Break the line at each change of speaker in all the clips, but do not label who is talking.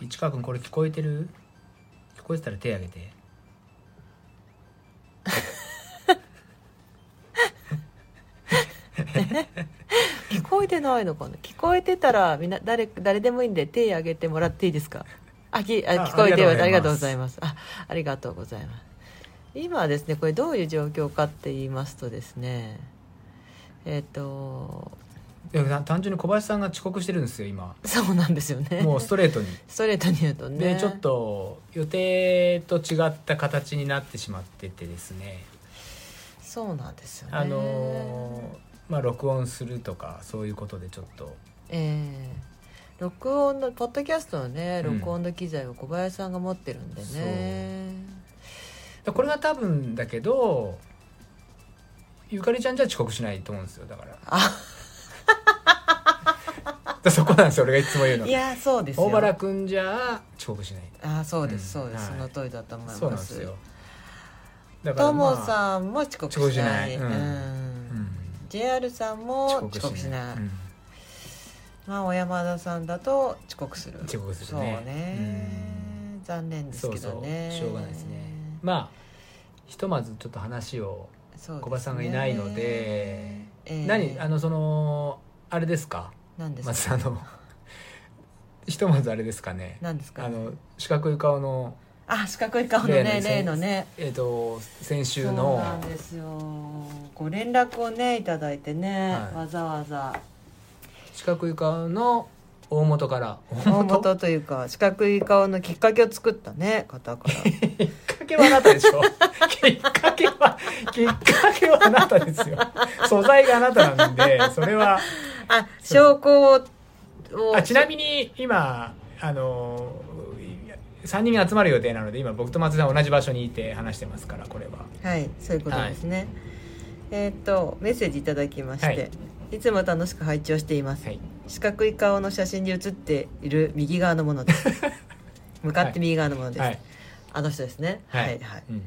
市川君これ聞こえてる聞こえてたら手挙げて
聞こえてないのかな聞こえてたらみんな誰誰でもいいんで手挙げてもらっていいですかあきあ
あ
聞こえてますあ
あり
りが
が
と
と
う
う
ご
ご
ざ
ざ
い
い
ますあありがとうございます今はですねこれどういう状況かって言いますとですねえっ、と
いや単純に小林さんが遅刻してるんですよ今
そうなんですよね
もうストレートに
ストレートに言うとね
でちょっと予定と違った形になってしまっててですね
そうなんですよね
あのまあ録音するとかそういうことでちょっと
ええ録音のポッドキャストのね
うん
録音の機材を小林さんが持ってるんでね、
だこれが多分だけどゆかりちゃんじゃ遅刻しないと思うんですよだから そこなんですよ俺がいつも言うの
いやそうですよ
大原君じゃ遅刻しない
ああそうです
うん
そうです、
はい
その通りだと思います
そうなんですよだ
ト
まあ
モさんも遅刻しな
遅刻
い
しないうん
う
うんん
JR さんも遅刻しない
うん
まあ小山田さんだと遅刻する
遅刻す
そう
るね
ね、残念ですけどね
そうそうしょうがないですねまあひとまずちょっと話を
そうですね
小林さんがいないので、
ええ
何あのそのあれですか
何ですか、
まずあの ひとまずあれですかね
何ですか
あの四角い顔の
あ四角い顔のね例
例
の
の
ね
えっ、と先週
そう
の
なんですよご連絡をねいただいてね、
はい
わざわざ
四角い顔の大元から大
大元というか四角い顔のきっかけを作ったね方から
きっかけはあなたでしょきっかけはきっかけはあなたですよ素材があなたなんでそれは
あ証拠をを
あちなみに今あの3人集まる予定なので今僕と松田さん同じ場所にいて話してますからこれは
はい、そういうことですね。えーっと、メッセージいただきまして、
はいい、
つも楽しく拝聴しています。
はい
四角い顔の写真に写っている右側のも のです。向かって右側のものです。
はい
あの人ですね。はい、はい、
うん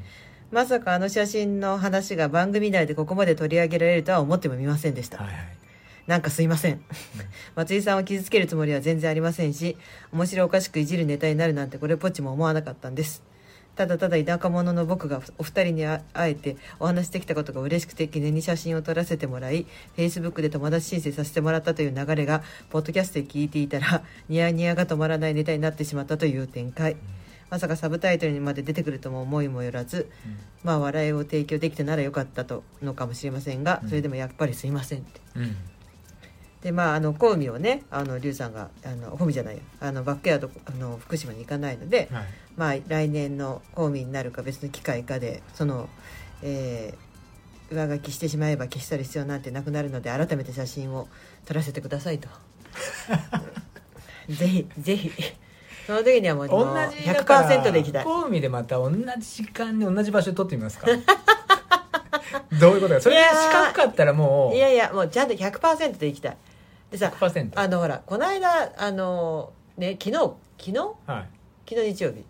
まさかあの写真の話が番組内でここまで取り上げられるとは思ってもみませんでした。
はいはい
なんかすいません。松井さんを傷つけるつもりは全然ありませんし、面白おかしくいじるネタになるなんてこれっぽっちも思わなかったんです。ただただ田舎者の僕がお二人にあ会えてお話しできたことが嬉しくて記念に写真を撮らせてもらい、Facebook で友達申請させてもらったという流れが、ポッドキャストで聞いていたら、ニヤニヤが止まらないネタになってしまったという展開。まさかサブタイトルにまで出てくるとも思いもよらず、まあ笑いを提供できたならよかったとのかもしれませんが、それでもやっぱりすいませんって。
うんうん
でまああのコウミをねあのリュウさんがあのコウミじゃないよあのバックヤードあの福島に行かないので、
はい
まあ来年のコウミになるか別の機会かでその、えー上書きしてしまえば消し去る必要なんてなくなるので改めて写真を撮らせてくださ いとぜひぜひその時にはもう
同じだから
100%で行きたい
コウミでまた同じ時間に同じ場所で撮ってみますかどういうことかそれ
い
が
やー
四角かったらもう
いやいやもうちゃんと100%で行きたいでさ
100%
あのほらこの間あのね昨日昨日
はい
昨日日曜日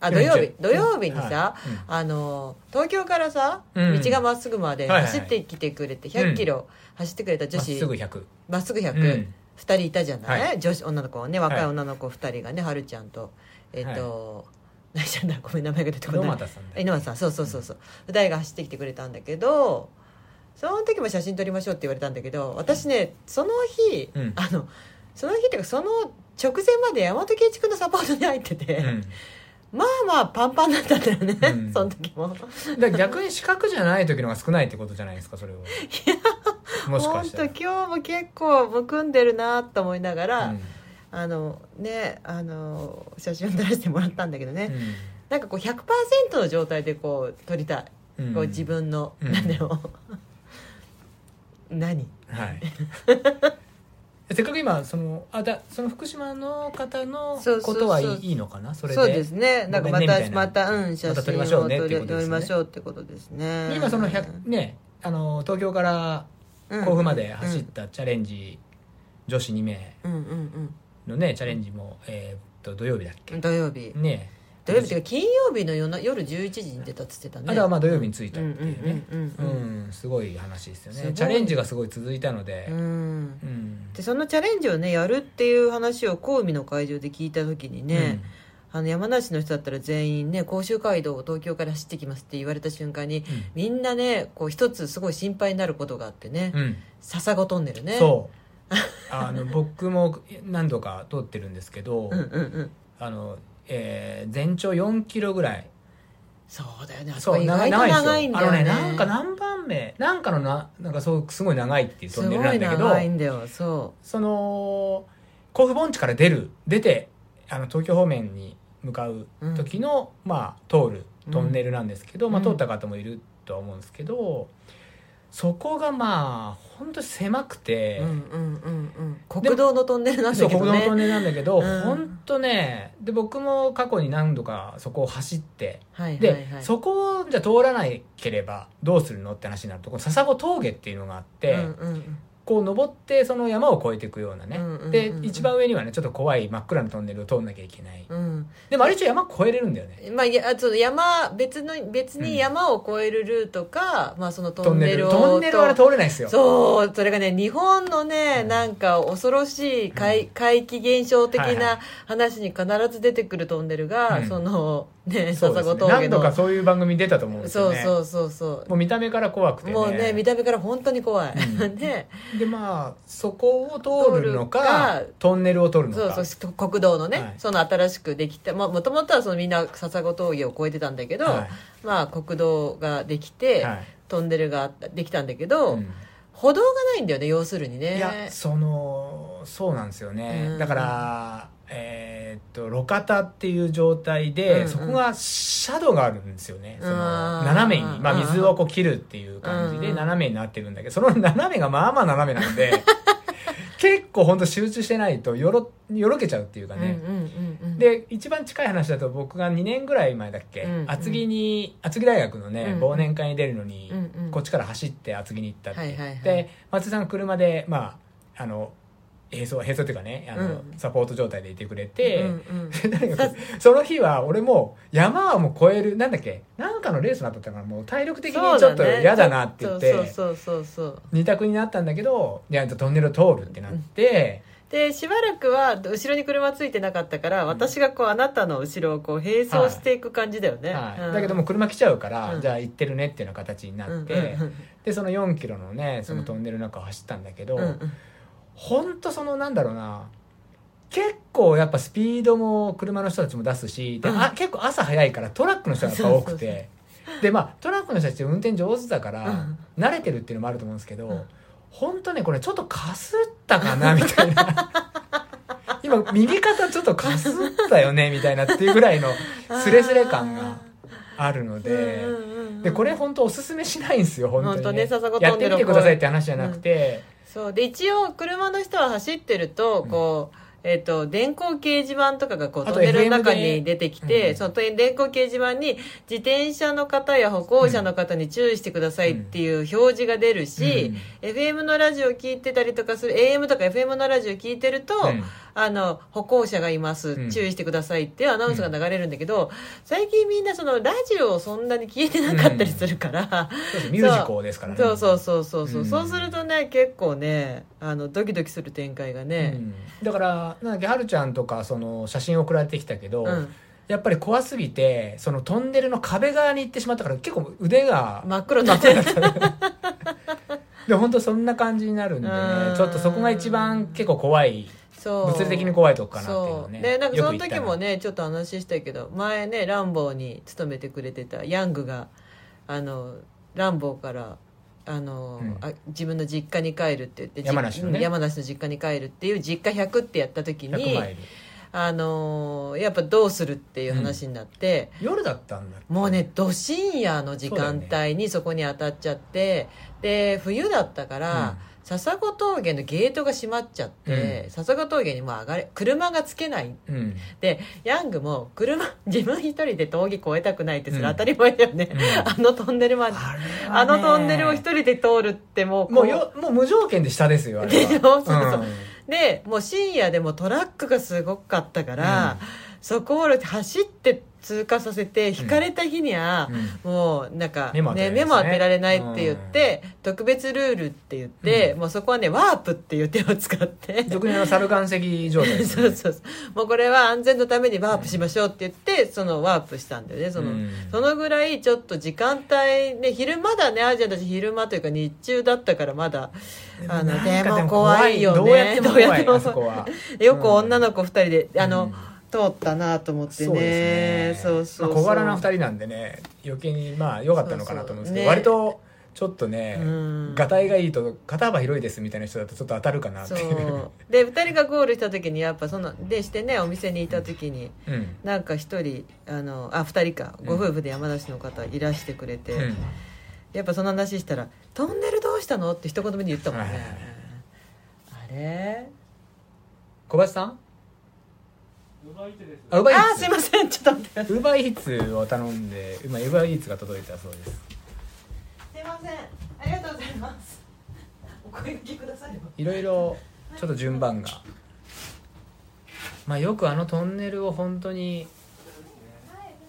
あ土
昨日日曜
曜
日
日土曜日にさ、
はいうん
あの東京からさ、
うん
道がまっすぐまで
はいはい
走ってきてくれて、100キロ走ってくれた女
まっすぐ
子
100
まっすぐ100、
う
二
ん
人いたじゃない、
は
女子女の子ね若い
はい
女の子2人がねはるちゃんとえっ、と、何ちゃんだごめん名前が出てこ
野
ない
俣さんだ
井上さんそうそうそうそう2人が走ってきてくれたんだけどその時も写真撮りましょうって言われたんだけど私ねその日、
うん
あのその日っていうかその直前まで大和圭一君のサポートに入ってて、
うん
まあまあパンパンだったんだよね、
うん
その時も
だから逆に四角じゃない時のが少ないってことじゃないですかそれはもしかしたら
本当今日も結構むくんでるなと思いながら、
うん
あのねあの写真を撮らせてもらったんだけどね、なんかこう100%の状態でこう撮りたい、
うんうん
こう自分の、
うん
何でも 何
はいせっかく今そのあだその福島の方の
そうそうそう
ことはいいいいのかなそれで
そうですねなんかま
ごめんねみ
た
たいな
またうん写
また撮
真
り
を
ましょう
撮
ね
り,、
っていうことですね
撮りましょうってことですね
で今その100ねあの東京から
うん
甲府まで走ったチャレンジ、女子2名
うんうんうん
のねチャレンジも、えーっと土曜日だっ
う
け
ん土曜日
ね
土曜日っていうか金曜日の夜な夜11時に出たっつってたね
あとはまあ土曜日に着いたっていうね
うんうん
う
うんうん
んすごい話ですよ
すご
ね
い
チャレンジがすごい続いたので
うん
うん
でそのチャレンジをねやるっていう話を神戸の会場で聞いた時にね、あの山梨の人だったら全員ね甲州街道を東京から走ってきますって言われた瞬間に、
ん
みんなねこう一つすごい心配になることがあってね、
うん
笹子トンネルね
そう あの僕も何度か通ってるんですけど
んうんうん
あのえー全長4キロぐらい
そうだよねあそ
そ
こ
う
意外と長いんだ
あの
よね
ねなんか何番目なんかのななんかそうすごい長いっていうトン
すご
ネルないんだけど
長いんだよそ
その甲府盆地から出る出てあの東京方面に向かう時の、まあ、通るトンネルなんですけど、
うん
まあ、
うん
通った方もいるとは思うんですけど、そこがまあ本当に狭く
う、
て、
うんうんうんうん国道のトンネルなん
そ
だ
う
け
国
ど
道のトン
ね
ネルなんだけど、
うん
本当ねで僕も過去に何度かそこを走って。
はい
で、
はいはい
そこをじゃあ通らないければどうするのって話になるとこの笹子峠っていうのがあって、
うんうん
こう登ってその山を越えていくようなね、
うんうんうんうん
で一番上にはねちょっと怖い真っ暗なトンネルを通んなきゃいけない
うん
でもあれ一応山越えれるんだよね
うんまあ、いやあそう山別の別に山を越えるルートか、まあ、そのト
ト
ン
ン
ネ
ネ
ル
ル
を
トンネルはあれ通れないですよ
そうそれがね日本のね、
うん
なんか恐ろしい怪,、怪奇現象的
はいは
な話に必ず出てくるトンネルが、
うん
そのね
そうで
笹
すね
子峠
何度
の
かそういう番組に出たと思うんです
そ
よ
う
ね
そうそうそ
もう見た目から怖く
う
てね
もうね見た目から本当に怖い、
うん
ね
でまあそこを通るのか
通るか
トンネルを通るの
そ
か
うそう国道のね、
はい
その新しくできたまあもともとはそのみんな笹子峠を越えてたんだけど、
は
まあ国道ができ
い
て、
はい
トンネルがあったできたんだけど、
うん
歩道がないんだよね要するにね
いやそのそうなんですよね、
うん
だからえーっと路肩っていう状態で、
うんうん
そこがシャドウがあるんですよねその
あー
斜めに、まあ、
うんうん
水をこう切るっていう感じ
うんう
で
ん
斜めになってるんだけどその斜めがまあまあ斜めなん で結構本当集中してないとよろよろけちゃうっていうか
うんうん
ね、
うんうん、
で一番近い話だと僕が2年ぐらい前だっけ、
うんうん
厚木に厚木大学の
うん
ね
うん
忘年会に出るのに、
うんうん
こっちから走って厚木に行ったって言って、
はいはいはい
で松井さんが車でまああの並走並走っていうかねあの、
うん
サポート状態でいてくれて、
うんうん
で とにかくその日は俺も山はもう越えるなんだっけなんかのレースになったからもう体力的にちょっと嫌だなって言って、
そうそうそうそう
二択になったんだけどいやトンネルを通るってなって、
でしばらくは後ろに車ついてなかったから私がこうあなたの後ろをこう並走していく感じだよね、
はい
うん
だけどもう車来ちゃうから、
うん
じゃあ行ってるねっていうような形になって、
うんうん
でその4キロのねそのトンネルの中を走ったんだけど、
うんうんうん
ほんとそのなんだろうな結構やっぱスピードも車の人たちも出すしで、あ結構朝早いからトラックの人がやっぱ多くて
そうそう
でまあトラックの人たち運転上手だから、慣れてるっていうのもあると思うんですけど、
うん
ほんとねこれちょっとかすったかなみたい な今右肩ちょっとかすったよねみたいなっていうぐらいのスレスレ感があるの
うんうん
で。
うんうん
でこれ本当おすすめしないんですよ本当に、ね、
本当ね笹子トンネル
やってみてくださいって話じゃなくて、
そうで一応車の人は走ってるとこう、えっと電光掲示板とかがこう
あ
ト
と
ンネルの中
FM で
に出てき
うん
て、
うん
その電光掲示板に自転車の方や歩行者の方に注意してくださいっていう表示が出るし、FM のラジオを聞いてたりとかする AM とか FM のラジオを聞いてると、
うん
あの歩行者がいます、
うん
注意してくださいっていうアナウンスが流れるんだけど、最近みんなそのラジオをそんなに聞いてなかったりするから、
そうですミュージコルですからね
そうそうそうそうそう、
うん
そうするとね結構ねあのドキドキする展開が
う
ね、
んだからなんだっけはるちゃんとかその写真送られてきたけど、
うん
やっぱり怖すぎてそのトンネルの壁側に行ってしまったから結構腕が、
真っ黒になってる
で本当そんな感じになるんでね
うん
ちょっとそこが一番結構怖い
そう
物理的に怖いとこかなっていうのね
そうでなんか
よ
そ
く言
の
った
時
ら
もねちょっと話したけど前ねランボーに勤めてくれてたヤングがあのランボーからあの、
うん
あ自分の実家に帰るって言って
山梨のね
うん山梨の実家に帰るっていう実家100ってやった時
100マイ
に
ル
あのやっぱどうするっていう話になって、
夜だったんだっけ
もうねど深夜の時間帯にそこに当たっちゃって、で冬だったから、笹子峠のゲートが閉まっちゃって、笹子峠にもう上がれ車がつけない
うん、うん
でヤングも車自分一人で峠越えたくないってそれ
うん
当たり前だよね、
うん
あのトンネルまであ,、
あれはね
のトンネルを一人で通るってもうこ
もうよもう無条件で下です よあれは
でしょそうそう
うん
でもう深夜でもトラックがすごかったから、そこを走って通過させて引かれた日には、もうなんか、
目も当てられないですね
目も当てられないって言って、特別ルールって言って、もうそこはねワープっていう手を使って
俗に言う猿岩石状態です
そ
よ
う
ね
そうそうもうこれは安全のためにワープしましょうって言って、そのワープしたんだよねその,、
うん
そのぐらいちょっと時間帯ね昼間だねアジアだし昼間というか日中だったからまだあの
なん
で
か
も怖いよね
どうやっても
どうや
怖
っ
い
ても怖い
あそこは
よく女の子2人で、あ
う
の
ん
通ったなと思ってねそうそう
まあ、
そう
小柄な二人なんでね余計にまあ良かったのかなと思うんですけど
そうそう
割とちょっとね、
うん
がたいがいいと肩幅広いですみたいな人だとちょっと当たるかなって
そ
いう
うで2人がゴールした時にやっぱそのでしてねお店にいた時に
うん、
なんか1人あのあ2人かご夫婦で山梨の方いらしてくれて、
うん
やっぱその話したら「トンネルどうしたの?」って一言目に言ったもん
はい
ね
はいはい
あれ
小林さんあウーバーイ
あ
ー
ー
ツ
すいませんちょっと待ってください
ウーバーイーツを頼んで今ウーバーイーツが届いたそうです
すいませんありがとうございますお声掛けくださいよ
いろいろちょっと順番がまあよくあのトンネルを本当に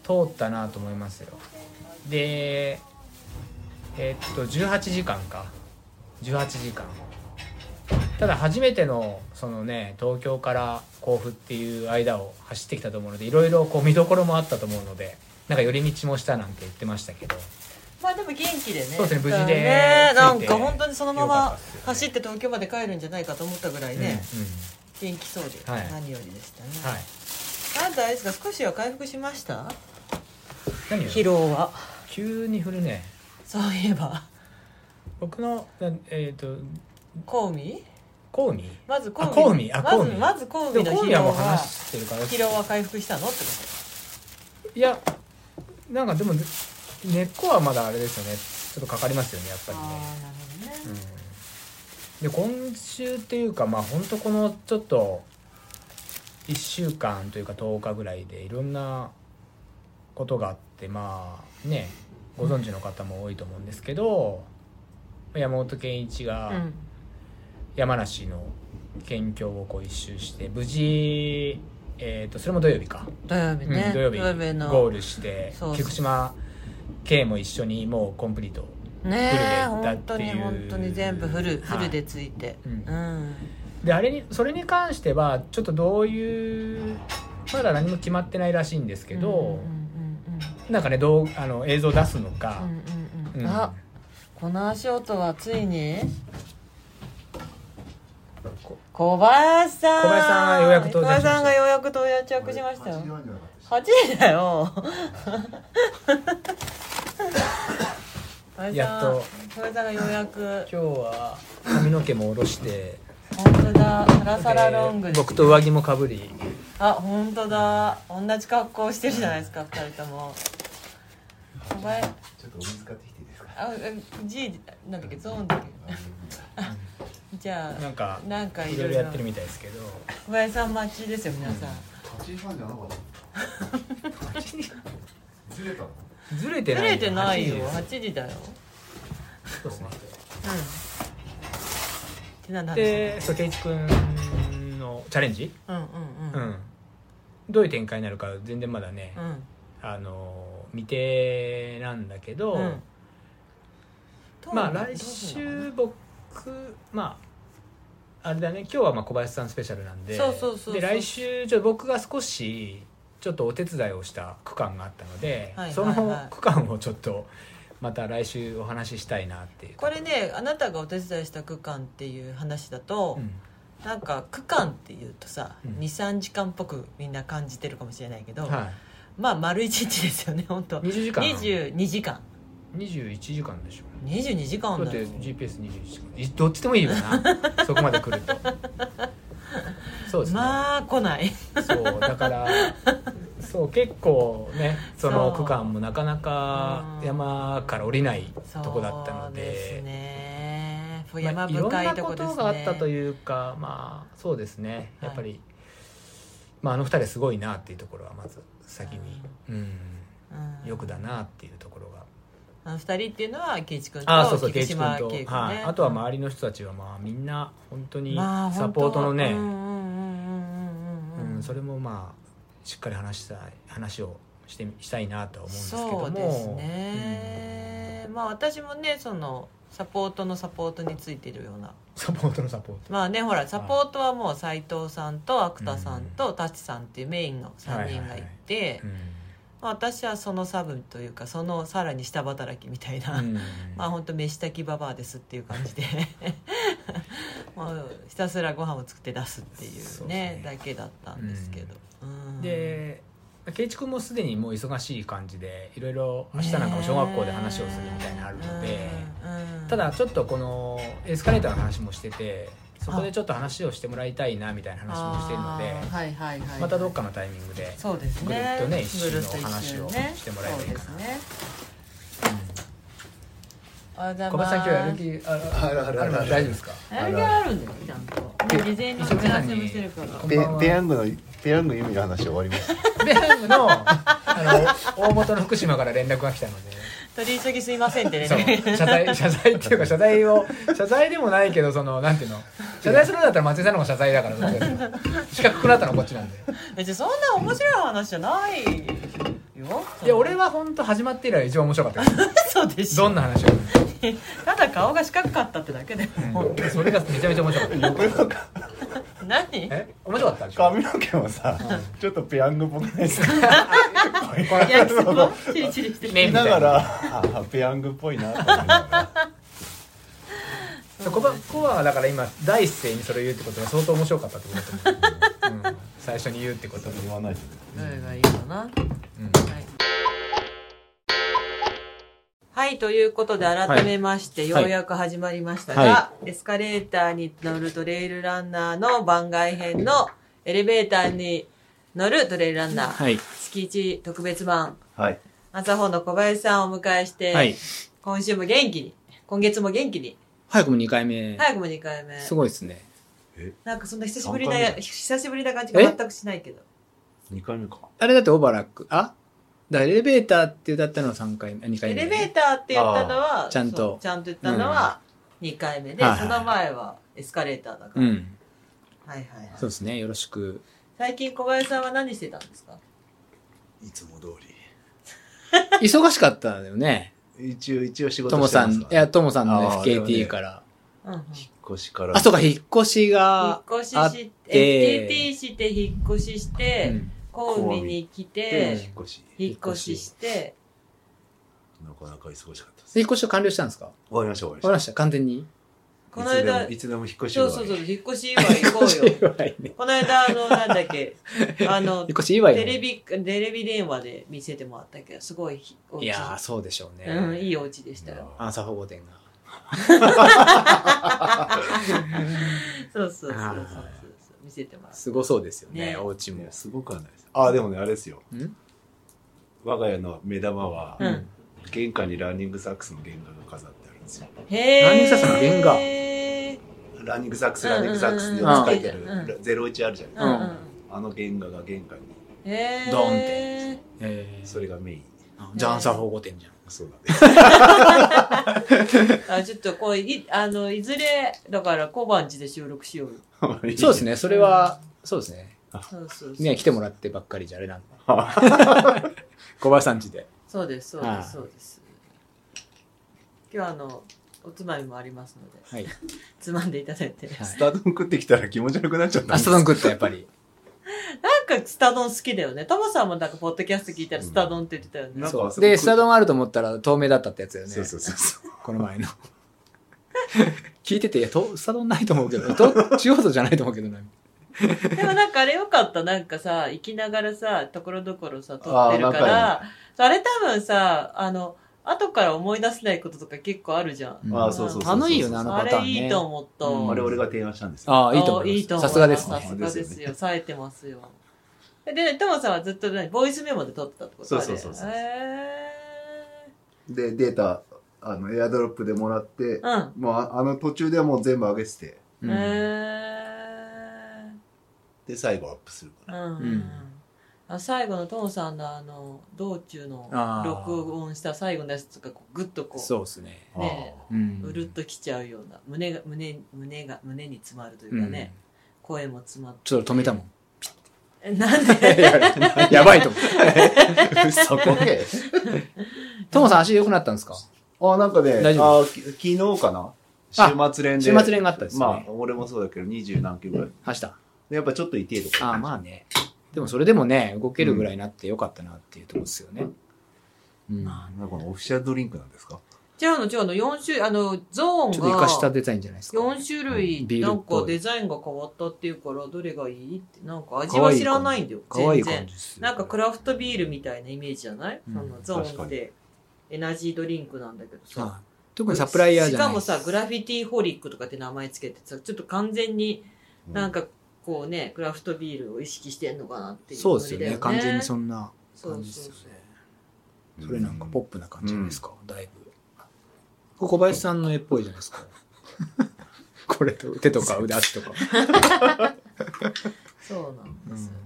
通ったなと思いますよでえっと18時間か18時間ただ初めてのそのね東京から甲府っていう間を走ってきたと思うのでいろいろこう見どころもあったと思うのでなんか寄り道もしたなんて言ってましたけど
まあでも元気でね
そうですね無事で
ねな
着
ん
いて
か本当にそのま
よかった
ま
ですよね
走って東京まで帰るんじゃないかと思ったぐらいね、
うんうん
元気そうで、
はい
何よりでしたね、
はい
あんたあれですか少しは回復しました
何
疲
よ
労は
急に振るね
そういえば
僕のなんえっ、と
コウミ
コウミ
まずコウミ
あコウミあコ
ま
ウ
ず
ミ
まずコウ
で
ミ
も
の
コウ
疲
ミは
労
もう
は
話してるから
疲労は回復したのってこと
いやなんかでも根っこはまだあれですよねちょっとかかりますよねやっぱりね、
あーなるほどね
うん、で今週っていうかまあ本当このちょっと1週間というか10日ぐらいでいろんなことがあってまあねご存知の方も多いと思うんですけど山本健一が、
うん
山梨の県境をこう一周して無事、えー、とそれも土曜日か、
土曜日ね、
うん土曜日
土曜日の
ゴールして
そうそう
菊島県も一緒にもうコンプリート、
ねえ
フルで行っ
本
た
当
ってい
に
う
本当に全部フル、
はい
フルでついて
うん
うん、
であれにそれに関してはちょっとどういうまだ何も決まってないらしいんですけど、
うんうんうん
なんかねどうあの映像出すのか
う、んうんうん
うん
あこの足音はついに
こ
小林さん
小林さんがようやく到着しました
小林さんがようやく到着しましたよ8時だよ小林さん
やっと
小林さんがようやく
今日は髪の毛も下ろして
本当だサラサラロング
で
で
僕と上着もかぶり
あ本当だ同じ格好してるじゃないですか二人とも小林
ちょっとお水買ってきていいですか。
あ、え G なんだっけゾーンだっけじゃ
なんか
あなんかい
い
ろ
ろい
い
ろ
ろ
やってるみたいですけど
小林さん待ちですよ皆さん
八時半じゃなかった。ずれたの。
ずれて
ず
ない
れてないよ
8時
8時だよ
ですそうですね
うんってななんで
でそう圭一君のチャレンジ、
うんうんう
うんん、どういう展開になるか全然まだね、
うん
あの未定なんだけど、
うん
まあ
どう
来週僕まああれだね今日はまあ小林さんスペシャルなんで
そうそうそうそう
で来週ちょっと僕が少しちょっとお手伝いをした区間があったので、
はいはいはい
その区間をちょっとまた来週お話ししたいなっていう。
これねあなたがお手伝いした区間っていう話だと、
うん
なんか区間っていうとさ、
うん
23時間っぽくみんな感じてるかもしれないけど、
は
まあ丸一日ですよね本当
い、20時間
22時間
21時間でしょ
22時間
だっ
だ
て
よ
GPS21 時間いどっちでもいいよなそこまで来る とそうですね、
まあ来ない
そうだからそう結構ねその
そう
区間もなかなか
うん
山から降りない
そう
とこだったの
です
で
ね
まあ
山
いろんな
深
い
とこ
こ
ですね
とがあったというかまあそうですねやっぱり、まあ、あの二人はすごいなっていうところはまず先に、うん、
うん
よくだなっていうところが
あの二人っていうのは圭一君
ああそう
と
そう
菊
圭一君
島圭
と、
君ね
はい、あとは周りの人たちはまあみんな本当に
まあ
サポートのね、
本当うんうんうんうんうんうん
うん、それもまあしっかり話したい話をしてみしたいなとは思うんですけども
そうですね、まあ私もねそのサポートのサポートについてるような
うんサポートのサポー
まあねほらサポートはもう斎藤さんと芥田さんと舘さんっていうメインの3人がいて
ト、うん
まあ私はそのサブというかそのさらに下働きみたい な、
うん
まあ本当飯炊きババアですっていう感じで もうひたすらご飯を作って出すっていう
そ
ね
うですね
だけだったんですけど、うん
で圭一君もすでにもう忙しい感じでいろいろ明日なんかも小学校で話をするみたいになのあるので、
うんうん
ただちょっとこのエスカレーターの話もしててそこでちょっと話をしてもらいたいなみたいな話もしてるので
あーはいはいはい
またどっかのタイミングで、
そうです
ぐる
ね
っとね一周の
ぐるっと一周ね
話をしてもらえばいいかな
そうですね
うん
おはようござい
小林さん今
ます
日やる気あるあるあるある大丈夫ですか
やる気あるんだよちゃんともう事前に打ち合わせもしてるから
こん
ペ
ばんは
ペヤングのペヤング由美の話終わりました。
ベアングのあの大元の福島から連絡が来たので。
取り急ぎすいませんって
そ
ね
う謝罪謝罪っていうか謝罪を謝罪でもないけどそのなんていうの謝罪するんだったら松井さんの方が謝罪だからそっちだと四角くなったのこっちなんで
別にそんな面白い話じゃないよ
いや俺は本当始まって以来一番面白かったです
そうでしょ
どんな話を
ただ顔が四角かったってだけでも
それがめちゃめちゃ面白かった
横のか
何
え面白かったでしょ
髪の毛もさ、ちょっとペヤングっぽくないですか。
焼きそ ばチリチリしてる
ね
見ながら、あペヤングっぽいなと思いながら。
そうコバコバはだから今第一声にそれを言うってことが相当面白かったってことだと思う、うん、最初に言うってこと
ちょっ
で
と、言わないと。
どれがいいかなはい
うん、
はいということで改めまして、
はい
ようやく始まりましたが、
は
エスカレーターに乗るトレイルランナーの番外編のエレベーターに乗るトレイルランナー、
はい
月1特別版
はい。
朝方の小林さんをお迎えして、今週も元気に今月も元気に
早くも2回目
早くも2回目
ごいですね
なんかそんな久しぶりな
三回目だ
久しぶりな感じが全くしないけど
二回目か。
あれだってオーバーラックあだからエレベーターって歌ったのは3回目2
エ
回目
レベーターって言ったのは
あちゃんと
そうちゃんと言ったのは2回目で、
はいはい
その前はエスカレーターだから、
うん
はいはいはい
そうですねよろしく
最近小林さんは何してたんですか
いつも通
忙しかったよね
り。一応一応仕
と
事
も
して
さ
ま
ん
す
い
から
やともさんの
あーでもね
FKT から
うんうん
引っ越しから。
あそうか引っ越しが
引っ越し
あっ
して FTT して引っ越しして、
うん
神戸に来
神
て
戸
引っ越し。
引っ越しして
なかなか忙しかったです。
引っ越し完了したんですか終
終わりました終わり
わり
ま
ました完全に
した。
この間
いつでもいつでも引っ越し終
そ
わ
う
り。
そうそう引っ越し祝い行こう よ
祝いね
この間あのなんだっ けあの
引っ越し祝いね
テレビテレビ電話で見せてもらったけどすごいひお家
いやーそうでしょうね、
うん、いいお家でしたよ。
アンサー4号店があ
そうそうそうそうそう
ー
そう。見せてます。
すごそうですよね
ね
お家
い
も
やすごくはないです。あ、でもね、あれですよ。
ん
我が家の目玉は、
うん
玄関にランニングサックスの原画が飾ってあるんですよ。
へ
何さその原画
ランニングサックス、ランニングサックスで書いてある、
うんうんうん
ゼロ一あるじゃないです
うん
か。
うん。
あの原画が玄関に、
へー
ドンって。えー、
それがメイン。
あじゃあアンサー4号店じゃん
そうだね。
あ、ちょっとこう、い、あの、いずれ、だから小判地で収録しようよ。
そう です。ねそれはそうですね
そうそうそう。
ね来てもらってばっかりじゃあれなんだ小林さんちで
そうです、そう
あ
で
あ
す、そうです。今日はあの、おつまみもありますので、
はい
つまんでいただいて。
はい
スタートン食ってきたら気持ち悪くなっちゃったんで
あ
す
スタ丼食ったやっぱり
なんかスタ丼好きだよね。トモさんもなんかポッドキャスト聞いたらスタ丼って言ってたよね。
なんか
そう
すごく
でスタ丼あると思ったら透明だったってやつだよね
そうそうそうそ
この前の 聞いてていやとスタ丼ないと思うけ どと中央道じゃないと思うけどな
でもなんかあれよかった。なんかさ、行きながらさ、ところどころさ、撮っ
あ
て
ー
るから、そうあれ多分さ、あの、後から思い出せないこととか結構あるじゃん。
う。ああ、そうそうそうそう。
あのいいよねあの
あ
パターン
れ
ね
いいと思った。
うん
あれ俺が提案したんですよ。
ああいいと思
あい
い
いと
ます
思い
さすがです
さ
ね
すがですよ。冴えてますよ。で、トモさんはずっと何ボイスメモで撮ってたってこと
そうそうそうそう
あれ
でデータあのエアドロップでもらって
へ、ーうん。
もうああの途中ではもう全部上げてて
うん
へ
で、最後アップするから。
ーうん
うん
あ最後のトモさんのあの道中の
あー
録音した最後のやつとかこうグッとこう
そうですね
ね
ああ
うん
うるっときちゃうような胸が胸胸が胸に詰まるといううか
ん
ね、声も詰まって
ちょっと止めたもん
なんで
や やばいと思う。
そこで。
トモさん足良くなったんですか
あ、なんかね、
大丈
あき昨日かな週末連で。
週末連があったんですね
まあ、俺もそうだけど、二十何キロぐらい。
走った。
でやっぱちょっと痛いとか。
ああ、まあね。でもそれでもね、動けるぐらいになってよかったなっていうところですよね。うん。
なんかこのオフィシャルドリンクなんですか
違うの違うの、4種、あの、ゾーンが。
ちょっと生かしたデザインじゃないですか。
4種
うん
類
ビー
な
ルっ
ん
ぽい
かデザインが変わったっていうからどれがいいってなんか味
可
は
愛い
知らないんだよ
かわいい
全
感
然
じですよ。
なんかクラフトビールみたいなイメージじゃない、
うん
そのゾ
確
ー
か
ン
に
でエナジードリンクなんだけどさ
ああ特にサプライヤーじ
し
ゃない
かもさグラフィティホリックとかって名前つけてさちょっと完全になんかこうねクラフトビールを意識してんのかなっていう
そうですよ
ノ
ね。
リだ
完全にそんな感じです
そ
よ
うそうそう
ね。それなんかポッ
ッ
プな感じですか、だいぶ。これ小林さんの絵っぽいじゃないですか。 これと手とか腕足とか。
そうなんです
う
よ、
ん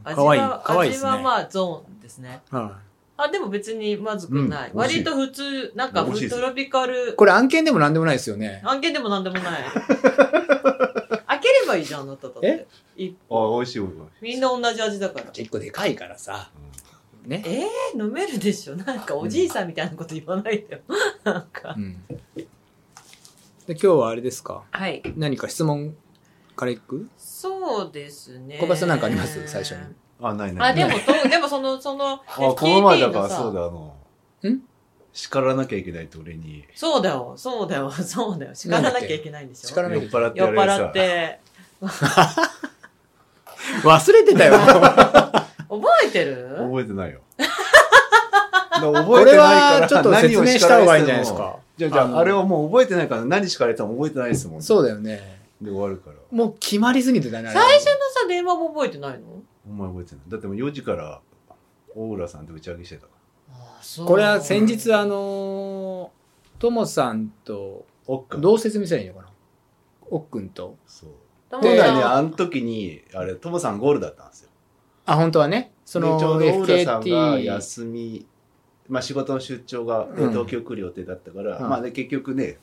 味
可愛い
は
可愛いですね
味はまあゾーンですね
は
あでも別にまずくない、
うん美味し
割
い
と普通なんか
美味しいです
トロピカル
い。これ案件でもなんでもないですよね。
案件でもなんで もない。開ければいいじゃん、あなただって。い
プ。あ、美味しい美味しい。
みんな同じ味だから。
一個でかいからさ。ね。
えー、飲めるでしょなんかおじいさんみたいなこと言わないでよ。 なんか
う。ん。で、今日はあれですか
はい。
何か質問からいく
そうですね。
小林さんなんかあります最初に
あ、ないない。
あ、でも、と でもその、その、
あ、この前だか
TT
ら
のさ
そうだ、あの
ん、
叱らなきゃいけないって俺に、
そうだよ、そうだよ、そうだよ。叱らなきゃいけないんでしょ
叱ら
酔
な
っ
いで
払って
酔っ
やられ
払って
さ、
て。
忘れてた よ。
覚えてる
覚えて ないよ。だから覚
こ
えて
れ
ないか
は
ら
ちょっと説明した方がいいんじゃないです
何を叱られて
か。
もじゃあ、じゃ
の
あ、あれはもう覚えてないから何叱られても覚えてないですもん。
そうだよね。
で終わるから。
もう決まりすぎてたね。あれ
最初のさ、電話も覚えてないの
お前覚えてない。だってもう4時から、大浦さんと打ち上げしてたから。
あそう
これは先日あのー、ともさんと、
おっか。
どう説明したらいいのかなおっくんと。
そう。
友
本
達
来ね、あの時に、あれ、ともさんゴールだったんですよ。
あ、本当はね。その、
でちょうど大浦さんが
FKT。
休み、まあ、仕事の出張が、ね
うん
東京来る予定だったから、
うん
まあで結局ね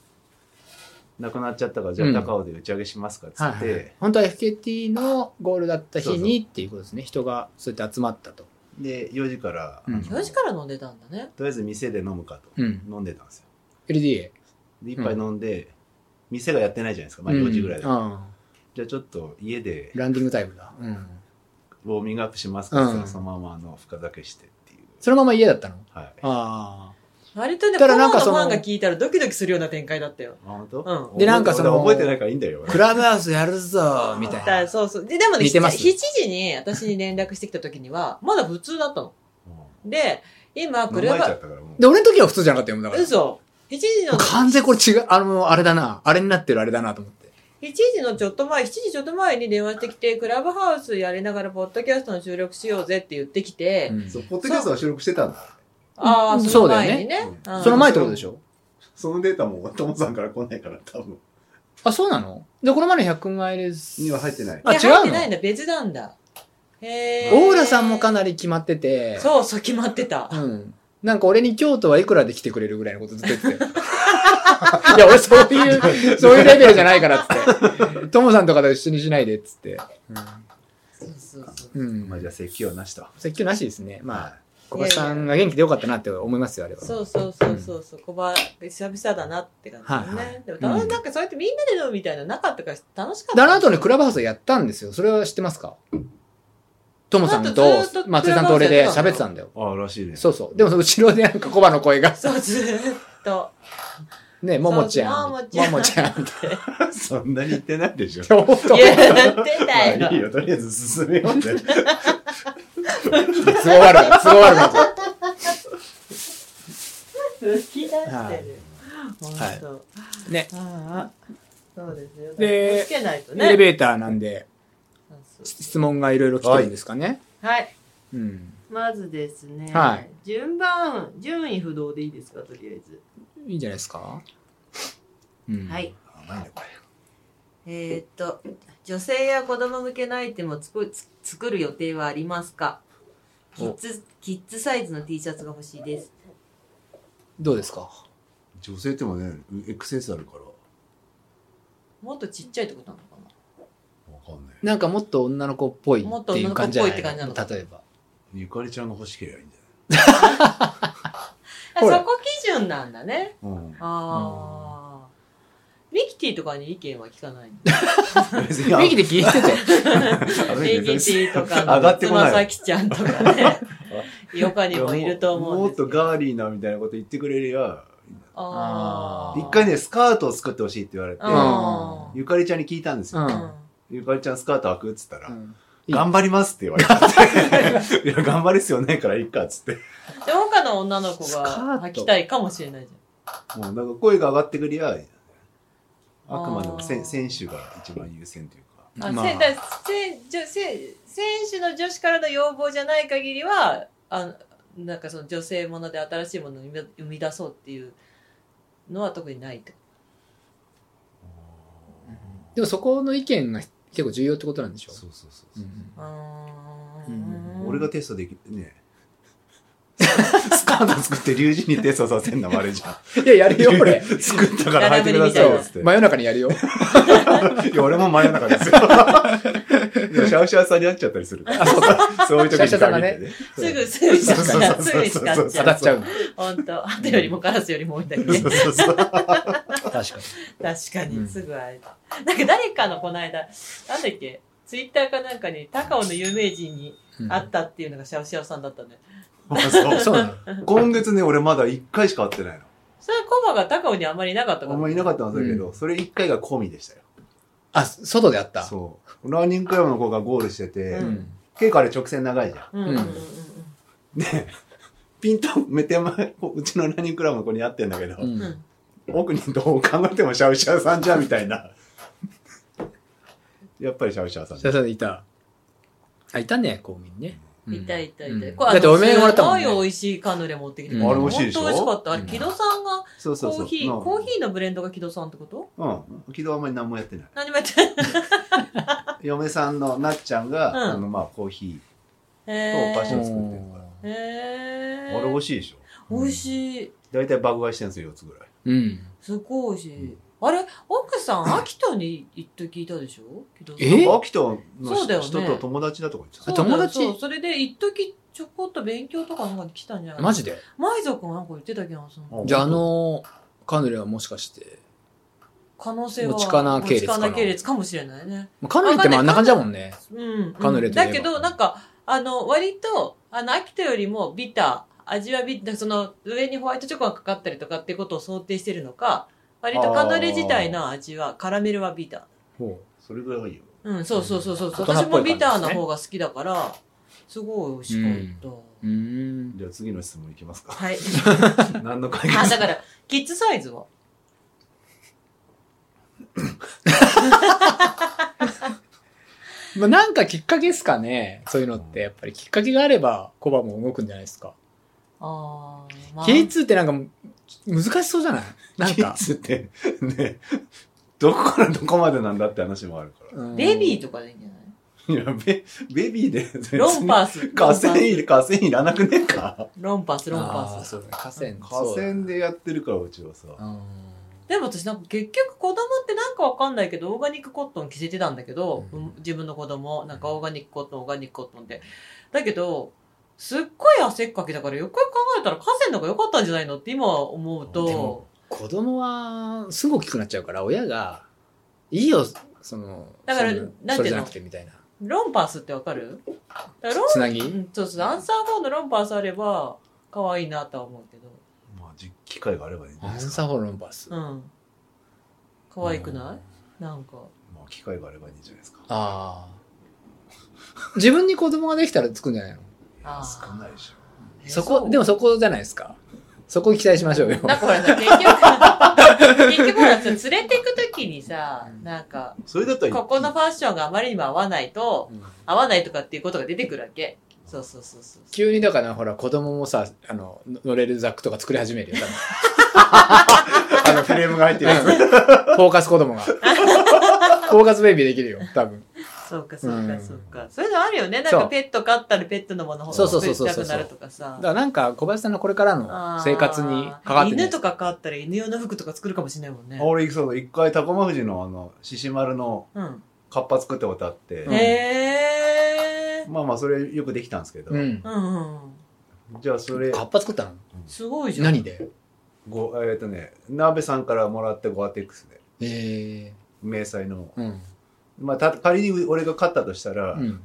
なくなっちゃったからじゃ
う
あ
ん
高尾で打ち上げしますかっつって、
はいはい、本当は FKT のゴールだった日にっていうことですね人がそうやって集まったと、
で4時から、
うん
あの
4時から飲んでたんだね。
とりあえず店で飲むかと、
うん、
飲んでたんですよ
LDA
で一杯飲んで、店がやってないじゃないですか、まあ、
うん
4時ぐらいだから、
うん
じゃあちょっと家で
ランディングタイムだ、うん、
ウォーミングアップしますかっつったら
うん
そのままあの深酒してっていう、
そのまま家だったの
はい
あ
割と
だ
ね、
か
コ
らなん
ロナの
か
フ
その
ァンが聞いたらドキドキするような展開だったよ。
あ本当、
うん
でなんかその
覚えてないからいいんだよ
あクラブハウスやるぞみたいな
そうそう。で、でもね、
似てます
7時に私に連絡してきた時には、まだ普通だったの。で、今、
うん飲
ク
まれ
ル
ちゃ
バ
っ、たからもう
で俺の時は普通じゃなかったよだから
嘘。7時の、7
完全にこれ違うあのあれだなあれになってるあれだなと思って
時のちょっと前、7時ちょっと前に電話してきて、クラブハウスやりながら、ポッドキャストの収録しようぜって言ってきて、
うん
そうポッドキャストは収録してたんだ
ああ、その前にね
そうだよね。
うん
その前ってことでしょ
そのデータもトモさんから来ないから多分
あそうなのでこの前の100マイルズ
には入ってない。
あ
い
違
や
う
入って
の
ないんだ、別なんだ。へえ。
大浦さんもかなり決まってて
そうそう、決まってた。
うん。なんか俺に京都はいくらで来てくれるぐらいのことずっと言って たよ。いや、俺そういう、そういうレベルじゃないからっつって。ともさんとかと一緒にしないでっつって。
そうそうそう。
うん。
まあじゃあ説教なしと。
説教なしですね。まあ、
あ、
小林さんが元気でよかったなって思いますよ、あれは。
そうそうそうそうそう、小林久々だなって感じ
は
ね、
いはい
でもた
うん
なんかそうやってみんなで飲むみたいなのなかったから 楽しかった
で、あの後ね、クラブハウスやったんですよ。それは知ってますかともさん
あ
と
とずっと
松井さんと俺で喋ってたんだよ。
ああらしいね。
そうそう。でもその後ろでなんかコバの声が、
そうずーっと
ね、ももちゃん。
そうそうも
も
も
もち
ち
ゃ
ゃ
ん。
そんなに言ってないでしょ。
両方
言って
まあ
た
いい
よ
よ、とりあえず進めようぜ。
都合悪い、都合悪いな。
吹き出してる、
はい
本当、
ね。
ああそうですよ
で
気をつけないとね
エレベーターなん で、
そうそう
質問がいろいろ来てるんですかね。
はい
うん。
まずですね、
はい
順番順位不動でいいですかとりあえず、
いいんじゃないですか。うん、
はい。
甘いね、こ
えーっと女性や子供向けのアイテムを作つ作る予定はありますかキッズキッズサイズの T シャツが欲しいです
どうですか。
れ。女性ってもね、XS あるから。
もっとちっちゃいってことなのかな
わかんない
なんかもっと女の子っぽい
もっ
っ
と
てい
女
う
の子っ
感じ
ぽ
じゃ
い
な
って感じなのか
い例えば
ゆかりちゃんが欲しければいいんじ
あそ
ほら
こ基準なんだね
ゃない
ああミキティとかに意見は聞かないの
うん別に
ミキで聞いてて
ミキティとか
上が
の
って
つ
こな
ま
い
さきちゃんとかね ヨカにもいると思うん
も
で
っ
す
と
けど
ガーリーなみたいなこと言ってくれりゃ
あー
一回ねスカートを作ってほしいって言われて
あー
ゆかりちゃんに聞いたんですよ、
うん
ゆかりちゃんスカート開くっつったら、
うん
頑張りますって言われていや頑張りっすよねからいっかっつって
で他の女の子
スカー
が
ト
履きたいかもしれないじ
もうなんか声が上がってくりゃあくまでも
あー
選選手が一番優先というか
ゃん。
ま
あ、
あ
せだせじょせ選手の女子からの要望じゃない限りはあなんかその女性もので新しいものを生み生み出そうっていうのは特にないってこ
でもそこの意見が結構重要ってことなんでしょ
そうそうそう
う
そう、
ん
と。あー
うん
俺がテストできるねスカート作って龍神にテストさせんのもあれじゃん
いややる よ俺
作ったから履いてくださいよっつって
真夜中にやるよ
いや、俺も真夜中ですよ。でもシャウシャウさんに会っちゃったりするから。そういう時に
シャウシャウさんがね
限って
すぐすぐ使っ
そうそう
ち
そ
ゃ
うそう
う。すぐ使
当
っち
当
た
ゃう
た。
っ
っ
ち
ち
ゃ
ゃ
う
本当あとよりもカラスよりも多いんだけどね
そ。うそうそう。
確かに
確か
う
に
ん
すぐ会えた、なんか誰かのこの間なんだっけツイッターかなんかに高尾の有名人に会ったっていうのがシャオシャオさんだったね、
そう
そうなの
今月ね、俺まだ1回しか会ってないの。
それはコバが高尾にあんまりいなかったか
あ
ら
んまいなかったんだけど、それ1回が込みでしたよ。
あ外でやった
そう。ランニングクラブの子がゴールしてて、
う
うん
結構あれ直線長いじゃ
う
ん。
んうんうんうん
で、ピンと目手前、こううちのランニングクラブの子に会ってんだけど、
う
うんん
奥にどう考えてもシャウシャウさんじゃんみたいな。やっぱりシャウシャウさん
シャウシャウでいたあいたね公民ねうん
いたいたいた、
うん
これ
だっておめえもらったもんね
すごい美味しいカヌレ持ってきて
うんあれ
美味しいでしょ
本当美味しかったあれ
うん
木戸さんが
そうそうそ
コ
う。
ーヒー、
うん
コーヒーのブレンドが木戸さんってこと
うん。昨日あんまり何もやってない。
何も やってない
嫁さんのなっちゃんが、
うん
あの、まあ、コーヒ
へー
お菓子
うん
を作ってるから
へ
ー。
え
あれ美味しいでしょ。
美味しい
だいたい爆買いしてるんですよ、4つぐらい。
うん
すごい美味しい。あれ、奥さん、秋田に行って聞いたでしょ木戸さん
え
なんか秋田の
そうだよね
人と友達だとか言って
そ
た。
うだよ
友達
そうそれで、一時ちょこっと勉強とかなんかに来たんじゃない
マジで
舞族なんか言ってたけど、その
あ
じゃああのカヌレはもしかして
可能性は。
持ちかな系列かな
持ちかな系列かもしれないね。
まあカヌレってまああんな感じだもんね
うん。
カヌレといえば
だけど、なんか、あの、割と、あの、秋田よりもビター、味はビター、その、上にホワイトチョコがかかったりとかっていうことを想定してるのか、割とカヌレ自体の味は、カラメルはビター。
ほ
それぐらいがいいよ。
うん、そうそうそうそうそう。
大人
私
っぽい
も
感じ
ビ
ですね
ターの方が好きだから、すごい美味しかった。
ううーん
じゃあ次の質問いきま すか。
はい。
何の会議
あ、
です
だ
か
から、キッズサイズは
まあなんかきっかけですかねそういうのってやっぱりきっかけがあればコバも動くんじゃないですか
あー、まあ、
K2 ってなんか難しそうじゃないなん
キッ
か
ズって、ね、どこからどこまでなんだって話もあるか
ベビー
ー
とかでいいんじゃない
ら。いや、ベベビーで、
ロンパー ス。
河川い、河川いらなくねえか。
ロンパース、ロンパ
あ
ー
ー
ス。
そうだね河川
河川でやってるから、うちはさ。
でも私なんか結局子供ってなんかわかんないけど、オーガニックコットン着せてたんだけど、
う
うん自分の子供、なんかオーガニックコットン、オーガニックコットンって。だけど、すっごい汗っかきだから、よくよく考えたら河川の方が良かったんじゃないのって今思う
で
と
も。子供はすぐ大きくなっちゃうから親がいいよその
だから
その
なんていうの
それじゃなくてみたいな
ロンパースってわかるだからロ
つな
ンう
ぎ
んそうそうアンサー4のロンパースあれば可愛いなとは思うけど
まあ、じ機会があればいいん
ア
じゃな
ン
いです
サ
か。
ーフォーロンバース、
うん可愛くない、なんか
まあ、機会があればいいんじゃないですか。
ああ自分に子供ができたらつくんじゃないの
あー
少ないでしょ。
そこでもそこじゃないですかそこ期待しましょうよ
なんかほ らさ結局結局ほらさ連れて行く時にさなんか
それだったら
ここのファッションがあまりにも合わないと
うん
合わないとかっていうことが出てくるわけそうそうそうそう
急にだからほら子供もさあのの乗れるザックとか作り始めるよ多分
あのフレームが入ってるやつ。
フォーカス子 供が。フォーカスベイビーできるよ、多分。
そうかそう
う
か
ん
そうかそういうのあるよねなん
そ
か
う
ペット飼ったらペットのものほ
そう
う
そ
そう
そうそう
たくなるとかさ
だからなんか小林さんのこれからの生活にかかって
犬とか買ったら犬用の服とか作るかもしれないもんね
俺、そう、一回、高間富士のあの、獅子丸の
うん
カッパ作って歌って、
ん
へえ
まあまあそれよくできたんですけど、
うん
うんうん
じゃあそれ
カッパ作ったの
すごいじゃん
何で
ごえっ、とね鍋さんからもらったゴアテックスで
え
迷彩の、
ー、うん
まあ、た仮に俺が勝ったとしたら、
うん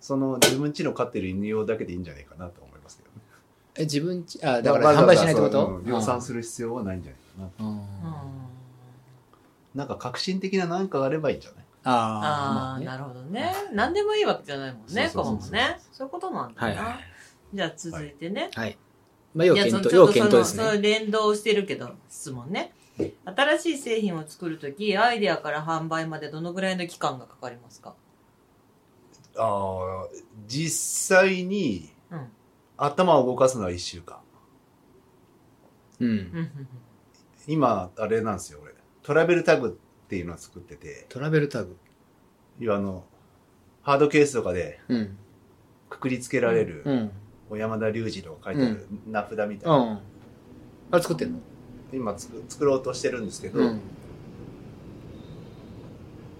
その自分ちの飼ってる犬用だけでいいんじゃないかなと思いますけどね
え自分ちあだから
わざ
販
わ
売
ざ
しないってこと
そううん量産する必要はないんじゃないかな
うん
うん
あ
なんか革新的な何かがあればいいんじゃない
あま
あ
あ
あ
ね
なるほどね何でもいいわけじゃないもんね
そ
ここ
うそうそう
も
そう
ねそういうことなんだ
はい
な
は
じゃあ続いてね
はいまあ要
いや
検
その
討
ちょっ
要
と
検討
その
です
そ
ね
の連動してるけど質問ね新しい製品を作るときアイデアから販売までどのぐらいの期間がかかりますか
ああ実際に
うん
頭を動かすのは1週間
うん
うんうんうん
今あれなんですよ俺トラベルタグっていうのを作ってて
トラベルタグ
要はあのハードケースとかで
うん
くくりつけられる、
うん
小山田隆二とか書いてある名札みたいな、
うんあれ作ってんの
今つく作ろうとしてるんですけど、
うん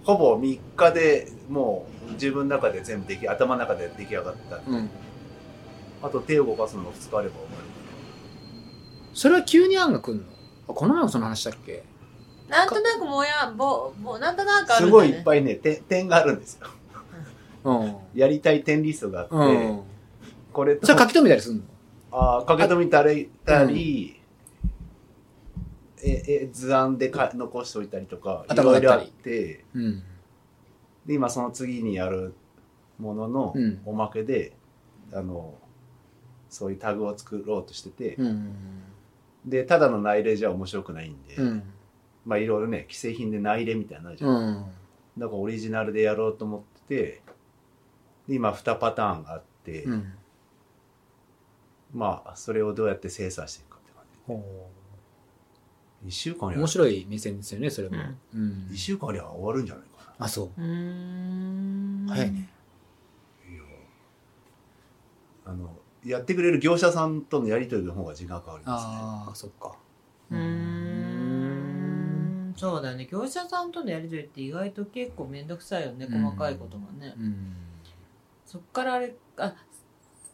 ほぼ3日でもう自分の中で全部でき頭の中で出来上がった
うん
あと手を動かすのが2日あれば終わ
それは急に案が来んのあこの前もその話だっけ
なんとなくもやぼぼなんとなく
る
ある
す
んだ
ご
よ
いいっ
ね
ぱいねて点があるんですよ
うん
やりたい点リストがあって、
うん
これと
それ書き留めたりすんの
あーかけ止めたりたり、ええ図案でか残しておいたりとかい
頭だった
ろい
り
ろあって
うん
で今その次にやるものの
うん
おまけで、あのそういうタグを作ろうとしてて、
うん
でただの内例じゃ面白くないんで、
うん
まあいろいろね既製品で内例みたいなのあるじゃん、
うん
だからオリジナルでやろうと思っててで今2パターンあって、
うん
まあそれをどうやって精査していくかって感
ほう
じ1週間や
面白い目線ですよねそれも、うん
1週間や終わるんじゃないかな
あそう
ーん
う早いね
いやあのやってくれる業者さんとのやり取りの方が時間かかりま
ああそっか
うーんそうだよね業者さんとのやり取りって意外と結構面倒くさいよね
うん
細かいことがね、
うん
そっからあれあ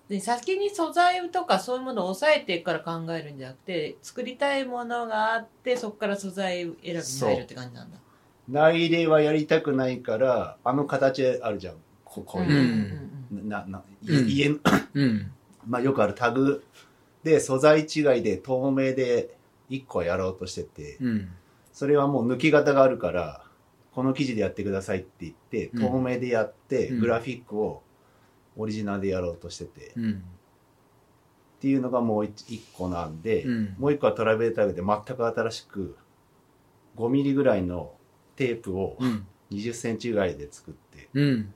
で先に素材とかそういうものを抑えてから考えるんじゃなくて作りたいものがあってそこから素材選びに入るって感じなんだ
すね内例はやりたくないからあの形あるじゃんここう
うん
いう、なな家
うん
家の
うん
まあ、よくあるタグで素材違いで透明で1個やろうとしてて
うん
それはもう抜き型があるからこの記事でやってくださいって言って
うん
透明でやって
うん
グラフィックをオリジナルでやろうとしててっ
うん
ていうのがもう 1, 個なんで
うん
もう1個はトラベルタグで全く新しく5ミリぐらいのテープを
うん
20センチぐらいで作って
うん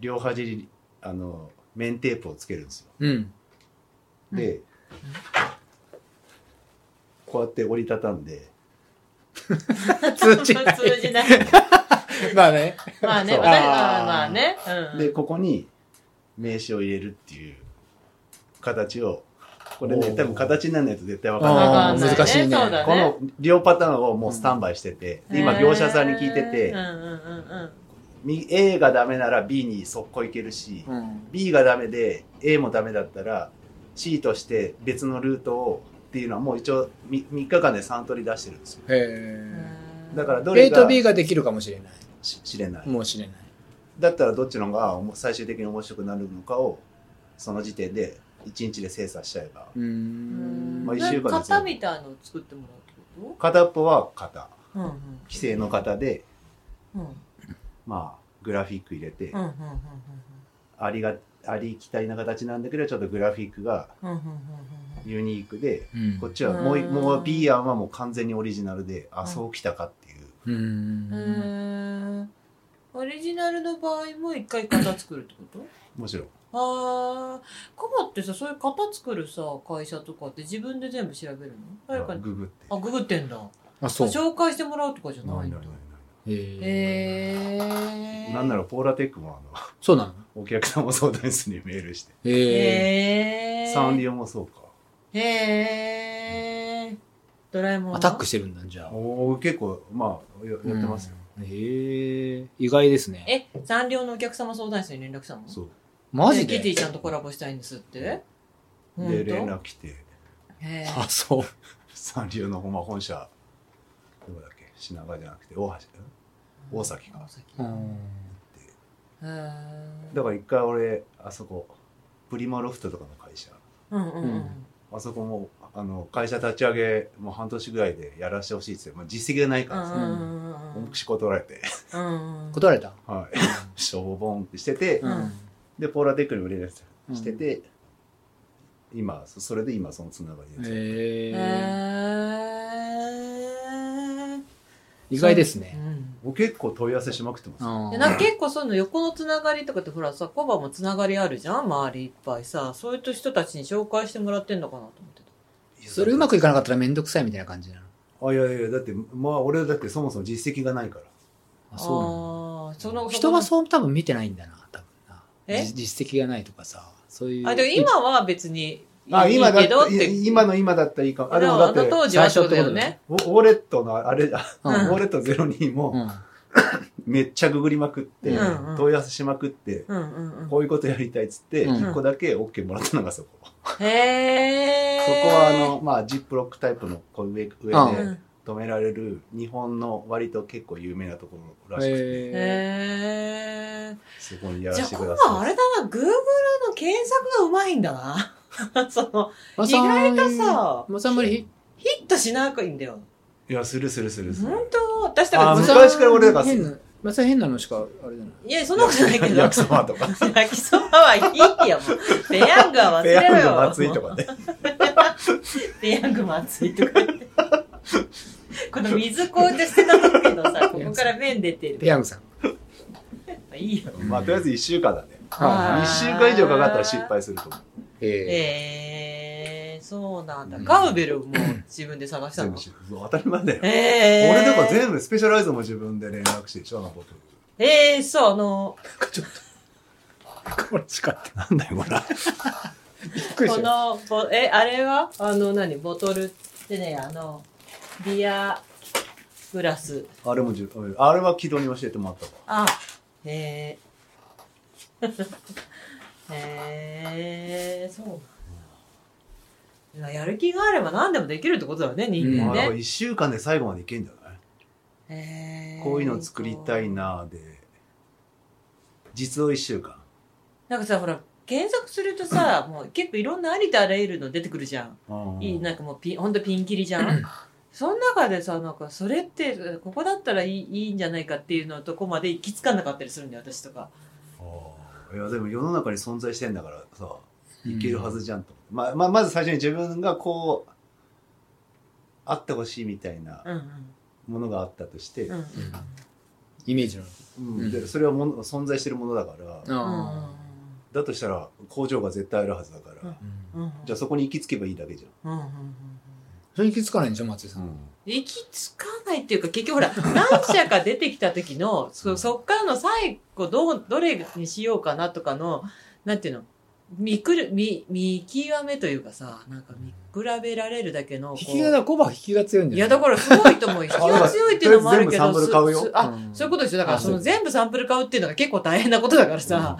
両端にあの面テープをつけるんですよ。
うん
で、こうやって折りたたんで
通じない
通じない
まあね
まあね
そう
まあまあね、うん、
でここに名刺を入れるっていう形をこれ
お
ね
ー
多分形にならないと絶対わから
わ
な
か
あ
い
ー
んないね
難しいね
そうだね
この両パターンをもうスタンバイしてて、で今業者さんに聞いてて
うんうんうんうん
み A がダメなら B に速攻いけるし、
うん
B がダメで A もダメだったら C として別のルートをっていうのはもう一応 3, 日間で3取り出してるんですよ
へえ
だからど
A
れ
と
が
B ができるかもしれない
し知れない
もう知れない
だったらどっちのが最終的に面白くなるのかをその時点で1日で精査しちゃえば
うーん
まあ一週間ですよ
型みたいのを作ってもらうってこ
片っぽは型
とうんうん
規制の型で
うん
まあグラフィック入れて、
うんうんうんうん
ありがありきたりな形なんだけどちょっとグラフィックが
うんうんうん
ユニークで
うん
こっちはもういもう B 案はもう完全にオリジナルであそうきたかっていう
うー
うんんへーオリジナルの場合も一回型作るってこと
もちろん
ああカバってさそういう型作るさ会社とかって自分で全部調べるの誰かに
ググって
あググってんだあ
あそう
紹介してもらうとかじゃ
な
ないいん
な
だ
いない
へえ
へ
な
え
いなんならポーラテックもあ
そうなの
のお客さんも相談室にメールして
へえ
へえ
サンリオもそうか
へえドラえもんは
アタックしてるんだじゃあ
おー結構まあややってますよ、
うんへえ意外ですね
え残量のお客様相談室に連絡したの
そう
マ
ね
ジ
キティ
で
ちゃんとコラボしたいんですって本
で
当
連絡来て
へえ
あそう
サンリオのほんま本社どこだっけ品川じゃなくて大橋ん大崎か
大崎
うん
へえ
だから一回俺あそこプリマロフトとかの会社
うんうんう
うん
ん
あそこもあの会社立ち上げもう半年ぐらいでやらしてほしいっつって、まあ、実績がないか
うん
ら
う
さ、
ん
重く仕事取られて、
うんうん
断られた
は いしょぼんってしてて、
うん
でポーラテックにも連絡してて、今そそれで今そのつながりです、
へ
へ
え
え
意外ですね
うん
僕結構問い合わせしまくってます、
うん
でなんか結構そういうの横のつながりとかってほらさコバもつながりあるじゃん周りいっぱいさそういう人たちに紹介してもらってんのかなと思ってた
それうまくいかなかったら面倒くさいみたいな感じなの
あいやいやだってまあ俺だってそもそも実績がないから
あそうなの
あーその
人はそう多分見てないんだな多分な
え
じ実績がないとかさそういう
あでも今は別にいい
あ今だ
けどっ
って
て
い今の今だったらいいかもあでもだ
あ
っ
の
て
当時はそうだよね
ウォウォレットのあれだ、
う
ウ
ん
ォレット02
う
も
ん
めっちゃググりまくって、
うんうん
問い合わせしまくって、
うんうん
こういうことやりたいっつって、
うん
1個だけ OK もらったのがそこ。
うんへえ
そこはあの、まあ、ジップロックタイプのこう上上
う
で
ん
止められる日本の割と結構有名なところらし
へ
くて、
へえ
そこにやら
じゃあ
せて
今
くだ
度はあ
さい。
れだな Google の検索がうまいんだな その
意
意外とさ
まさんまり
ヒットしなくいんだよ
いや、するするするする。
本当私だか
あ
ら
ー
ずっ
昔から俺らが
変なまさん変なのしかあれじゃない
といやそんなことないけど
焼きそばとか、
焼きそばはいいよ、もう。ペヤングは忘
ペ
れろ
ヤ
よ。
ング松井とかね。
ペヤングも熱いとか言って。この水こうとしてたんだけど さ、ここから麺出てる。
ペヤングさん
いいよ。
まあ、とりあえず1週間だね。
は
あー
1週間以上かかったら失敗すると思う。
え
えー、そうなんだ。
うん
ガウベルも自分で探した
全
の
部。し当たり前だよ。
えー、
俺だから全部スペシャライズも自分で連絡して、しょ、あの僕。
えー、そう、あの、
これしかって
なんだ よ、これ。
びっくりし
こ
た
の、ぼえ、あれはあの、何ボトルってね、あの、ビアグラス。
あれも自分、あれは軌道に教えてもらったわ。
あ、へえ。へ え、そうなんだ。いややる気があれば何でもできるってことだよね、人
うん
間
まあ、だから
ね。
1週間で最後までいけんじゃない
へー
こういうの作りたい。なーで、実を1週間。
なんかさ、ほら、検索するとさ、もう結構いろんなありとあらゆるの出てくるじゃん。いい、なんかもうピン、ほんとピンキリじゃん。その中でさ、なんか、それって、ここだったらいいいいんじゃないかっていうのとこまで行き着かなかったりするんだよ、私とか。
あーいや、でも世の中に存在してんだからさ、
うん
いけるはずじゃんと思って。まあ、まあ、まず最初に自分がこう、あってほしいみたいな
うんうん。
ものがあったとして、
うんうん。
イメージなの
うんでそれはもの存在してるものだから、
あ
だとしたら工場が絶対あるはずだから、
うん
ーうん
うんうん。
じゃあそこに行き着けばいいだけじ
うんうんうんうん。
それに気づかないんでしょ松井さ
ゃん、
ん
行き着かないっていうか、結局ほら、何社か出てきた時の、そ、そっからの最後、どう、どれにしようかなとかの、なんていうの、見くる、見、見極めというかさ、なんか見比べられるだけの、こ
引
う
きがだコバ引きが強いん
い
じゃ
や、
ない
だからすごいと思う。 引きが強いっていうのもあるけ
あだ
ど、
から全部サンプル買うよ
すすあ、
うん
そういうことですよ。だから、
あ
その全部サンプル買うっていうのが結構大変なことだからさ、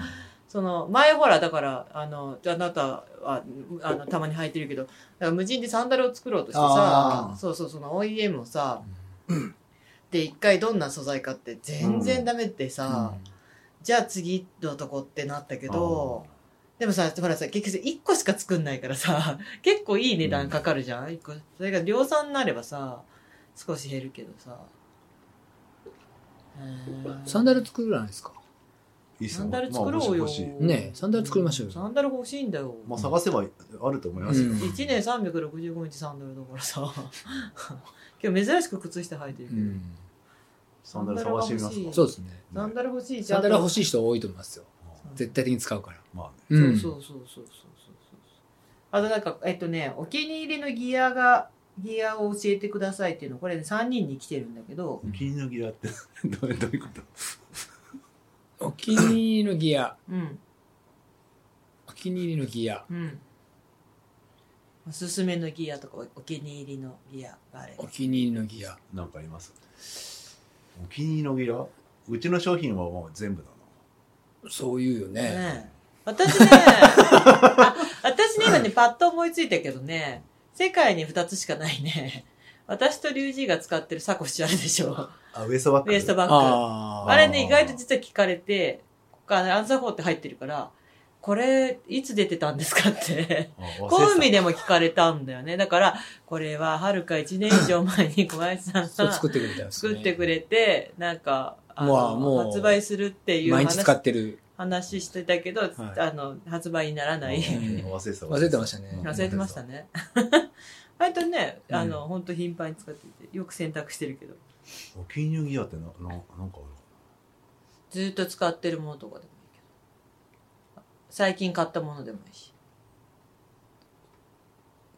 その前ほらだからあのあなたはあのたまに履いてるけどだから無人でサンダルを作ろうとして
あ
さ
ー
そうそうその OEM をさ、で一回どんな素材かって全然ダメってさ、じゃあ次のとこってなったけどでもさほらさ結局1個しか作んないからさ 結構いい値段かかるじゃん、一個それが量産になればさ少し減るけどさうーん
サンダル作るじゃないですか
いいっす
サ
よ
ンダル作ろうよ、
まあ欲しい欲しい
ねえサンダル作りましょうよ
サンダル欲しいんだよ、
まあ、探せばあると思いますよ、
うん
1年365日サンダルだからさ 今日珍しく靴下履いてるけど、
サンダル探してみます
サンダルが欲しい
か
そうですね
サンダル欲しい
サンダルは欲
い
しい人多いと思いますよ
うん
絶対的に使うから
まあね
そう
うん
そうそうそうそうそうそうあとなんかえっとねお気に入りのギアがギアを教えてくださいっていうのこれ、ね、3人に来てるんだけど
お気に入りのギアって どうどういうこと
お気に入りのギア
うん
お気に入りのギア
うんおすすめのギアとかおお気に入りのギアがあれば
お気に入りのギア
なんかありますお気に入りのギラうちの商品はもう全部だ
そう言うよね。
ねえ私ね、あ私ね、今ね、パッと思いついたけどね、世界に2つしかないね。私と龍二が使ってるサコッシュあるでしょ。
なあウエストバッグ
ウエスト
バ
バッグ。
あ
あれね、意外と実は聞かれて、ここあのアンサー4って入ってるから、これ、いつ出てたんですかって。コウミでも聞かれたんだよね。だから、これははるか1年以上前に小林さん
そう
が
作ってくれたんですね
作ってくれて、なんか、あの
まあもう
発売するっていう
毎日
話
使ってる。
話してたけど、あの、発売にならない。
忘れてた
忘れてましたね
う ん
忘れてましたね。割とね、 あの、ほんと頻繁に使ってて、よく洗濯してるけど、
お気に入りのギアってなななんかある
ずーっと使ってるものとかでもいいけど、最近買ったものでもいいし。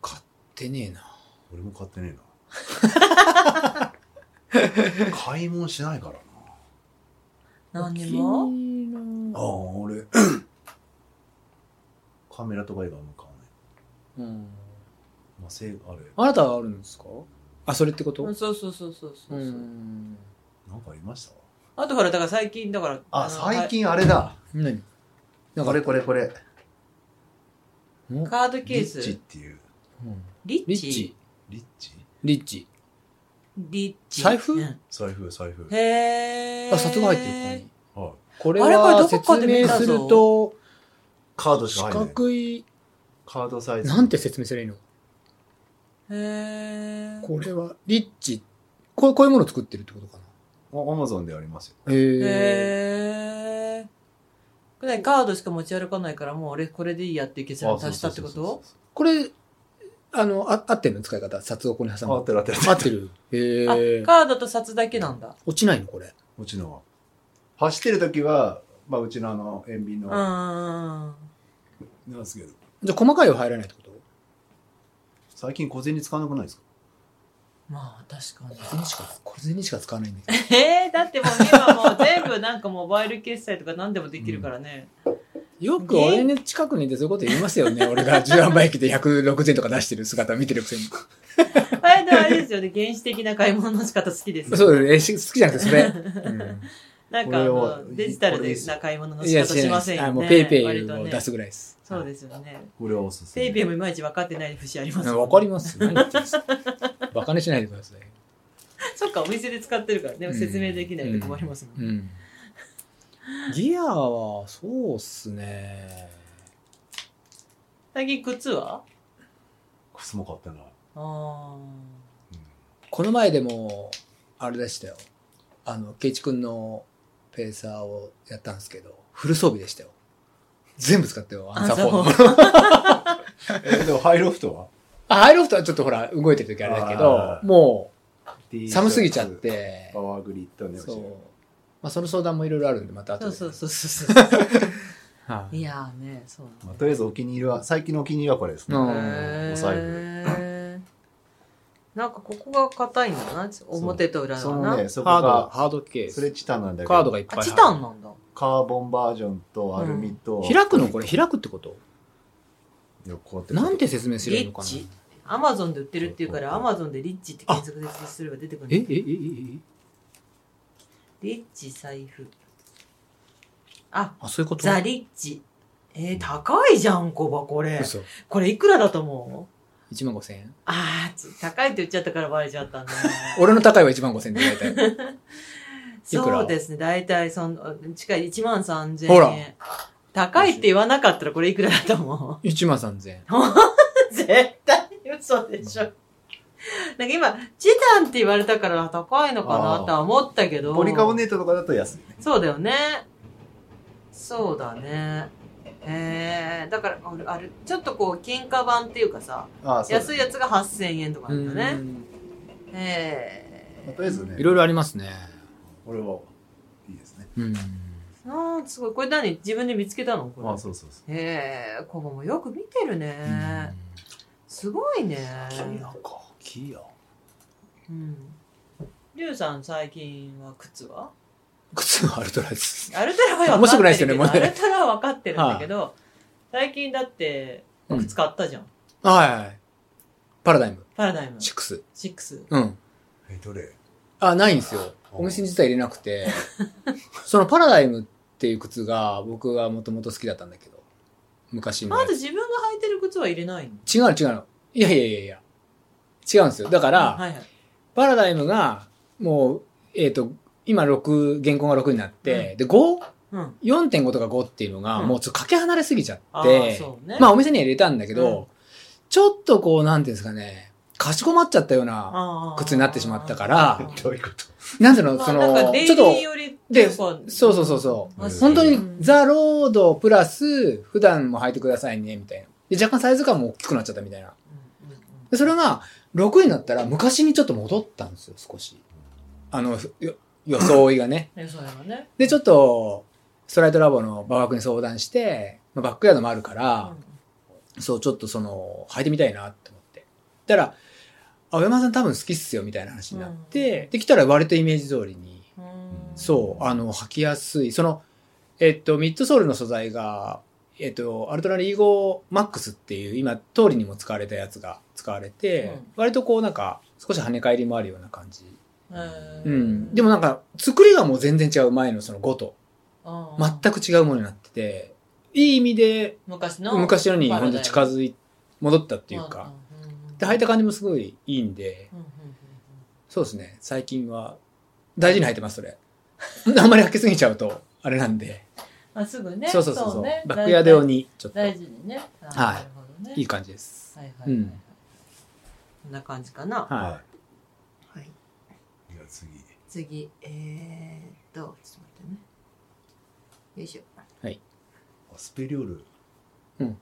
買ってねえな。
俺も買ってねえ な買い物しないからな
何にも
ああ俺 カメラとか以外はもう買わない、
うん。
まあ、せいあれ
あなたはあるんですかあ、それってこと
うんそうそうそうそうそう。
うん。
なんかありました
あとほら、だから最近、だから、
あ
の
最近あれだ
何なんか
これこれこれ
うん
カードケー
リ
ス
ッチっていう
うん
リ
リ
ッ
ッ
チ
チ。
リッチ
リッチ。
リッチ
財布
うん
財布財布
へー
あ、札が入ってるここに。
はい
これ
あれこれ
は
どこか
説
で見
明
たぞ
すると、
カードし
四
か入ってない
角い、
カードサイズ
なんて説明すればいいの
へー
これは、リッチ。こうこういうものを作ってるってことか
アマゾンでありますよ
な。へえ。
へーこれカードしか持ち歩かないから、もう俺これでいいやっていう決断を達したってこと
これ、あの、あ合ってるの使い方札をここに挟
あ合
む
っ。てる合ってる
合ってる。
あ
へえ。
カードと札だけなんだ。
落ちないのこれ。
うちのは走ってる時はまあうちのあの塩ビ
う
の
んうんうん。
なんですけど
じゃあ細かいは入らないってこと
最近小銭使わなくないですか
まあ、確かに。
小銭しか、小銭しか使わないんだけど。
えー、だってもう今もう全部なんかモバイル決済とか何でもできるからね。
よく俺の近くにいてそういうこと言います よね。俺が10万倍駅で160円とか出してる姿見てるくせに。
あれでもあれですよね、原始的な買い物の仕方好きですよ。
そうだね。えし好きじゃなくてそれ。 うん
なんかあ
これ
の
を
デジタル
これ
で
です
な買い物の
い
仕
や、
方
違
し
いま
ません
す。
よね。
あもうペイペイ
割と
を
ね
出すぐらいです。
そうですよね。
これはおすす
ペ
め
イペイもいまいち分かってない節ありま すよね
わかります よ。何言ってんですかバカにしないでください。
そっか、お店で使ってるから、でも説明できないと困りますもんね。
うん。ギアは、そうっすね。
最近靴は
靴も買ってない
あ
この前でも、あれでしたよ。あの、ケイチ君のペーサーをやったんですけど、フル装備でしたよ。全部使ったよ、アンサーフォーの。
えでもハイロフトは
あ、アイロフトはちょっとほら、動いてる時あれだけど
あ、ー
もう、寒すぎちゃって
パ、ワーグリッドね
そう。まあ、その相談もいろいろあるんで、また
あ。そ
後
う
で。
そうそうそう そう。
はい
いやーね、そう
まあ、とりあえずお気に入りは最近のお気に入りはこれですね、
うん
へ
お財
ーなんかここが硬いんだな、表と裏
そ
は
の
な
ね。そこ
ハード、
が
ハードケー
それ
ス。
チタンなんだけど
カードがいっぱい
あ、
入る。
チタンなんだ。
カーボンバージョンとアルミと、
開くのこれ開くってこと
いやこうやって
なんて説明すればいいの
リッ
かな
チアマゾンで売ってるっていうから、アマゾンでリッチって検索ですれば出てく
ええ
る
え
の。
えええ
リッチ財布。あ、
あそういうこと
ザリッチ。えー、高いじゃん、コバ、これ。
嘘
これいくらだと思う
1万5千円
あーち、高いって言っちゃったからバレちゃった んだ。
俺の高いは1万5千円で大体 いくら
そうですね。大体、その、近い1万3000円。
ほら
高いって言わなかったらこれいくらだと思う
1万3千円
絶対嘘でしょ。なんか今、チタンって言われたから高いのかなとは思ったけど。
ポリカボネートとかだと安いね
そうだよね。そうだね。えー、だから、あれあれ、ちょっとこう、金貨版っていうかさ、
ああそうだ
安いやつが8000円とかなんだね。え
まあとりあえずね
いろいろありますね
これはいいですね
うん
ー、あーすごい。これ何自分で見つけたのこれ。
ああそうそうそう
へえ、ここもよく見てるね。すごいね。
かキア
うん。りゅうさん最近は靴は
靴はアルトラです
アルトラは
面
分か
白
っ
くない
て
で
る
すよ
け
ね
ど、
もう
ア
ね
ルトラは分かってるんだけど、最近だって
うん
靴買ったじゃん。
はいはいパラダイム
パラダイム。
6
6。
うん
えどれ
あ、ないんですよ。お店に実は入れなくて、そのパラダイムっていう靴が僕はもともと好きだったんだけど、昔の
ま
や
ず
つ。
自分が履いてる靴は入れないの
違う違うの。いやいやいやいや。違うんですよ。だから、
はいはい
パラダイムが、もう、えっ、と、今6、原稿が6になって、で、5?
うん、
4.5とか5っていうのが、
うん
もうちょっとかけ離れすぎちゃって、
あーそうね
まあお店には入れたんだけど、
う
ちょっとこう、なんていうんですかね、かしこまっちゃったような、
あー
靴になってしまったから
どういうこと
なんていうの、
まあ
そ
なんか
の、
デイ
ち
リ
ょ
ー
っと、
より
で
っていか
そうそうそうそう
まあ
本当に
うん
ザ・ロードプラス、普段も履いてくださいね、みたいな。で、若干サイズ感も大きくなっちゃったみたいな。
うんうんうん
で、それが、6になったら昔にちょっと戻ったんですよ、少し。あの、よ装いが ね。
ねそうやわね
で、ちょっと、ストライトラボの馬学に相談して、まあ、バックヤードもあるから、そう、ちょっとその、履いてみたいなって思って。だから、青山さん多分好きっすよ、みたいな話になって、できたら割とイメージ通りに、
うん
そう、あの、履きやすい。その、えっと、ミッドソールの素材が、えっと、アルトラリーゴマックスっていう、今、通りにも使われたやつが使われて、
うん
割とこう、なんか、少し跳ね返りもあるような感じ。
へー
うん。でもなんか、作りがもう全然違う前のその5と、
あー
全く違うものになってて、いい意味で、
昔の
昔のに
パラダ
本
イム
当近づい、戻ったっていうか、
うんうんうん
で、履いた感じもすごいいいんで、
うんうん
そうですね。最近は、大事に履いてます、それ。 あんまり履きすぎちゃうと、あれなんで。
まあすぐね
そうそうそうそう、
ね
バックヤード用にちょっと
大
い
事にねあー
はい
なるほどね
い感じです。
はいは
う
いは
ん
いはいこんな感じかな
は
はい
いや次
次えーっとちょっと待ってねよいしょ
あスペリオール
うん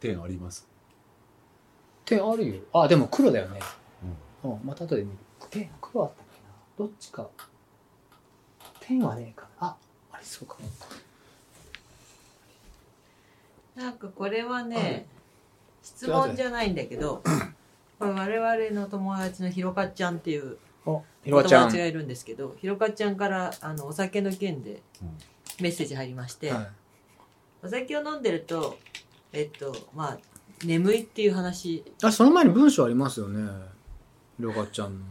点あります
い。点あるよ。あ、でも黒だよね。
うん
うん、また後で見る。点、黒あったっけな。どっちか。点はねえかな。あ、ありそうかも。
なんかこれはね質問じゃないんだ けどこれ我々の友達のひろかちゃんっていう
お、ひろ
友
わちゃん。
達がいるんですけどひろかちゃんからあのお酒の件で
うん
メッセージ入りまして、
はい
お酒を飲んでるとえっとまあ眠いっていう話
あ、その前に文章ありますよね。ひろわちゃんの。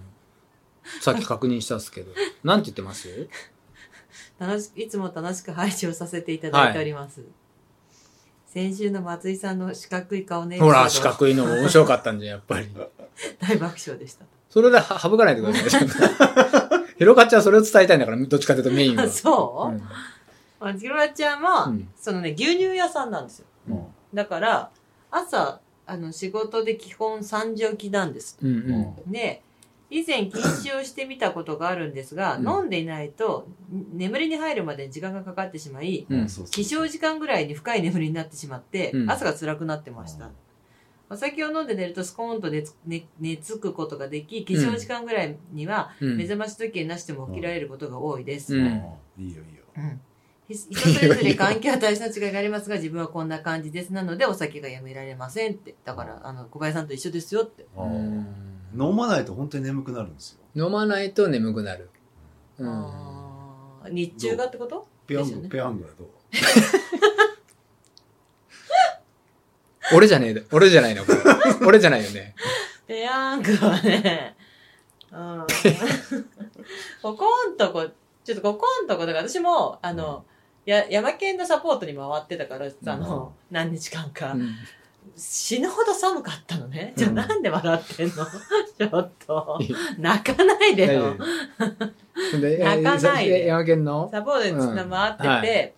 さっき確認したっす けど。なんて言ってます
楽しいつも楽しく配置をさせていただいております、先週の松井さんの四角い顔ね
ほら、四角いのも面白かったんじゃん、やっぱり。
大爆笑でした
それでは省かないでください。 ひろかちゃんはそれを伝えたいんだから、どっちかというとメインは。
あそうう、
ん
まあひろかちゃんは、
うん
そのね牛乳屋さんなんですよ
うん
だから朝あの仕事で基本3時起きなんです
うんう。
うん
で以前禁止をしてみたことがあるんですが、
うん
飲んでいないとん眠りに入るまでに時間がかかってしまい
うん
そうそう
起床時間ぐらいに深い眠りになってしまって、
うん
朝が辛くなってました、
うん
お酒を飲んで寝るとスコーンと寝つ寝寝つくことができ起床時間ぐらいには
うん
目覚まし時計なしでも起きられることが多いです、
う
うんんいいよいいよ
うんひ人それぞれ環境や体質の違いがありますが自分はこんな感じですなのでお酒がやめられませんってだからあの小林さんと一緒ですよって
あー飲まないと本当に眠くなるんですよ
飲まないと眠くなる。うん。
あー日中がってこと
ペヤ
ですよ
ン
ね
グペヤングだと
俺じゃねえだ。俺じゃないの、これ。俺じゃないよね。
ペヤングはね、 うん。ここんとこ、ちょっとここんとこ、だから私も、あの、や、山県のサポートに回ってたから、あの、何日間か、
うん
死ぬほど寒かったのね。じゃあ
うん
なんで笑ってんの ちょっ と
いい、
泣かないでよ。
で
泣かないで
え山県の
サポートに回ってて、
うんはい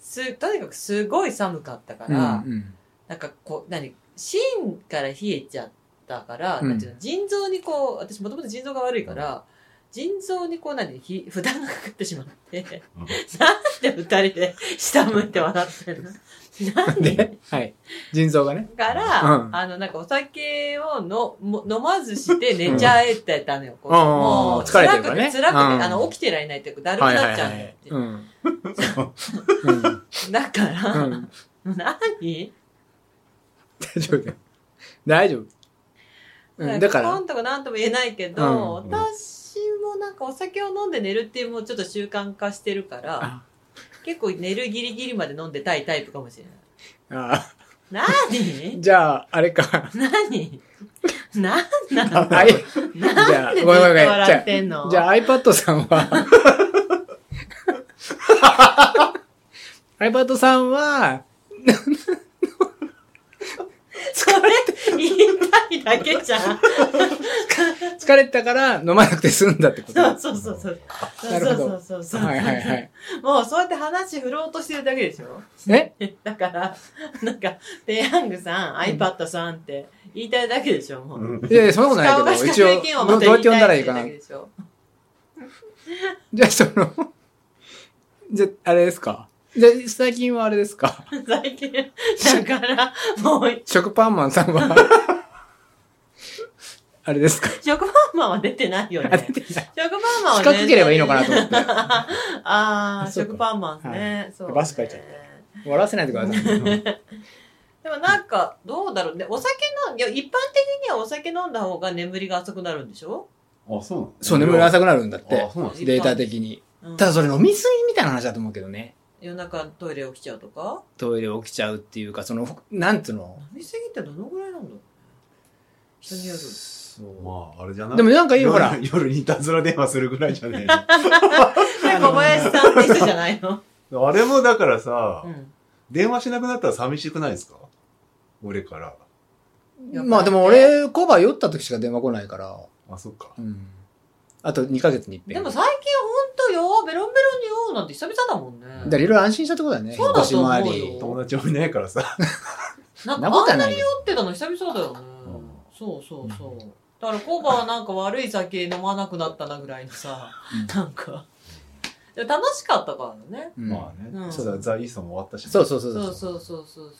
す、とにかくすごい寒かったか
うんう
ら、
ん。
なんかこう、何、芯から冷えちゃったから、
うん
なんていうの、腎臓にこう、私もともと腎臓が悪いから、腎臓にこう何、ひ負担がかかってしまって、
うん
なんで二人で下向いて笑ってるのなんで
で、はい。腎臓がね。
から、
うん
あの、なんかお酒をのも飲まずして寝ちゃえってたのよ。こう
うん
もう、
疲れて
辛
る
く
から
て、
ね
辛く
うん
て、あの、起きてられないっていうか、だるく
はいは
なっ
い
ちゃ
は
うんだよ
い
っ。て
うん。うん
だから、
うん
何
大丈夫だよ。大丈夫。うんだか
な
ら
ん、とかなんとも言えないけど、
う
私もなんかお酒を飲んで寝るっていうもうちょっと習慣化してるから、
あ
結構寝るギリギリまで飲んでたいタイ プかもしれない。
あ
なに
じゃあ、あれか。
なになんなの
はい。じゃ
な
あ
んでずっ
ごめんごめんご
と
めん
笑ってんの
じゃあ iPad さん は iPad さんは、
それ言いたいだけじゃん。
疲れたから飲まなくて済んだってこと
そうそうそうそう。そ
な
う
るほ
そ
ど
うそうそう。
はいはいはい。
もうそうやって話振ろうとしてるだけでしょ
え
だから、なんか、ペヤングさん、iPad さんって言いたいだけでしょもう。
いやいや、そんなことないけど、一応、どうどうやって呼んだらいいかな。
な。
じゃあ、その、じゃあ、あれですかじゃあ、最近はあれですか
最近、だ から、もう、
食パンマンさんは、あれですか
食パンマンは出てないよね。
あ出
食
てない
パンマンは、ね、
四角ければいいのかなと思 って
ああ、
そうか
食パンマンね。そう、ね。
バス書いちゃっ笑わせないでください。
でもなんか、どうだろうね。お酒飲ん、いや、一般的にはお酒飲んだ方が眠りが浅くなるんでしょ
あ、そうなの
そう、眠りが浅くなるんだって
あ、そうなんです
データ的に。
うん
ただそれ飲みすぎみたいな話だと思うけどね。
夜中トイレ起きちゃうとか
トイレ起きちゃうっていうか、その、なんつうの
飲みすぎってどのぐらいなんだろう人による。
そ
まあ、あれじゃな
う。
い
でもなんか今ほ
夜
ら、
夜にいたずら電話するぐらいじゃねえ
小林さんって人じゃないの
の。あれもだからさ、
うん。
電話しなくなったら寂しくないですか俺から。
まあでも俺、コバ酔った時しか電話来ないから、
あ、そっか。
うん。あと2ヶ月に一遍。
でも最近ほんとよ、ベロンベロンによ、なんて久々だもんね。
だからいろいろ安心したってことだね。
そうだと思うよ
引っ越しもあり
友達もいないからさ。
なんか
なこ
あ
とは
んな
ない
に
よ
酔ってたの久々だよね。そうそうそう。だからコバはなんか悪い酒飲まなくなったなぐらいのさ、
うん
なんか。でも楽しかったからね。
うん
まあね、
うん
そうだ、ザ・イーソンも終わったし、ね。
そうそうそう
そ
そうう
そうそうそうそうそう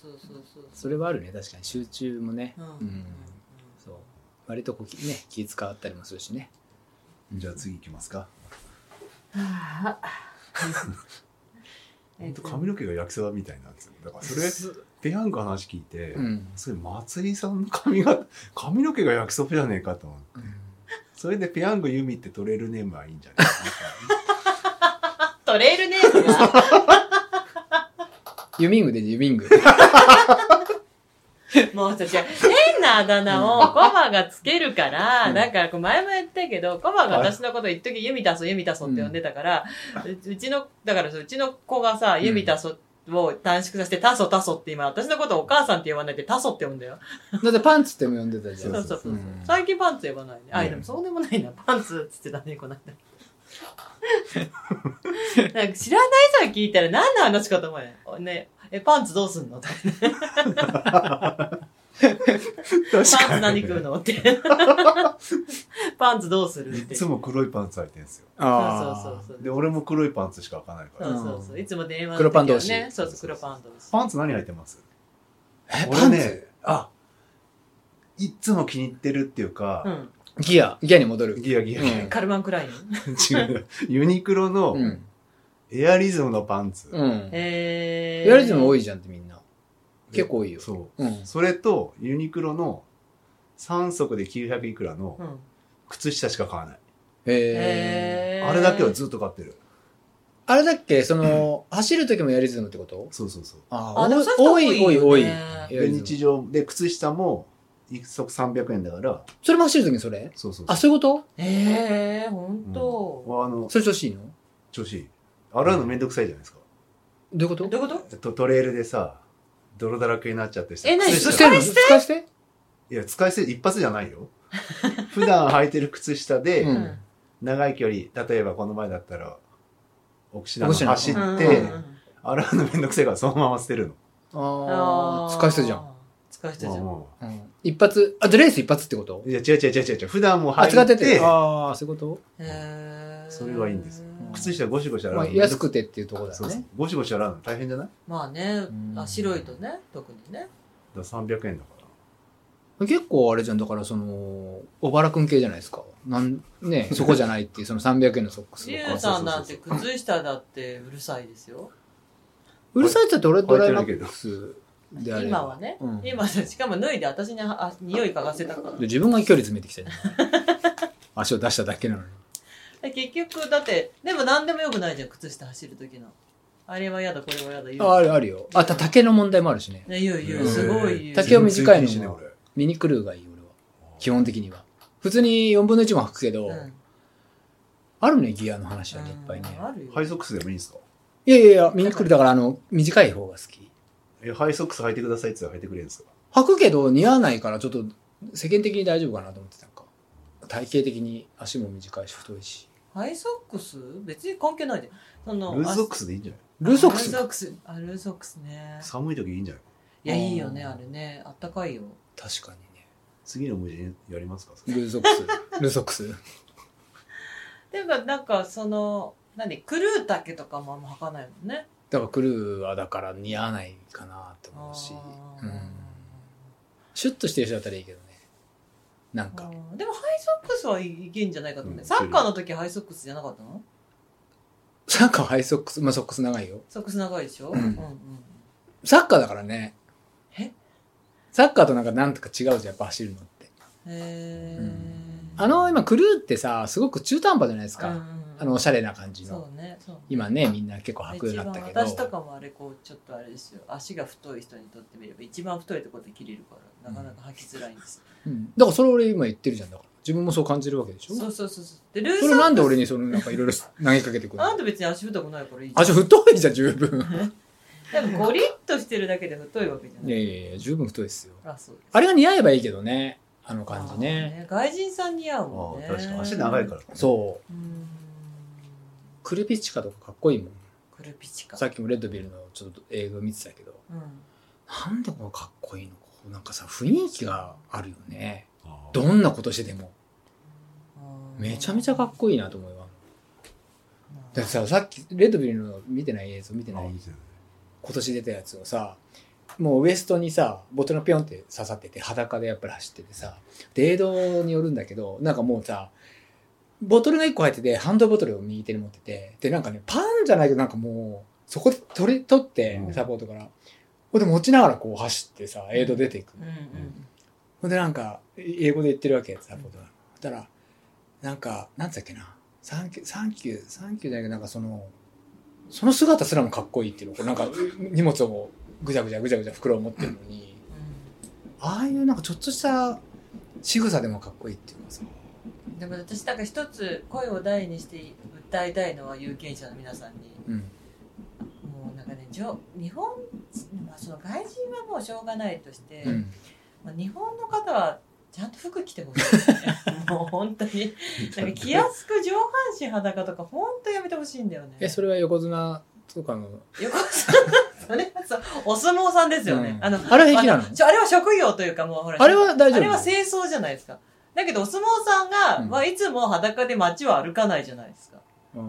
そう。
それはあるね確かに集中もね、
うん
うんそう割とこうきね気使ったりもするしね
じゃあ次行きますか。
は あ
ほんと髪の毛が焼きそばみたいなんですよ。だからそれ、ペヤングの話聞いて、
うん、
それ松井さんの髪が、 髪の毛が焼きそばじゃねえかと思って。それでペヤングユミってトレールネームはいいんじゃないかな。
トレイルネームが、
ユミングでユミ ング
もうそれじゃあ変なあだ名をコバがつけるから、
うん
なんかこう前も言ったけど、コバが私のこと一時ユミタソ、ユミタソって呼んでたから、ううちの、だからそううちの子がさ、
ん
ユミタソを短縮させてタソタソって今、私のことお母さんって呼ばないでタソって呼んだよ。
だってパンツっても呼んでたじゃん
そうそうそうそう。
うん
最近パンツ呼ばないね。あ、
うん
でもそうでもないな。パンツっつってたね、この 間。なんか知らない人が聞いたら何の話かと思うね。ねえ、パンツどうすんのとかね。パンツ何食うのって。パンツどうするっ
い
て。
つ
そう
も黒いパンツ履いてんすよ。
あ
そうそうそう。
で、俺も黒いパンツしか履かないか
そ
ら。
うそうそう。いつも電話の時はね
黒パン同士
そうそう、黒パン同士。
パンツ何履いてます
ーえ
俺
パン
ね
ツ、
あ、いっつも気に入ってるっていうか、
うん。
ギアギアに戻る
ギアギアギア、
うん
カルマンクライン。
違う。 ユニクロの
うん
エアリズムのパンツ。
うん
えー。
やる人も多
い。
いじゃんってみんな結構多いよ
そう。
うん
それと、ユニクロの3足で900いくらの
うん。
靴下しか買わない。
へえ
あれだけは
は
ずっと買ってる。
あれだっけその、走る時もやりズムってこと
そうそうそう。
あ
あ、でもそう
多
いう
い
人
多
多い
い
よね。
多いエアリ
で、
ズム
日常で靴下も1足300円だから、
それも走る時にそれ
そうそうそう。
あそういうこと
ええー、ほんと。
あの、
それ調子いいの
調子いい。洗うのめんどくさいじゃないですか。
どういうこ
ど
と
ういうこと
トトレイルでさ、泥だらけになっちゃってさ
え何
靴
そ
下
してるの使わせて
いや、使い捨て、一発じゃないよ。 普段履いてる靴下で、
うん
ん
長い距離、例えばこの前だったら、奥品
奥
の
品
走っ
うん
て、洗うのめんどくせえからそのまま捨てる
あ
の。
あ、使い捨てじゃん。。
使い捨てじゃん。
も
うん一発、あ、じゃあレース一発ってこと
ういや、違う違う違う違う違う。普段も
あ、
履
使っ
い
て
て
て。ああ、そういうこ
へー
それはいいんですよ靴
下
下ゴシゴシ
と
洗う
まあ、
のめんど
安くてっていうところだ
そう
よ
そう
ね。。
ゴシゴシ洗うの大変じゃない
まあね
ん、
あ白いとね、特にね。
だから300円だから。
結構あれじゃん、だからその、小原くん系じゃないですか。なん、ね、そこじゃないっていう、その300円のソックス
リ
と
ュウ
か。
さんなんて靴下だってうるさいですよ。
うるさいって言って俺ドライマ
履いて
ッ
る
クスであれば。
今はね
うん。
今、しかも脱いで私にあ匂い嗅がせた から
で自分が距離詰めてきたじ ゃん。足を出しただけなのに。。
で結局、だって、でも何でもよくないじゃん、靴下走る時の。あれはやだ、これはやだ、言
あ、
う。
ある、あるよ。あ、た、竹の問題もあるしね。
ね、言う、言
う
うんすごい言う。
竹を短いのも
全然気にしねえ俺
ミニクルーがいい、俺は。基本的には。普通に4分の1も履くけど、
うん
あるね、ギアの話はね、いっぱいね。
あるよ
ハイソックスでもいいんですか
いやいやいや、ミニクルだから、あの、短い方が好き。
え、ハイソックス履いてくださいって言ったら履いてくれるんですか
履くけど似合わないから、ちょっと世間的に大丈夫かなと思って、なんか。体型的に足も短いし、太いし。
ハイソックス別に関係ないじゃんその
ルーズソックスでいいんじゃな
ル
い
ーソック
ル
ス
ーソックスあルーソックスね
寒い時いいんじゃない
いやいいよねあれねあったかいよ
確かにね。
次の思い出やりますか
ルーソックス。 ルーソックス。
でもなんかその何クルー丈とかもあんま履かないもんね
だから、クルーはだから似合わないかなって思うし。
あ
う
ー
ん。シュッとしてる人だったらいいけどね。なんか。
うんでもハイソックスはいいけんじゃないかと思って、
うん
サッカーの時ハイソックスじゃなかったの
サッカーはハイソックス、まあソックス長いよ。
ソックス長いでしょ、
うん
うん
サッカーだからね。
え
サッカーとなんかなんとか違うじゃん、やっぱ走るのって。
へ
う
ー
あの、今、クルーってさ、すごく中途半端じゃないですか。
うんうん
あの、おしゃれな感じの。
そうねそうね
今ね、みんな結構履くようになったけ
一
ど。
番私とかもあれこうちょっとあれですよ足が太い人にとってみれば一番太いところで切れるからなかなか履きづらいんです、
うんだからそれ俺今言ってるじゃん。だから自分もそう感じるわけでしょ。
そう
そ
そうそうそうでルーソック
れ
ス
なんで俺にそのなんかいろいろ投げかけてくる
あん
の
た別に足太くないからいいじゃん
足太いじゃん、十分。
でもゴリッとしてるだけで太いわけじゃ
い
な
や
い
いやいや、十分太いですよ。
あそう
あれが似合えばいいけどね。あの感じね。
あー外人さん似合う
あ
もんね
あ、確かに。足長いから。
そう。
うん
クルピッチカとかかっこいいもん。
クルピチか
さっきもレッドビルのちょっと映画見てたけど。
うん
なんでこのかっこいいのこうなんかさ、雰囲気があるよね。
あ
どんなことしてても。
うん
めちゃめちゃかっこいいなと思うわ。
うん
だってさ、さっき、レッドビルの見てない映像見て
あ
な
あ
い
見てない
今年出たやつをさもうウエストにさボトルがピョンって刺さってて裸でやっぱり走っててさで映像によるんだけどなんかもうさボトルが1個入っててハンドボトルを右手に持っててでなんかねパンじゃないけどなんかもうそこで取り取って
うん
サポートから、ほんで持ちながらこう走ってさ映像出ていく、
うんうん
ほんでなんか英語で言ってるわけサポートが、そしたらなんかなんつったっけなサンキューサンキューサンキューだけどなんかそのその姿すらもかっこいいっていうのこうなんか荷物をぐちゃぐちゃぐちゃぐちゃ袋を持ってるのにああいうなんかちょっとした仕草でもかっこいいっていうかさ
うんでも私なんか一つ声を大にして訴えたいのは有権者の皆さんに
うん
もうなんかねじょ日本、まあ、その外人はもうしょうがないとして、
うん
まあ、日本の方はちゃんと服着てほしいですね もう本当になんか着やすく上半身裸とか本当やめてほしいんだよね
えそれは横綱とかの
横澤さんそれはそうお相撲さんですよね、
うん
あの
あれは平気なの
あちょあれは職業というかもうほら
あれは大丈
あ
夫
れは清掃じゃないですかだけどお相撲さんが、
うん
まあ、いつも裸で街は歩かないじゃないですか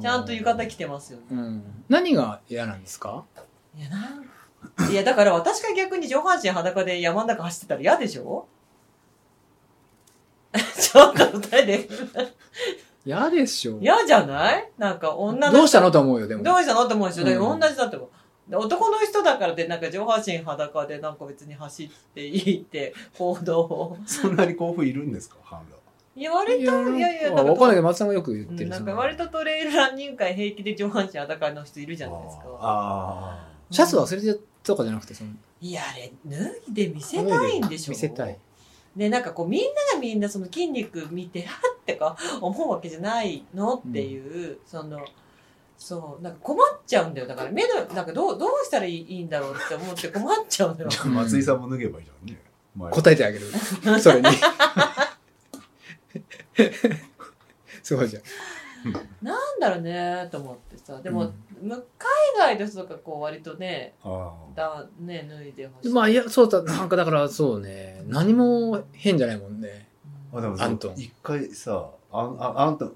ちゃんと浴衣着てますよね、
うん何が嫌なんですか
いやなんいやだから私が逆に上半身裸で山の中走ってたら嫌でしょ ちょっと二人で
嫌でしょ
嫌じゃないなんか女の
どうしたのと思うよでも
どうしたのって思うでしょ、だ
うん
から同じだって思うで男の人だからってなんか上半身裸でなんか別に走っていいって行動を
そんなに興奮いるんですかハンガー
いや割
いや
といやいや
あ
なんか
わかんないけど松さんがよく言っ
う
て
ん
る
なん
そ
か
の
割とトレイルランニング会平気で上半身裸の人いるじゃないですか
ああ。
シャツ忘れてとかじゃなくてその
いやあれ脱いで見せたいんでしょ
見せたい
でなんかこうみんながみんなその筋肉見てあってか思うわけじゃないのっていう、そのそうなんか困っちゃうんだよだから目のなんかどうどうしたらいいいいんだろうって思って困っちゃうん だよ
じゃあ松井さんも脱げばいいじゃんね。前は
答えて あげるそれにすごいじゃん
なんだろうねと思ってさで
う
も
ん、
む海外の人とかこう割とね
ああ。
だね脱いでほしい、
まあいやそうだなんかだからそうね何も変じゃないもんね
う
あ
ん
でも
アントン
一回さ、あんああんた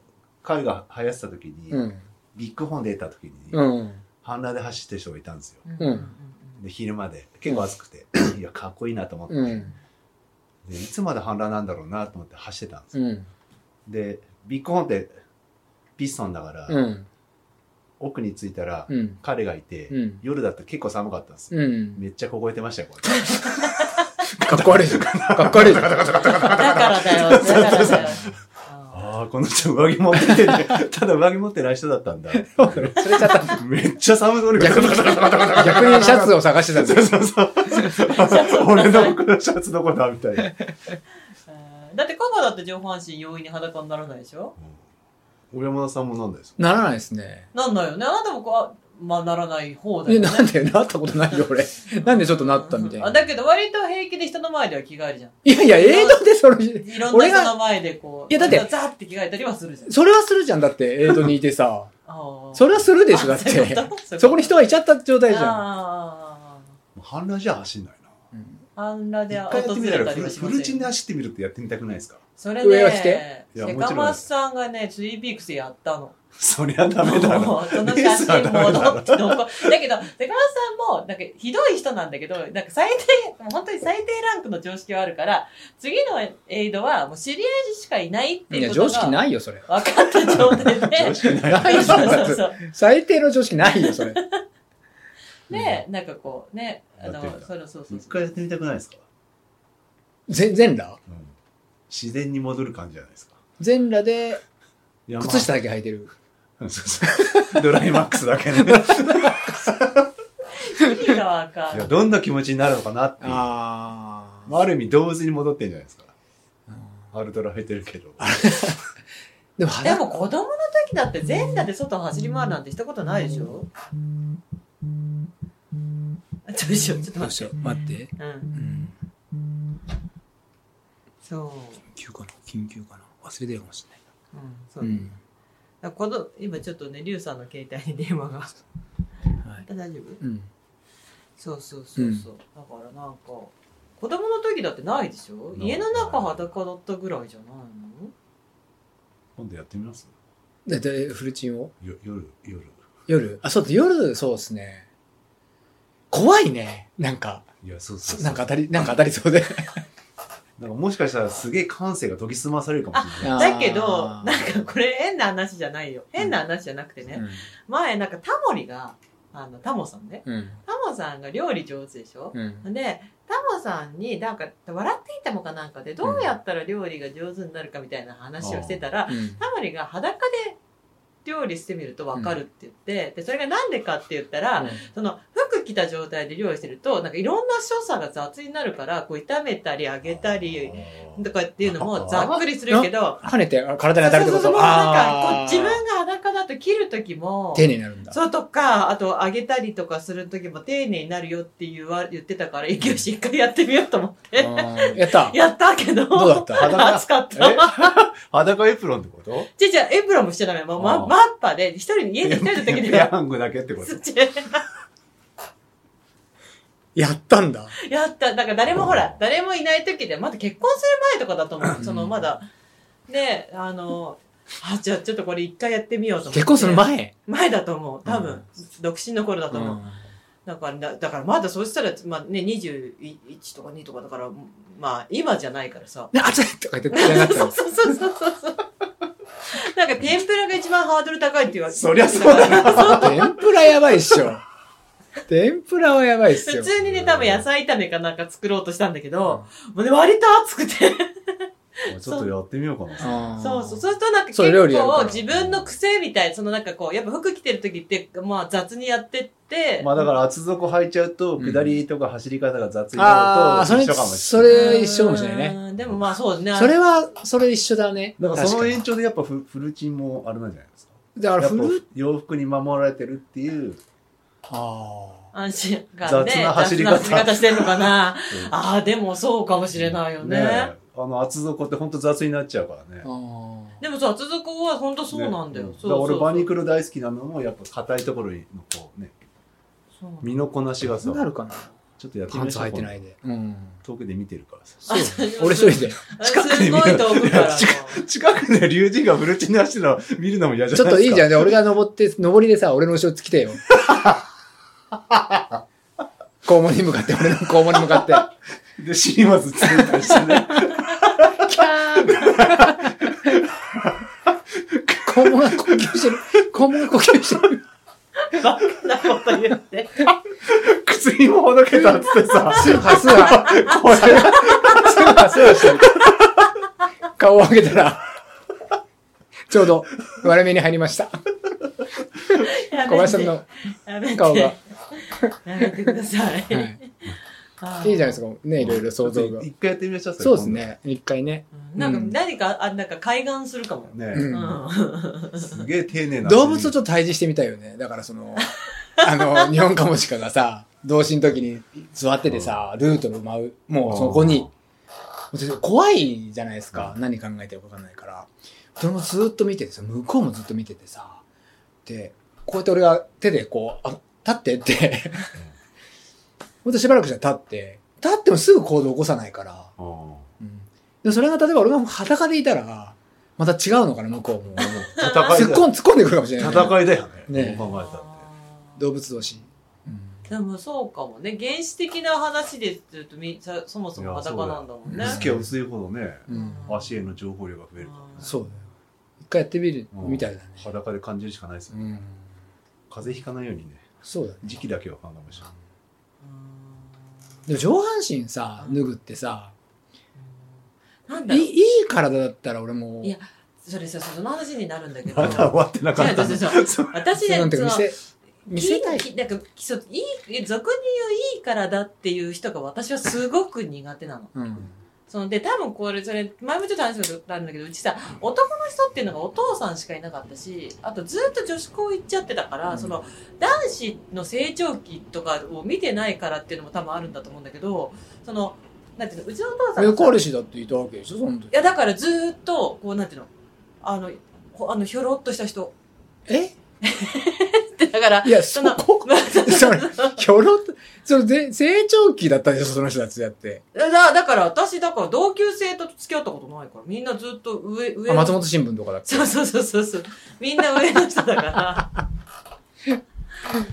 海が流行ってた時に、
うん
ビッグホーン出た時に、
うん
半裸で走ってる人がいたんですよ。
うん
うん
で昼まで結構暑くて、いやかっこいいなと思って、
うん
でいつまで半裸なんだろうなと思って走ってたんですよ。
うん
でビッグホーンってピストンだから、
うん
奥に着いたら、
うん
彼がいて、
うん
夜だったら結構寒かったんですよ。
うん
めっちゃ凍えてましたよ、こ
かっこ悪 いじゃんかっこ悪いじゃん
だからだよだからだよあ
ああ、この人上着持ってて、ただ上着持ってない人だっ たんだ。
それちゃった
めっちゃ寒そうに
逆に逆にシャツを探してた んだ
そうそうそう。俺の僕のシャツどこだみたいな。
ーだってカバだって上半身容易に裸にならないでしょ
小山田さんもなんだよ
ならないですね。
なんだよねあなたもこうあまあなら ない方だ
で、
よね
なんで、なったことないよ、俺。 なんでちょっとなったみたい
あ
な。
だけど割と平気で人の前では着替えるじゃん
いやいや、映画でそれ、
いろんな
俺が
人の前でこ
い
う
やだって
ザーって着替えたりはするじゃん
それはするじゃん。だって、映像にいて さ。
あ
そ
れ
れはするでしょ、だって。そこに人がいちゃった状態じゃん。
ゃん
半裸じゃ走んないな
あんなで
一回やって
訪
みた
れ
ら
た
フ
り
ル
はし
フ
ま
ル
せ
チ
ん
ンで
よ
走ってみるってやってみたくないですか
それ
上は着
ね
て
いや
セ
もちろん
カマスさんがねツイビークスやったの
そりゃダメだ
も
ろ
うその
レー
写
スは
真
ダメだ
戻
ろ
って 残だけど、高橋さんも、なんか、ひどい人なんだけど、なんか最低、もう本当に最低ランクの常識はあるから、次のエイドは、もう知り合いしかいないって
い
い
や、
うこと
常識
が、
ないよ、それ。
分かった状態で、
常識ない
ないよ、そ
そうそう
れ
そう。
最低の常識ないよ、それ。
で、なんかこう、ね、あの
やって、みた
そうそうそう
一
そう。
回やってみたくないですか
全全裸
自然に戻る感じじゃないですか
全裸で、
いやまあ
靴下だけ履いてる。
そうそう ドライマックスだけね
意味がわか
い
んな
や
い。
どんな気持ちになるのかなっていうま
あ
あある意味同時に戻ってんじゃないですかアルトラ履いてるけど
でも
で
裸、
も子供の時だって全裸で外走り回るなんてしたことないでしょちょ、ちょちょっと
どう
待
し
っ
よ
て。
う待って。
うん。
うん。
そう。
緊急かな緊急かな忘れてるかもし
うん、そう
れない。うん。
あこの今ちょっとねリュウさんの携帯に電話が
はい。
大丈夫
うん。
そうそうそうそう、だからなんか子供の時だってないでしょ
ない
家の中裸だったぐらいじゃないの
今度やってみます
だいたいフルチンを
よ夜夜
夜あ、そうだ、夜、そうですね。怖いね。なんか、
いやそうそ
そ
うそう
なんか当たり、なんか当たりそうで。
なんかもしかしたらすげえ感性が研ぎ澄まされるかもしれない
だけど
あー
なんかこれ変な話じゃないよ変な話じゃなくてね、前なんかタモリがあのタモさんね
うん。うん。
タモさんが料理上手でしょ、
うん。
でタモさんになんか「笑っていたも」かなんかでどうやったら料理が上手になるかみたいな話をしてたら、
うん。
タモリが裸で料理してみると分かるって言って、でそれがなんでかって言ったら、その服着た状態で料理してるとなんかいろんな所作が雑になるからこう炒めたり揚げたりとかっていうのもざっくりするけど
跳ねてあ体に
そ
当
う
たるって
そう
こ
そ
と
うもうなんかこ
あ
う
ー
自分が裸だと切る時も
丁寧になるんだ。
そうとかあと揚げたりとかする時も丁寧になるよって言わ言ってたからいきよし一回やってみようと思って
あーやった
やったけど
どうだった
裸
暑かっ
え
た。
裸エプロンってこと
じゃじゃエプロンもしちゃダメ。もう
あ
マ
あ
マッパで、一人、家に一人の時には。
ヤングだけってこと
土
やったんだ。
やった。だから誰もほら、誰もいない時で、まだ結婚する前とかだと思う。その、まだ。で、あの、あ、じゃあちょっとこれ一回やってみようと思って。
結婚する前
前だと思う。多分、
うん
独身の頃だと思う。だから、だだからまだそうしたら、まあね、21とか2とかだから、まあ今じゃないからさ。
ね、熱いとか言って、嫌がっ
そ
た
う
の
そうそうそうそう。なんか天ぷらが一番ハードル高いって言われて。
そりゃそうだな
天ぷらやばいっしょ。天ぷらはやばいっす
普
よ。
通にね、多分野菜炒めかなんか作ろうとしたんだけど、もうね、割と熱くて。
あちょっとやってみようかな。
あー
そうそう。そうするとなんか結
そう料理やるか
構
ら
自分の癖みたい、そのなんかこう、やっぱ服着てる時って、まあ雑にやってって、
まあだから厚底履いちゃうと、下りとか走り方が雑に
あ
な
あ、
る
それ、
と一緒かもし
そ
れない。
れ一緒かもしれないね。
ね。でもまあそうね。
それは、それ一緒だね。
だからその
確か
延長でやっぱフフルチンもあれなんじゃないですか。
にだか
や
ら、
っぱ
フル、
洋服に守られてるっていう、
あ
安心
雑
感ね。
な走り方
雑な走り方してんのかな。ああ、でもそうかもしれないよね。
ねえあの厚底って本当雑になっちゃうからね
ー。あー。
でもさ、厚底は本当そうなんだよ。
ね
そうそ
だから
うそう
俺バニクロ大好きなのもやっぱ硬いところのこうね、
そう
身のこなしがさ
そう、なるかな
ちょっとやってみ
パン
まし
ツ
ょう
履いてないで。うん。
遠くで見てるからさ。
そう
そう そう
俺一人で。
近くで見る
すごい遠くからの。
近くで竜神がフルチンで走ってるの見るのも嫌じ
ち
ゃ
ょっ
ない
と
ですか。
いいじゃ
ん。
ん。じゃあ俺が登って、登りでさ、俺の後ろつきて よ。肛門に向かって、俺の肛門に向かって。
で、シーマスついたりして ね。
肛門が呼吸してる。肛門が呼吸して る。
バカな こと言って。
靴ひもほどけたっつってさ、
スーハースーハー。これ、スーハースーハーしてる。顔を上げたら、ちょうど、割れ目に入りました。
やめて
小林さんの
やめて
顔が。は
やめてください。
い。
あ
いいじゃ
い
ないですか。ね、いろいろ想像が。
一回やってみましょう
そうです。ね。一回ね。
なんか
うん
何か、あ、なんか海岸するかも。
今度
う
ね、
ん
うん。
すげえ丁寧な。
動物とちょっと対峙してみたいよね。だからそ の、あの、日本カモシカがさ、同士の時に座っててさ、ルートを舞う。もうそこに、怖いじゃないですか。何考えてるかわかんないから。それもずっと見ててさ、向こうもずっと見ててさ、で、こうやって俺が手でこう、あ、立ってって、ほんとしばらくしたら立って、立ってもすぐ行動起こさないから、
うん
うんでそれが例えば俺が裸でいたら、また違うのかな、向こう も。
戦
突
い
っ
だ
込
よ
ん、突っ込んでくるかもしれないね、
戦いだよね。
ね
どう考えたって。
動物同士。
でもそうかもね。原始的な話ですって言うとみ、さそもそも裸なんだもん
い
ね
や。そ
付けは薄いほどね、
うん。うん。
足への情報量が増える。
そうだよ。一回やってみる
うん
みたいだね。
裸で感じるしかないです
う
よ。
ん。
風邪ひかないようにね、
そうだね。
時期だけは考えま しょう。
でも上半身さ、脱ぐってさ、
なんだ
い
ろ
いういい体だったら俺も
い、やそれさ、その話になるんだけど。
まだ終わってなか
違
っ
う違
た
う
ね。
違う私
そう
ね、
なんていうか
そ
見
の
せ、見せたい。
いいなんかそういい俗に言ういいからだっていう人が私はすごく苦手なの。
うん。
そので多分これそれ前もちょっと話したんだけどうちさ男の人っていうのがお父さんしかいなかったしあとずっと女子校行っちゃってたから、
うん
その男子の成長期とかを見てないからっていうのも多分あるんだと思うんだけどそのなんていうのうちのお父さん
え、
がさ
彼氏だっていたわけでしょ、その時
い。やだからずーっとこうなんていうのあのほあのひょろっとした人
え
ってだから
いや、そこ、それ、ひょろっと、それで、成長期だったでしょ、その人たちだって。
だだから私だから同級生と付き合ったことないからみんなずっと上上
あ、
の
松本新聞とかだっけ
そうそうそうそうそう。みんな上の人だから。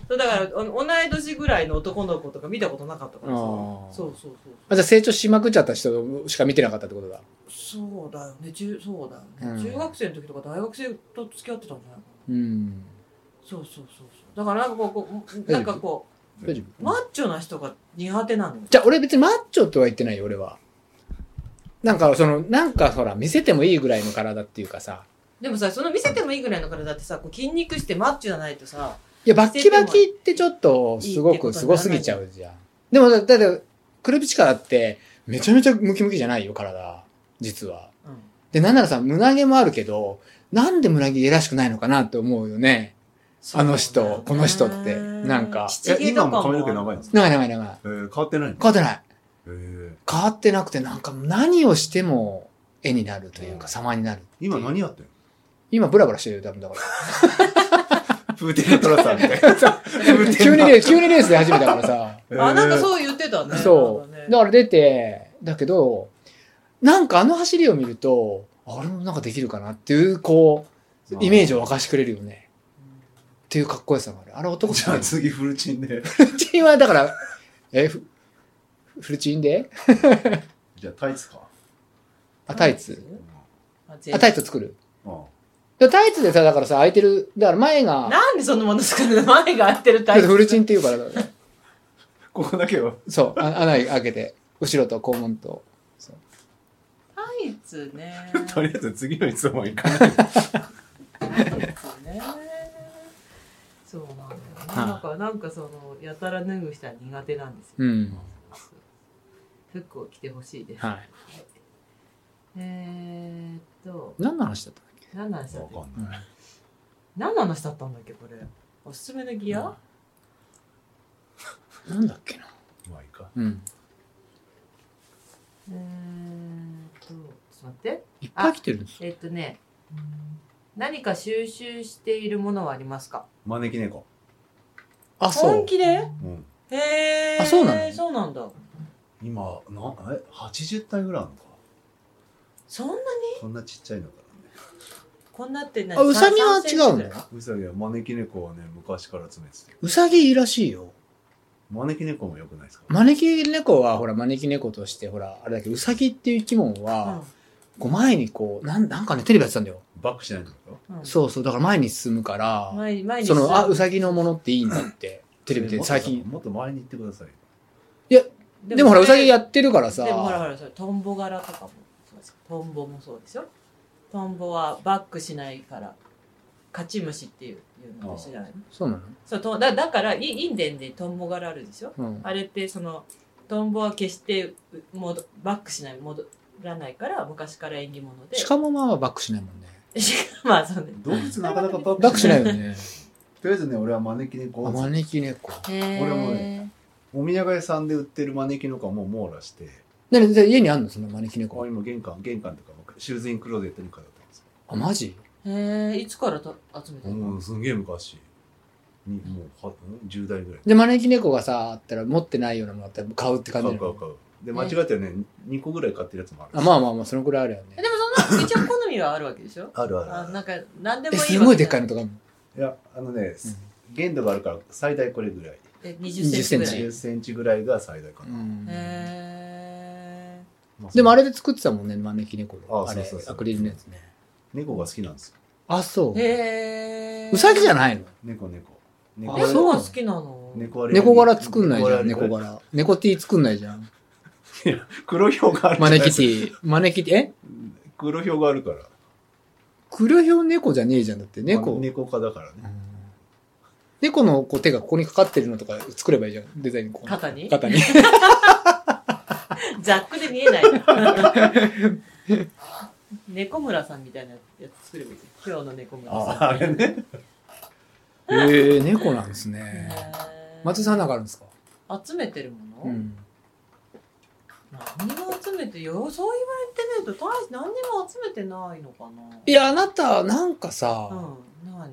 そうだから、お同い年ぐらいの男の子とか見たことなかったからさ
あー
そうそうそう。
あじゃあ成長しまくっちゃった人しか見てなかったってことだ。
そうだよね、中そうだよ
う
ね、
ん
中学生の時とか大学生と付き合ってたんじゃないかな
うん。
そうそうそうそう。だからなんかこうこう、なんかこ
大丈夫
う、マッチョな人が苦手なのよ。
じゃあ俺別にマッチョとは言ってないよ、俺は。なんかその、なんかほら、見せてもいいぐらいの体っていうかさ。
でもさ、その見せてもいいぐらいの体ってさ、こう筋肉してマッチョじゃないとさ、
いや、バッキバキってちょっと、すごくすごすぎちゃうじゃん。でもだ、だって、クルピチカだって、めちゃめちゃムキムキじゃないよ、体。実は。
うん
で、なんならさ、胸毛もあるけど、なんで胸毛いやらしくないのかなって思うよね。あの人
そう
この人ってなんか
七
え
毛と
今
か
も髪の毛長いんです
長い長い長い。
えー変わってないの
変わってない。
えー
変わってなくて、なんか何をしても絵になるというか、様になるっていう。
今何やってんの
今ブラブラしてるよ、多分だから。
プーテンのトラさんみたいな。
急にレース、急にレースで始めたからさ。
あ、なんか
う。
そう言ってたね。
そ
なん
う。だから出て、だけど、なんかあの走りを見ると、あ俺もなんかできるかなっていう、こう、イメージを沸かしてくれるよね。っていうかっこよさがある。あれ男じ
じ
ゃな
ゃあ
い。フ
次フルチンで。
ルチンはだから、 え、フフルチンで
じゃあタイツ か。
あ、タイツ。
あ全
あ、
部
タイツ作る。
うん
でタイツでさ、だからさ、空いてる、だから前が、
なんでそんなもの作るの前が合ってる
だ
タ
っ
イ
て
プ。
フルチンっていうから、
ここだけは。
そう、あ穴開けて、後ろと肛門と。
タイツね。
とりあえず次の質問いかない。
タイツね。そうなんだよね。なんか、なんかその、やたら脱ぐ人は苦手なんですよ。
うん。
フックを着てほしいです。
はい。
えーっと、
何の話だったんだっけ
何の話だった
わかんない。
何の話だったんだっけ、これ。おすすめのギア
なんだっけな。
まあいいか。
うん。
えーっと、ちょっと待って。
いっぱい来てるんですよ
えーっとね、何か収集しているものはありますか
招き猫。
あ、
本気で
うん。
へー
あそうなの
そうなんだ
今、な、え、80体ぐらいあるのか。
そんなに
こんなちっちゃいのからね。
こんなって何
あ、ウサギは違う
3センチぐら
の
い
ウサギは招き猫はね、昔から詰めてて。
ウサギいいらしいよ。
招き猫も良くないですか
招き猫は、ほら、招き猫として、ほら、あれだけど、ウサギっていう生き物
うん
は、こう前にこう、なん、なんかね、テレビやってたんだよ。
バックしないのか
うん
そうそう、だから前に進むから、
前に前に
その、あ、ウ
あ
サギのものっていいんだって、テレビで最近。
もっと前に行ってください。
でもほら、ウサギや
っ
ってるから
でもほらほ
さ、
らそれトンボ柄とかもそうですトンボもそうでしょトンボはバックしないから勝ち虫っていういうのと一緒じゃないの
そうな
そうとだだからいインデンでトンボ柄あるでしょ
のうん。
あれってそのトンボは決して戻バックしない戻らないから昔から縁起物で
鹿もまあバックしないもんね。
まあそうね
動物なかなかバ
バックしない
と
よ ね。
りあえずね、俺は招き猫
あ、
を、
招き猫。
俺もねお土産屋さんで売ってる招き猫はもう網羅して、
なに、じゃあ家にあんのその招き
ここ
猫。
にも玄関、玄関とか僕シューズインクローゼットに飾ってます。
あ、マジ
へえいつからた集めてるの
もうすんげえ昔に、もうは10代ぐらい。
で、招き猫がさ、あったら持ってないようなものだったら買うって
買
感じな
う買う
の
買う。で、間違ってね、2個ぐらい買ってるやつもある。
あ、まあまあまあ、そのくらいあるよ
え
ね。
でもそんな一応好みはあるわけでしょ
あるあ
あ
る
なんか何で
え、
もいいわけ
すごいでっかいのとかあるの
いや、あのね、限度があるから最大これぐらい。
え20センチぐらい
20
10センチぐらいが最大か
う
な。
ん。
へえ
ま
でもあ
れ
れで作ってたもんね、招き猫で。
あ
あれ
そうそう、そう
アクリルのやつね。
猫が好きなんですよ。
あ、そう。
へえ
うさぎじゃないの
猫猫。
あ
猫
猫
そう
が好きなの
猫あれ
猫柄作んないじゃん、
あれ
猫柄。猫 T 作んないじゃん。
黒ひょうがあるじゃない
招き T。招き T、え
黒ひょうがあるから。
黒ひょう猫じゃねえじゃん、だって
あ
猫。
猫科だからね。
猫のこう手がここにかかってるのとか作ればいいじゃん。デザインにこう。
肩に
肩 に。
ざっくで見え ない猫村さんみたいなやつ作ればいい今日の猫村
あ
さ
あれね。
ええ猫なんです
ん
ね
へ。
松井さんなんかあるんですか
ー集めてるもの、
ん。
何を集めてよそう言われてみると大して何にも集めてないのかない
や、あなた、なんか
うん
さ、
何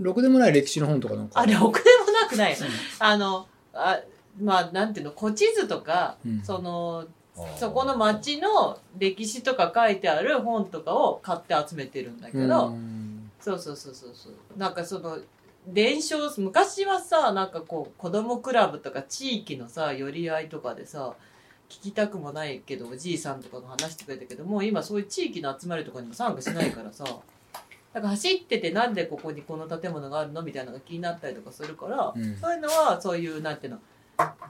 ろくでもない歴史の本とかなんか。
あれろくでもなくないあのあまあなんていうの古地図とか、
うん
その
あー
そこの町の歴史とか書いてある本とかを買って集めてるんだけど、
うん
そうそうそうそうそうなんかその伝承昔はさなんかこう子供クラブとか地域のさ寄り合いとかでさ聞きたくもないけどおじいさんとかが話してくれたけどもう今そういう地域の集まりとかにも参加しないからさなんか走っててなんでここにこの建物があるのみたいなのが気になったりとかするから、
うん
そういうのはそういうなんていうの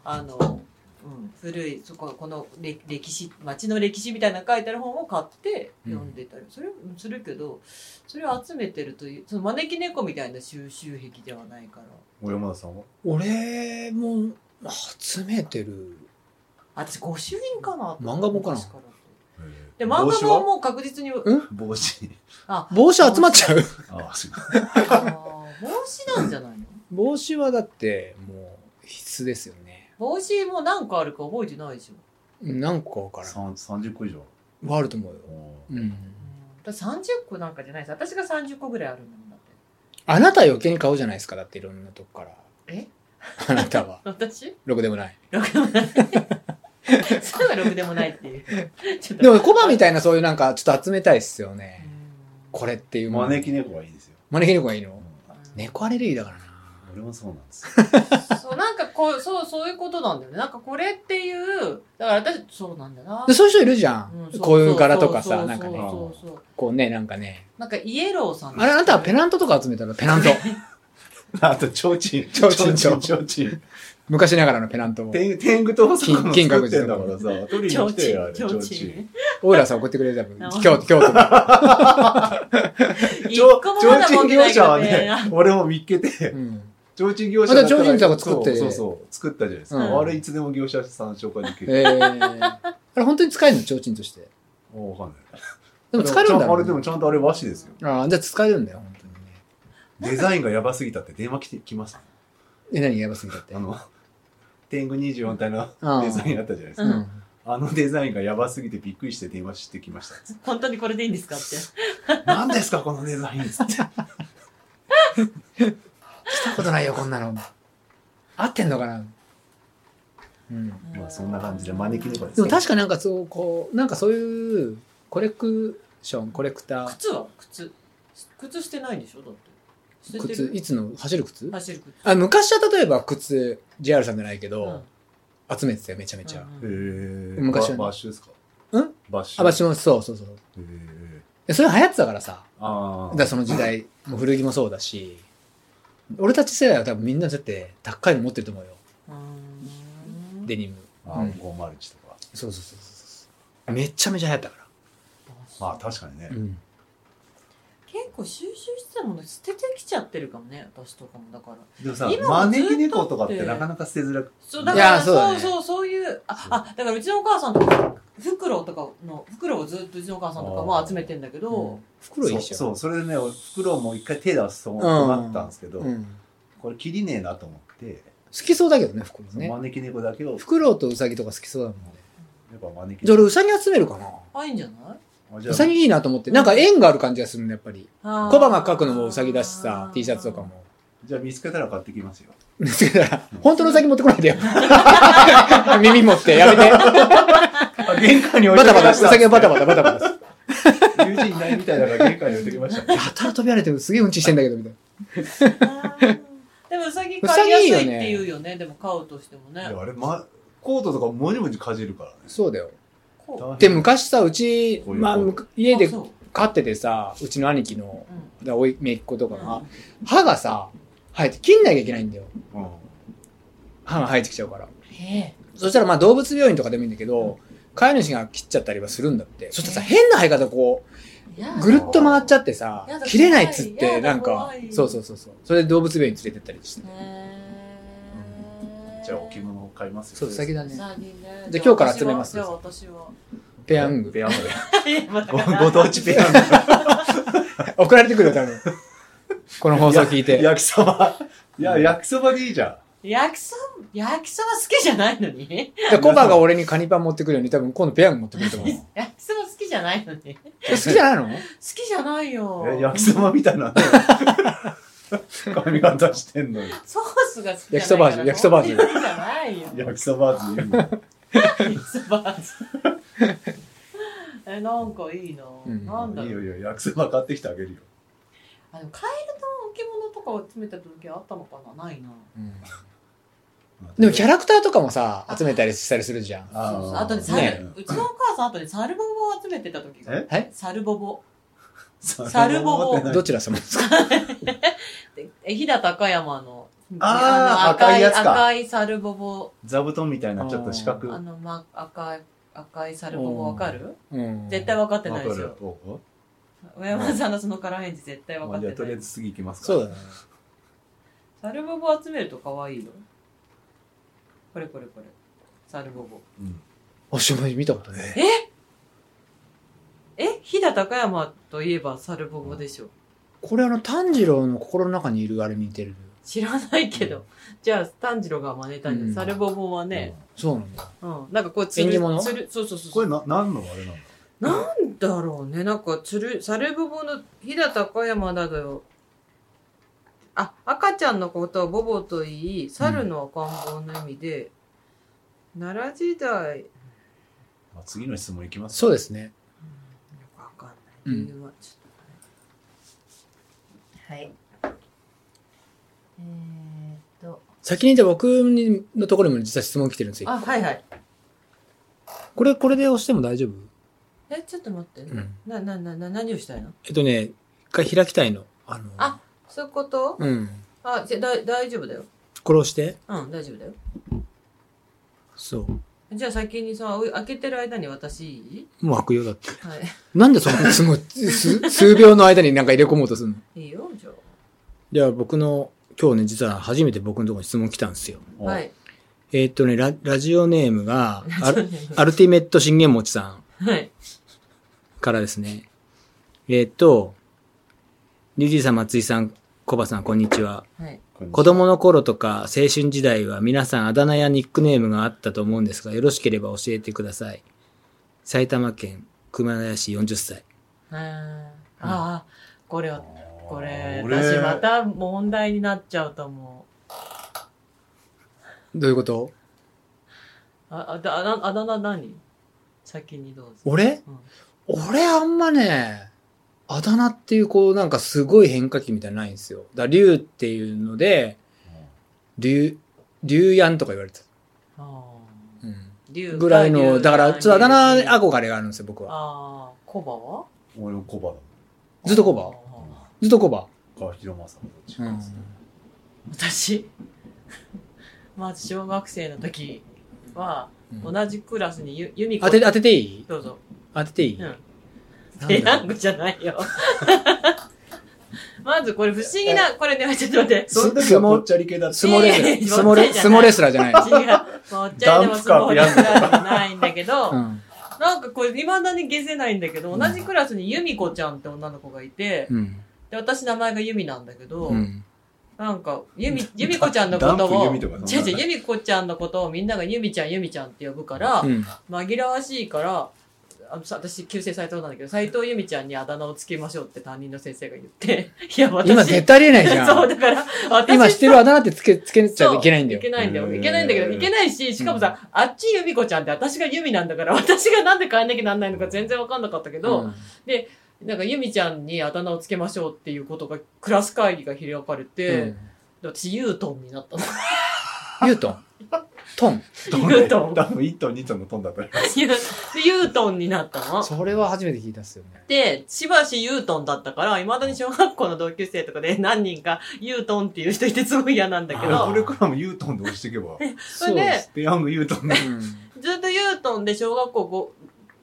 あの、うん、古いそここの歴歴史町の歴史みたいなの書いてある本を買って読んでたり、それうんするけどそれを集めてるというその招き猫みたいな収集癖ではないから
小山田さんは
俺も集めてる。
あ私御朱印かな
漫画本かな
昔らで漫
帽
画
子
本
は
も確実に
帽子。
あ
帽子集まっちゃう
ああ、すいません
あー帽子なんじゃないの
帽子はだって、もう必須ですよね。
帽子も何個あるか覚えてないでしょ、
何個わからん。
さん30個以上。
はあると思うよ。
う
うん。
うん、だから30個なんかじゃないです私が30個ぐらいあるんだもんだって
あなた余計に買うじゃないですか。だっていろんなとこから。
え
あなた は。
私
ろくでもない。
ろくでもない。すぐろくでもないっていう。ちょっと
でも、コバみたいなそういうなんか、ちょっと集めたいっすよ
う
ね。
ん
これっていうんもの
招き猫がいいですよ。
招き猫がいい
うん
の猫 アレルギーだからな。
俺もそうなんで すよ。
そう、なんかこう、そう、そういうことなんだよね。なんかこれっていう、だから私、そうなんだよな
で、。そういう人いるじゃ
うん
ん。
そ
こういう柄とか
そ
さ、
う
なんかね、
そうそうそう
こうね、なんかね。
なんかイエローさん。
あれ、あなたはペナントとか集めたらペナン ト。
あと、ちょうちん。
提灯
ちょうちん。ちょうちん
昔ながらのペナントを。
天天狗と大阪の
金
作ってんだからさ、取り
ち
に
ょ
来
う
て
ち
よ、あ
ん、
れ、
ち
ち
ょ
ょう
う
ち
ち
ん。
ん。
オイラさん送ってくれた分
あ。
京都、京都 の。
一
ちょう
個も
ちょ
ま
う
だ
ち
持っ
ん
てな
業
いけ
者
ど
はね
ね。、
俺も見っけて、
うん。
ちょうちん業者
あじゃあ提灯さんが作って
そうそうそう、作ったじゃないです
う
か。
ん
あれ、いつでも業者さん紹介でき
え
る。
ー。あれ、本当に使えるの提灯として。
もうわかんない。
でも使えるんだ
ちゃ
ろ
あれ、でもちゃんとあれ和紙ですよ。
ああ、じゃあ使えるんだよ、本当にね。
デザインがやばすぎたって電話来てきます。
え、何やばすぎたって。
あの、天狗24体の
あー
デザインあったじゃないです
う
か。
ん。
あのデザインがやばすぎてびっくりして電話してきましたっつっ
本当にこれでいいんですかって。
て。何ですか、このデザ インっつって。
来たことないよ、こんなの。合ってんのかなうん。
まあ、そんな感じで招き猫です
で
よ。
も確かになんかそう、こう、なんかそういう、コレクション、コレクター、
靴は靴。靴してないんでしょだって。捨てて
靴、い
る
つの、走る靴
走る靴。
あ、昔は例えば靴、JR さんじゃないけ
う
ど
ん、
集めてたよ、めちゃめちゃ。
うん
へ
うん
ー
昔はね
ババッシュですか
うん
バッシュ。
あ、私もそうそうそう。
へー
でそれ流行ってたからさ、
あ
だから
あ。
その時代、もう古着もそうだし、俺たち世代は多分みんなだって高いの持ってると思うよ、
うーん
デニム。
あ
うん
ー501とか。
そうそうそうそうそう。めちゃめちゃ流行ったから。
まあ、確かにね
う。ん。
結構収集してたもの捨ててきちゃってるかもね私とかもだから
でもさ
今もずっと
招き猫とかってなかなか捨てづらく
そうだから
いやそ
そうう
だ
そう,、
ね
そういうああだからうちのお母さんとか袋とかの袋をずっとうちのお母さんとかも集めてんだけど、
うん袋いいじゃん
そうそうそれでね俺袋も一回手出すと思ったんですけど、
うん
これ切りねえなと思って、
好きそうだけどね袋
その
ね
招き猫だけをやっ
フクロウとウサギとか好きそうだもんね
ぱ招き
じゃあ俺
猫
ウサギ集めるかな
あいいんじゃない
あじゃ
ウ
あ
サギいいなと思ってなんか縁がある感じがするねやっぱり
小
小判描くのもウサギだしさ T シャツとかも
じゃあ見つけたら買ってきますよ
見つけたら本当のウサギ持ってこないでよ 耳持ってやめてバ
玄関に置いて
タバ
き
タウ
ま
サギは
し
バタバタバタバタや
た友人いないみたいだから玄関に置いてきました
たら飛び跳ねてるすげえうんちしてんだけどみたいな
でもうさぎ買いやすいって言うよねでも買うとしてもね
いやあれ、ま、コートとかもじもじかじるからね
そうだよ
こう
大変
で昔さうち、
こういう
まあ、
こう
むく家で
あそう
飼っててさうちの兄貴の
うん
だおいめいっ子とかが
う
歯がさ生えて切んなきゃいけないんだよ
うん
歯が生えてきちゃうから
へえ
そしたらまあ動物病院とかでもいいんだけど、飼い主が切っちゃったりはするんだって。そしたらさ、変な生え方こ
いや
う、ぐるっと回っちゃってさ
やだ、
切れないっつっ
怖
て、
いやだ
なんか
怖、い
そうそうそうそう。それで動物病院に連れてったりして。
へえ
じゃあ置物を買いますよ
そう、ウサギだね。
ウサギね
じゃあ今日から集めます
じゃあ私は
ペヤング。
ペヤング
ご
ご当地ペヤング
送られてくるよ、多分。この放送聞いて。
焼きそばいや焼きそばでいいじゃ
焼きそば焼きそば好きじゃないのに
で、コバが俺にカニパン持ってくるように、多分今度ペヤング持ってくると思う。
焼きそば好きじゃないのに好
え好きじゃ ないの
きじゃないよ
んえ焼きそばみたいな 髪型してんのに
ソースが好き
焼きそば味焼きそば味
好きじゃないよ
焼きそば味いいね
焼きそば味えなんかいいな、
うん
なんだ
いい
ろ
よ
う
いいよ焼きそば買ってきてあげるよ
あでもカエルの置物とかを集めた時あったのかなないな
うんでもキャラクターとかもさ、集めたりしたりするじゃん。
そうそうあとね
さ
サ
ね
ルうちのお母さんあとねサルボボを集めてた時が
え
え
サルボボ
サ
ルボボ
どちら様ですか
でえ飛騨高山の
あ
あの
ー
赤
赤い
い
やつか
赤いサルボボ
座布団みたいなちょっと四角
あの、ま、赤い赤いサルボボわかる
うん
絶対分かって
わ
な
か
いでし
る
ょ
お
上山さんのそのから返事絶対
お
分
ま
か
あ
って
じゃあとり
な
あえ
い
ず次行きますか
そうだね。
サルボボ集めると可愛いよこれこれこれサルボボ
うん
おしまい見たことない。
え飛騨高山といえばサルボボでしょ
これあの炭治郎の心の中にいるあれに似てる
知らないけど、じゃあ炭治郎が真似たんじゃん
うん
サルボボはね、
そうなんだ
うんなんかこうつ
縁
る
起物
つるそうそうそう
これな何のあれなの
なんだろうねなんかつるサルボボの飛騨高山だよあ赤ちゃんのことをボボと言い猿の赤ん坊の意味で、奈良時代よ
まあ次の質問いきます
そうですね
くわかんない
うん
理由はちょっとはいえーっと
先にじゃあ僕のところにも実は質問来てるんですよ
あはいはい
これこれで押しても大丈夫
えちょっと待って、
ん
なななな何をしたいの
えっとね一回開きたいのあの
あそういうこと、
うん
あじゃだい大丈夫だよ
これ押して
うん大丈夫だよ
そう
じゃあ先にさおい開けてる間に私いい
もう悪用だって
はい
なんでそんなすごい 数数秒の間になんか入れ込もうとするの
い いよじゃ
じゃあ僕の今日ね実は初めて僕のところに質問来たんですよ
あはい
えっとねララジオネームがアル
ジオネーム
アルティメット信玄餅さん
はい
からですね。えーっと、リュウジーさん、松井さん、コバさん、こんにちは。
はい
子供の頃とか青春時代は皆さんあだ名やニックネームがあったと思うんですが、よろしければ教えてください。埼玉県熊谷市40歳。
あーあーこれはこれ
俺
私また問題になっちゃうと思う
どういうこと
ああだあだあだ名何先にどうぞ
俺、
うん
俺あんまね、あだ名っていうこうなんかすごい変化球みたいなのないんですよ。だからリュウっていうので、リュウ、リュウヤンとか言われてた。
あ
うん
ー竜
ぐらいの、
竜
だから、ちょっとあだ名
竜
憧れがあるんですよ、僕は。
ああコバは
俺もコバだ
ずっとコバ
あ
ずっとコバ。
川広正もどっちか
うん
ですね
ー私 まず小学生の時は
うん
同じクラスにユユミコ
当て、当てていい
どうぞ
当てていい
うん
なん
ペヤ
だ
ン
ろ
グ
う
じゃないよ。 まずこれ不思議な、これね、ち ょっと待って。
その時はぽっちゃり系だった。
相撲レ
いやいや
スラー。相撲レ相撲レスラーじゃない。
違う。もうお茶でもスポーツラーないんだけど、
うん。
なんかこれ未だに消せないんだけど、同じクラスに由美子ちゃんって女の子がいて、
うん。
で、私名前が由美なんだけど、
うん。
なんか、由美、由美子ちゃんのこと
ダ
を、
ンプ由美
違
と
う
かそんな
違う、由美子ちゃんのことをみんなが由美ちゃん、由美ちゃんって呼ぶから、
うん。
紛らわしいから、あのさ私、旧姓斎藤なんだけど、斎藤由美ちゃんにあだ名をつけましょうって担任の先生が言って、いや、私、
今絶対ありえない じゃ。
そうんだから、私
今知ってるあだ名ってつけ、つけちゃいけないんだよ
い。けないんだ
う
よ。
ん
いけないんだけど、いけないし、しかもさ、あっち由美子ちゃんって私が由美なんだから、 私がなんで変えなきゃなんないのか全然わかんなかったけど、
うん
なんか由美ちゃんにあだ名をつけましょうっていうことが、クラス会議が開かれて、
うん
で私ユートンになったの。
ユートン。トン。
ユートン。
多分1トン2トンのトンだっ たら。
ユユートンになったの。
それは初めて聞いたっすよね。
で、しばしユートンだったから、未だに小学校の同級生とかで何人かユートンっていう人いてすごい嫌なんだけ
あー
ど
こ、れからもユートンで押していけば。
それで、
ペヤングユートンで。
うん
ずっとユートンで小学校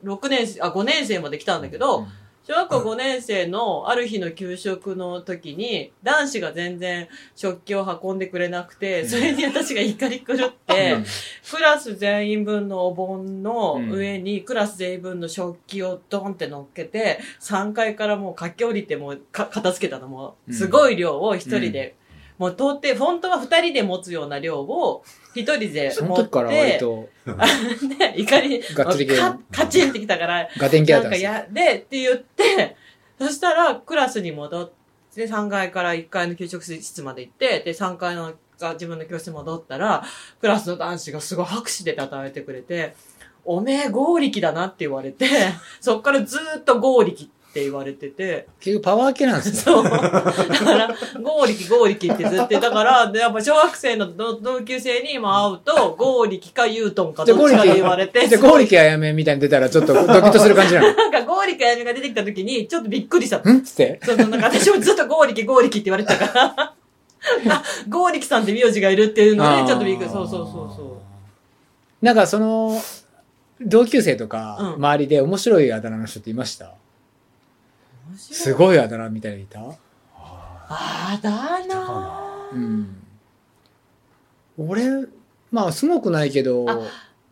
5、6年生、あ、5年生まで来たんだけど、
うん
小学校5年生のある日の給食の時に、男子が全然食器を運んでくれなくて、それに私が怒り狂って、
うん
クラス全員分のお盆の上に、クラス全員分の食器をドンって乗っけて、3階からもう駆け下りてもうか片付けたのも
う
う、
ん
すごい量を一人で、もう到底、本当は二人で持つような量を、一人で
その
持っ
時から割
て、
と、
で、怒り、
がっつり系
カカチンってきたから、
ガテンキャ
な
ラ
ん
だっ
か
たんですよ
や、で、って言って、そしたら、クラスに戻って、3階から1階の給食室まで行って、で、3階のが自分の教室に戻ったら、クラスの男子がすごい拍手で叩いてくれて、おめえ合力だなって言われて、 そっからずーっと合力って言われてて、
結局パワー系なんですよ。
そう。だから、合力合力ってずっと言って、だから、でやっぱ小学生の同同級生に今会うと、合力かユートンか
じゃあ
ど
ゴ
っ
ーリ
ちか
キ、
で言われ て、
じゃあゴーリキあやめみたいに出たらちょっと ドキッとする感じなの。
なんか合力あやめが出てきた時に、ちょっとびっくりした。
んつって。
そうそう、なんか私もずっと剛力、剛力って言われてたから。 あ、剛力さんって名字がいるっていうの
あ
で、
ー
ちょっとびっくり。そうそうそうそ
なんかその、同級生とか
うん
周りで面白いあだ名の人っていました、
う。
す
い。
ごいあだ名みたいなのいた
あだな
う
ー
ん。俺、まあすごくないけど、
あ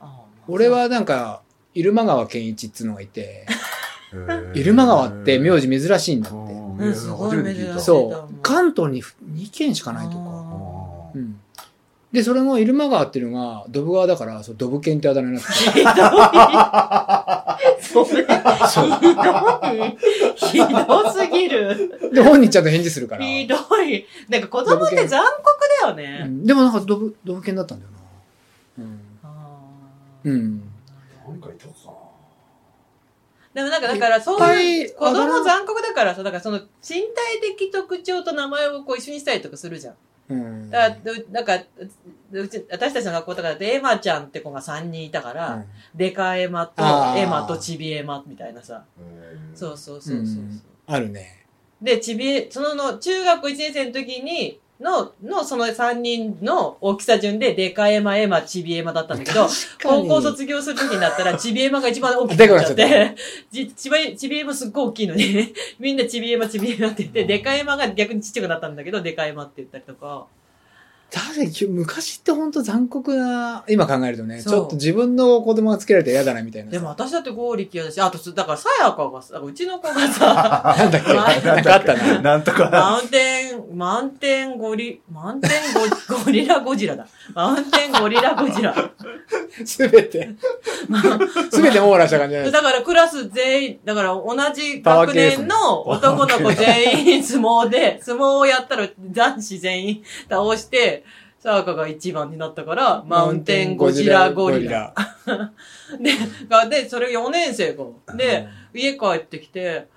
ー
俺、はなんか、入間川健一っつうのがいて、 入
マ
間川って名字珍しいんだって。
うん
字
すごい珍しい
そう。関東に2軒しかないとか。うん。で、それも入間川っていうのが、ドブ川だから、そうドブ犬ってあだ名になってて
それ、ひどい。ひどす ぎる。
で、本人ちゃんと返事するから。
ひどい。なんか子供って残酷だよ
う
ね。
んでもなんかドブ、ドブ犬だったんだよな。
あー
うん。うん。
なんかいたか
でもなんか、だから、そう
い
い
っ
う、
ぱいあ
子
だ名
供残酷だからさ、だからその、身体的特徴と名前をこう一緒にしたりとかするじゃん。
うん。
だからうなんか、ううち、私たちの学校とかだと、エマちゃんって子が3人いたから、
うん
デカエマと
あ、ー
エマとチビエマみたいなさ。そうそうそうそうそう、
うんあるね。
で、チビエ、そのの、中学1年生の時に、の、の、その3人の大きさ順で、デカエマ、エマ、チビエマだったんだけど、高校卒業する時になっ たら、チビエマが一番大きくなっちゃっ
でかくな
て、じチビチビエマすっごい大きいのに、みんなチビエマ、チビエマって言って、デカエマが逆にちっちゃくなったんだけど、デカエマって言ったりとか。
確かにき昔って本当残酷な、今考えるとね、ち
そう
ょっと自分の子供がつけられたら嫌だなみたいな。
でも、私だって剛力嫌だし、あとす、だからさやかがさ、うちの子が さ、
なんだっけ、
ま
なんかあったな。
なんとか。
マウンテン、マウンテンゴリ、マウンテンゴゴリラゴジラだ。マウンテンゴリラゴジラ。
すべて、すべて網羅した感じじゃない
だからクラス全員、だから同じ学年の男の子全員相撲で、相撲をやったら男子全員倒して、さやかが一番になったから、マウンテンゴジラゴリラ。。で、が、で、それ4年生が。で、家帰ってきて、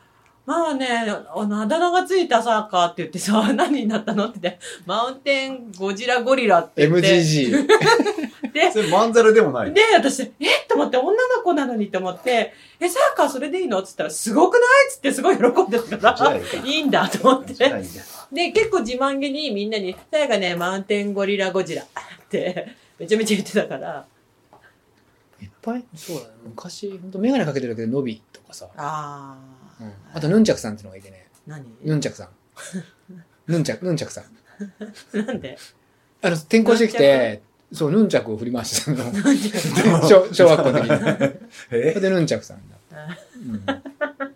まあね、あの、あだ名がついたさ、かって言ってさ、 何になったのって言って、マウンテンゴジラゴリラって言って。
MGG。
それまんざらでもない。
で、私、えっと思って、女の子なのにと思って、え、さやかそれでいいのって言ったら、すごくないっつってすごい喜んでた
じゃ
か
あ
ら
いいか、
いいんだと思っ
じゃあ
て。
いいや
で、結構自慢げにみんなに、さやかね、マウンテンゴリラゴジラって、めちゃめちゃ言ってたから、
いっぱい、そうだね。昔、本当メガネかけてるだけで伸びとかさ。
あー、
うんあと、ヌンチャクさんっていうのがいてね。
何
ヌンチャクさん。ヌンチャク、ヌンチャクさん。
なんで
あの、転校してきて、そう、ヌンチャクを振り回してたの。小小学校の時 に。それ
え
でヌンチャクさんだった。うん、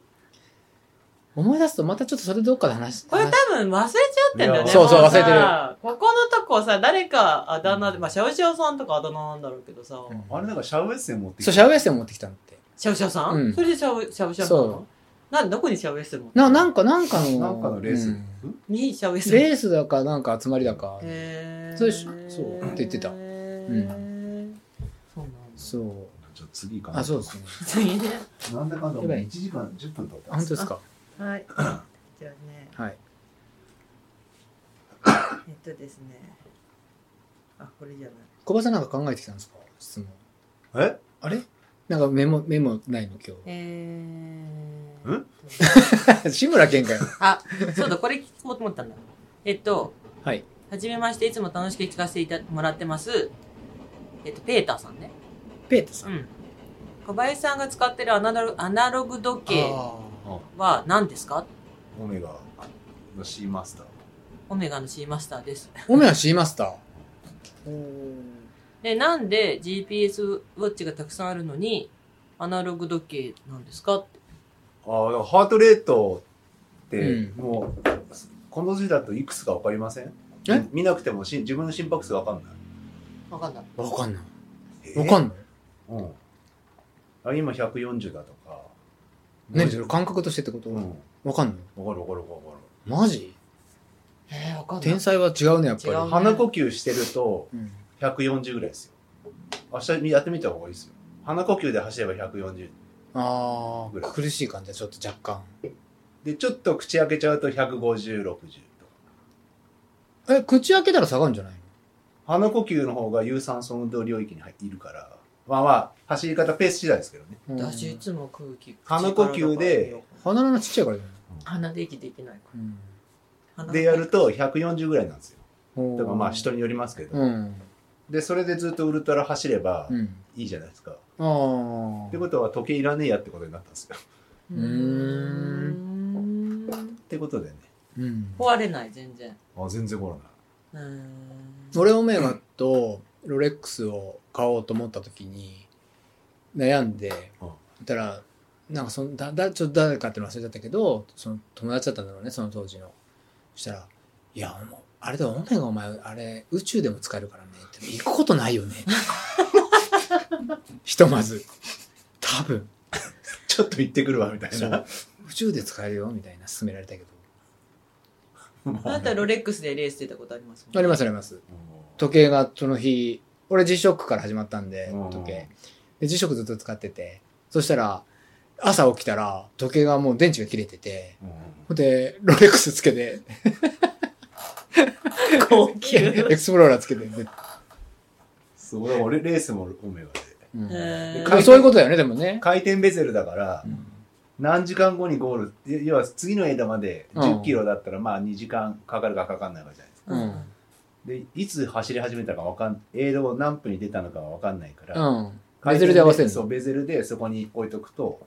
思い出すと、またちょっとそれどっかで話し
これ多分忘れちゃってんだよ
い
ね。
や
そうそう
もさ
忘れてる
ここのとこさ、誰かあだ名で、まあ、シャオシャオさんとかあだ名なんだろうけどさ、
うん
あれなんかシャウエッセン持ってき
そう、
た
シャウエッセン持ってきたのって。
シャオシャオさん、
うん
それでシャオシャオシャオさ
そ
んなのなんどこにシャオエッセンも
な、なんか、なんかの、
なんかのレース、
うん
ん
にシャオエッセン
レースだか、なんか集まりだか。
へー
そうでしそうって言ってた
ん。そうなんだ。
そう。
じゃあ次かな
あ、そうですね。
次ね。
なんだかんだも
や
う
ばい
1時間10分経って
あ
ま
本当
す
ですか。
はい。じゃあね、
はい。
えっとですね。あ、これじゃない。
小林さんなんか考えてきたんですか質問。
え
あれなんかメモ、メモないの今
えー。
ん
日。 志村けんかよ。
あ、そうだ、これ聞こうと思ったんだ。えっと、
はい。
はじめまして、いつも楽しく聞かせていたもらってます。えっと、ペーターさんね。
ペータさ。
うんん。小林さんが使ってるアナログアナログ時計
あ
は何ですか
オメガのシーマスター
オメガのシーマスターです。
オメガシーマスター。
で、なんで GPS ウォッチがたくさんあるのに、アナログ時計なんですかって。
ああ、でもハートレートって
う、ん
もう、この字だといくつかわかりません
え
見なくてもし自分の心拍数わかんない。
わかんない。
わかんない。
え
わかんない。
うん。あ、今140だとか。
何それ感覚としてってこと
うん。わか
わかんない。
るわかるわか
マジ
えー、わかんない
天。才は違うね、やっ
違
ぱ
う
る。鼻呼吸してると
り。うん
140ぐらいですよ。明日やってみた方がいいですよ。鼻呼吸で走れば140。
あ
ぐら
あ、
い
苦しい感じはちょっと若
で、ちょっと口開けちゃうと150、60とか。
干。え、口開けたら下がるんじゃない
鼻呼吸の方が有酸素運動領域に入っているから。まあまあ、走り方ペース次第ですけどね。
の
私いつも空気。
鼻呼吸で
鼻の穴ちっちゃいからじゃない
鼻で息できないか
うん
ら。鼻
でやると140ぐらいなんですよ。
おー
だからまあ人によりますけど、
うん。
でそれでずっとウルトラ走れば
うん。
いいじゃないですか、
ああ。
ってことは時計いらねえやってことになったんですよ
う
う
ー
ー
ん。
ってことでね
うん。
壊れない、全然。
あ全然コ
うーん。
俺オメガとロレックスを買おうと思った時に悩んで、
うん
そしたらなんかそのだだちょっと誰かっていうの忘れちゃったけどその友達だったんだろうねその当時のそしたら「いやもうあれだよオメガお前あれ宇宙でも使えるからね」って行くことない よねひとまず多分
ちょっと行ってくるわみたい
そう
な
宇宙で使えるよみたいな勧められたけど
ま
あなたロレックスでレース出たことありますもん
ありますあります
う
時計がその日俺 G ショックから始まったんで
うん
時計で G ショックずっと使っててそしたら朝起きたら時計がもう電池が切れてて
ん
ほんでロレックスつけ て
高級。
エクスプローラーつけて、で
すごい俺レースもオメガ
う
うん
で
ーん
か
もそういうことだよねでもね
で、回転ベゼルだから
うん
何時間後にゴールい要は次の枝まで1
うん
0キロだったらまあ2時間かかるかかかんないかじゃないですか
うん
うん
でいつ走り始めたかわかん映像何分に出たのかは分かんないから、
うんベゼルで合わせる
そう
の
ベゼルでそこに置いとくと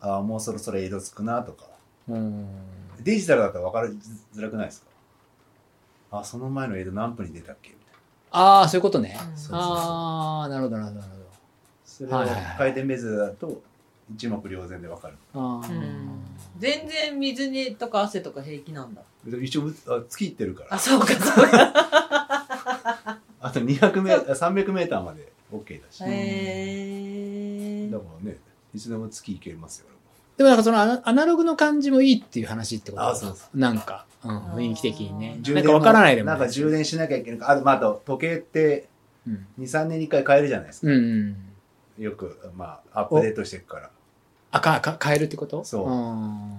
ああもうそろそろエイドつくなとか
うん
デジタルだったら分かりづらくないですかあその前のエイド何分に出たっけみたい
ああそういうことね
うん
そう
ああなるほどなるほどなる
なそれを
はいはいはい
回転ベゼルだと一目瞭然で分かる
ほどあ
うん全然水にとか汗とか平気なんだ。
で一応あ月行ってるから
あ、そうか、そうか。
あと200メー 300m まで OK だし、
へえ
だからねいつでも月行けますよ
でもなんかそのアナアナログの感じもいいっていう話ってこと
あそうそ
なんか、うん、雰囲気的にね
あ。
充
なん
電
か
も
わからないでも
な
ね
んか充電しなきゃいけないあと、まあ、あと時計って
うん
23年に1回変えるじゃないですか、
うんうん。
よく、まあ、アップデートしていくから
あか、か、変えるってこと
そうん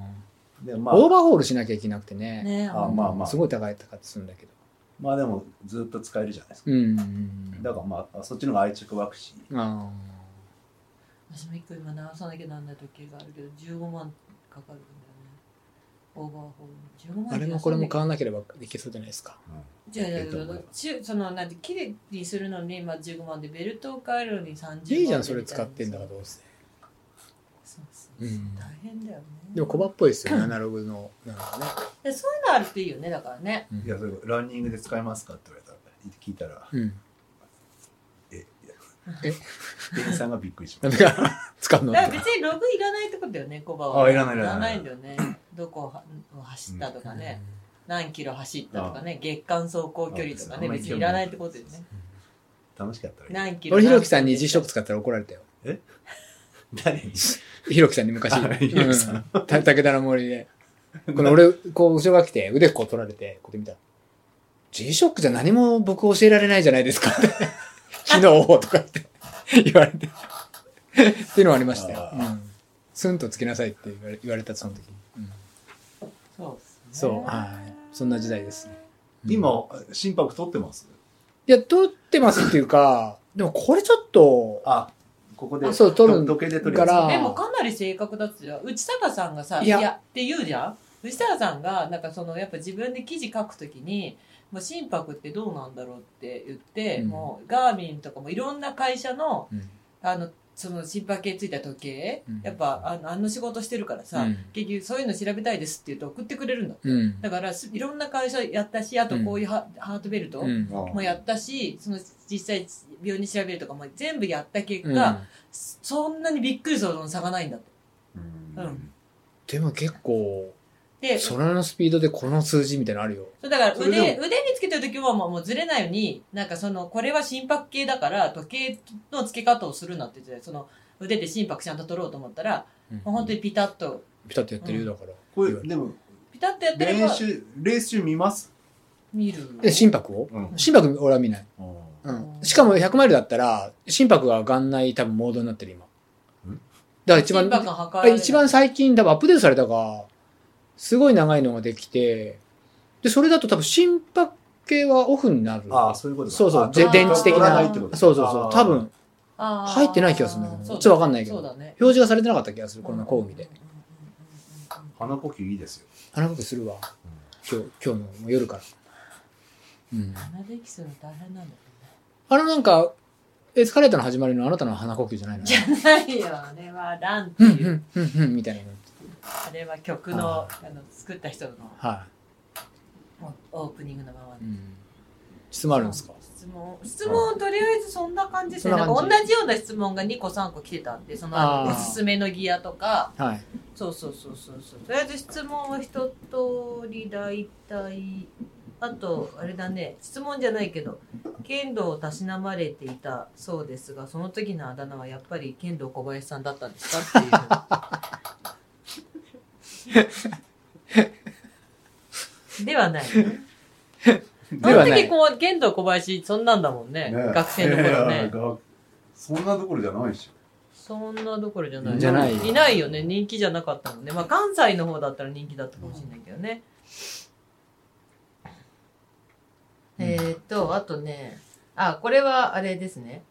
でまあ
オーバーホールしなきゃいけなくてね。
ね
あまあまあ
すごい高い高いするんだけど。
まあでもずっと使えるじゃないですか。
うんうんうん。
だからまあそっちの方が愛着湧くし。
あ
私も一個今直さなきゃなんない時計があるけど15万かかるんだよねオーバーホール
ー
15万
あれもこれも買
ん
わなければできそうじゃないですか。
じゃあじゃあ
えっと
じゃあちゅそのなんて綺麗にするのに、まあ、15万でベルトを変えるのに30万
いいじゃん、それ使ってんだからどうせ。
そうそう
ううん
大変だよね
でもコバっぽいですよね、アナログの。なんかね。
でそういうのあるといいよねだからね
うん
いやそれランニングで使えますかって言われたら聞いたら
うん。
えいや
え
店員さんがびっくりしま
な
し
ん か、使うの
だから別にログいらないってことだよねコバは
あいらないい
いら
ら
な
ないい
んだよねどこを走ったとかね、何キロ走ったとかね月間走行距離とかね
あ
別にいらないってことですね
た楽しかったらいい
何キロ
俺、ひろきさんに辞職使ったら怒られたよ。
誰に
ひろきさんに昔。
あひろきさん
うんた武田の森で。この俺、こう、後ろが来て、腕こう取られて、こうやって見たら、G ショックじゃ何も僕教えられないじゃないですか って、昨日とかって言われて、っていうのはありましたよ。
あ
うん。スンとつけなさいって言われ言われた、その時に。うん
そうですね
そう、はい。そんな時代ですね。うん
今心拍取ってます
いや、取ってますっていうか、でもこれちょっと、
あここで
あそう取る
時時計で取る
か
やつ
ら、
でもかなり正確だっつよ内坂さんがさ「い
いや
や」って言うじゃん内坂さんがなんかそのやっぱ自分で記事書くときにもう心拍ってどうなんだろうって言って、
うん
もうガーミンとかもいろんな会社の
うん
あのその心拍計ついた時計、
うん
やっぱあのあの仕事してるからさ、
うん
結局そういうの調べたいですって言うと送ってくれるんだ
うん。
だからすいろんな会社やったしあとこういうハ,、ハートベルト、
うん
もやったしその実際病院調べるとかも全部やった結
うん
果、そんなにびっくりするほどの差がないんだって
うん
うん
でも結構、
でそ
それのスピードでこの数字みたいなのあるよ。
うだから
それで
腕
も
腕につけてる時はもうもうずれないようになんかそのこれは心拍計だから時計のつけ方をするなって言ってたよその腕で心拍ちゃんと取ろうと思ったら、もう本当にピタッと
ピタッとやってるよ、だから。
これでも
ピタッとやってれ
練
ば
習レース中見ます
見る
え心拍を
うん
心拍俺は見ない。うん。しかも100マイルだったら、心拍が上がんない多分モードになってる今。だ
ん
から一番、
心拍が
あ
測られる
一番最近多分アップデートされたが、すごい長いのができて、で、それだと多分心拍計はオフになる。
ああそういうことか
そうそう
あ
で
電池的な
取らいってこと
そうそうそう。多分、
あー
入ってない気がするんだけど、ち
そ
ょ
う
っとわかんないけど、
そうだね
表示がされてなかった気がする、この講義で。
鼻呼吸いいですよ
鼻かけするわ。今日、今日のもう夜から。うん。
鼻で息するの大変なんだ
あのなんか、エスカレーターの始まりのあなたの鼻呼吸じゃないの
けどねないよあれはランって
うん、う、
いうん
うん、うん、みたいな。
あれは曲のあの作った人の
は
オープニングのまま
い。う
で
ん。質問あるんですか
質問質問とりあえずそんな感じですね
そん
な
なん
か
感
同
じ
じような質問が2個3個来てたんでそのあの
あ
お
ー
すすめのギアとか
はい。
そうそうそうそうそうとりあえず質問は一通り大体あとあれだね質問じゃないけど剣道をたしなまれていたそうですがその時のあだ名はやっぱり剣道小林さんだったんですかっていうではないよねそ
で
の
はない
時こう剣道小林そんなんだもんね
え
学生の頃ね
いやがそんなところじゃないでし
そんなどころじゃない
じゃない
いないよね人気じゃなかったもんねまあ関西の方だったら人気だったかもしれないけどね、
うん
えーっとあとねあこれはあれですね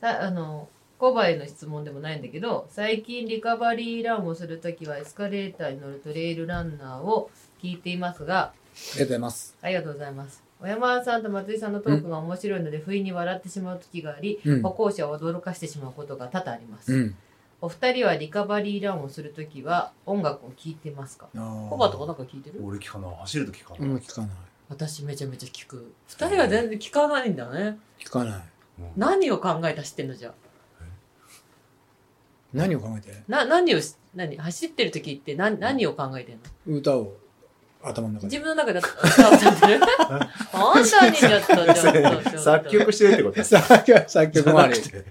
さあのコバへの質問でもないんだけど最近リカバリーランをするときはエスカレーターに乗るトレイルランナーを聞いていますが
ありがとうございます。
ありがとうございます小山さんと松井さんのトークが面白いので不意に笑ってしまう時があり、
うん
歩行者を驚かしてしまうことが多々あります、
うん。
お二人はリカバリーランをするときは音楽を聴いてますか
コ
コバとかなんか聞いてる
ょ俺聞かない走ると聞か
う
ない
ん、聞かない。
私めちゃめちゃ聞く二人は全然聞かないんだね
聞かない。
何を考えたしてんのじゃあ
何を考えて
な何をし何走ってる時って何何を考えてんの
歌を頭の中で。
自分の中で歌を歌って る本当にちょっとちょっとちょっと
作曲してるってこと
作曲、作曲もあり
じ。ゃなくて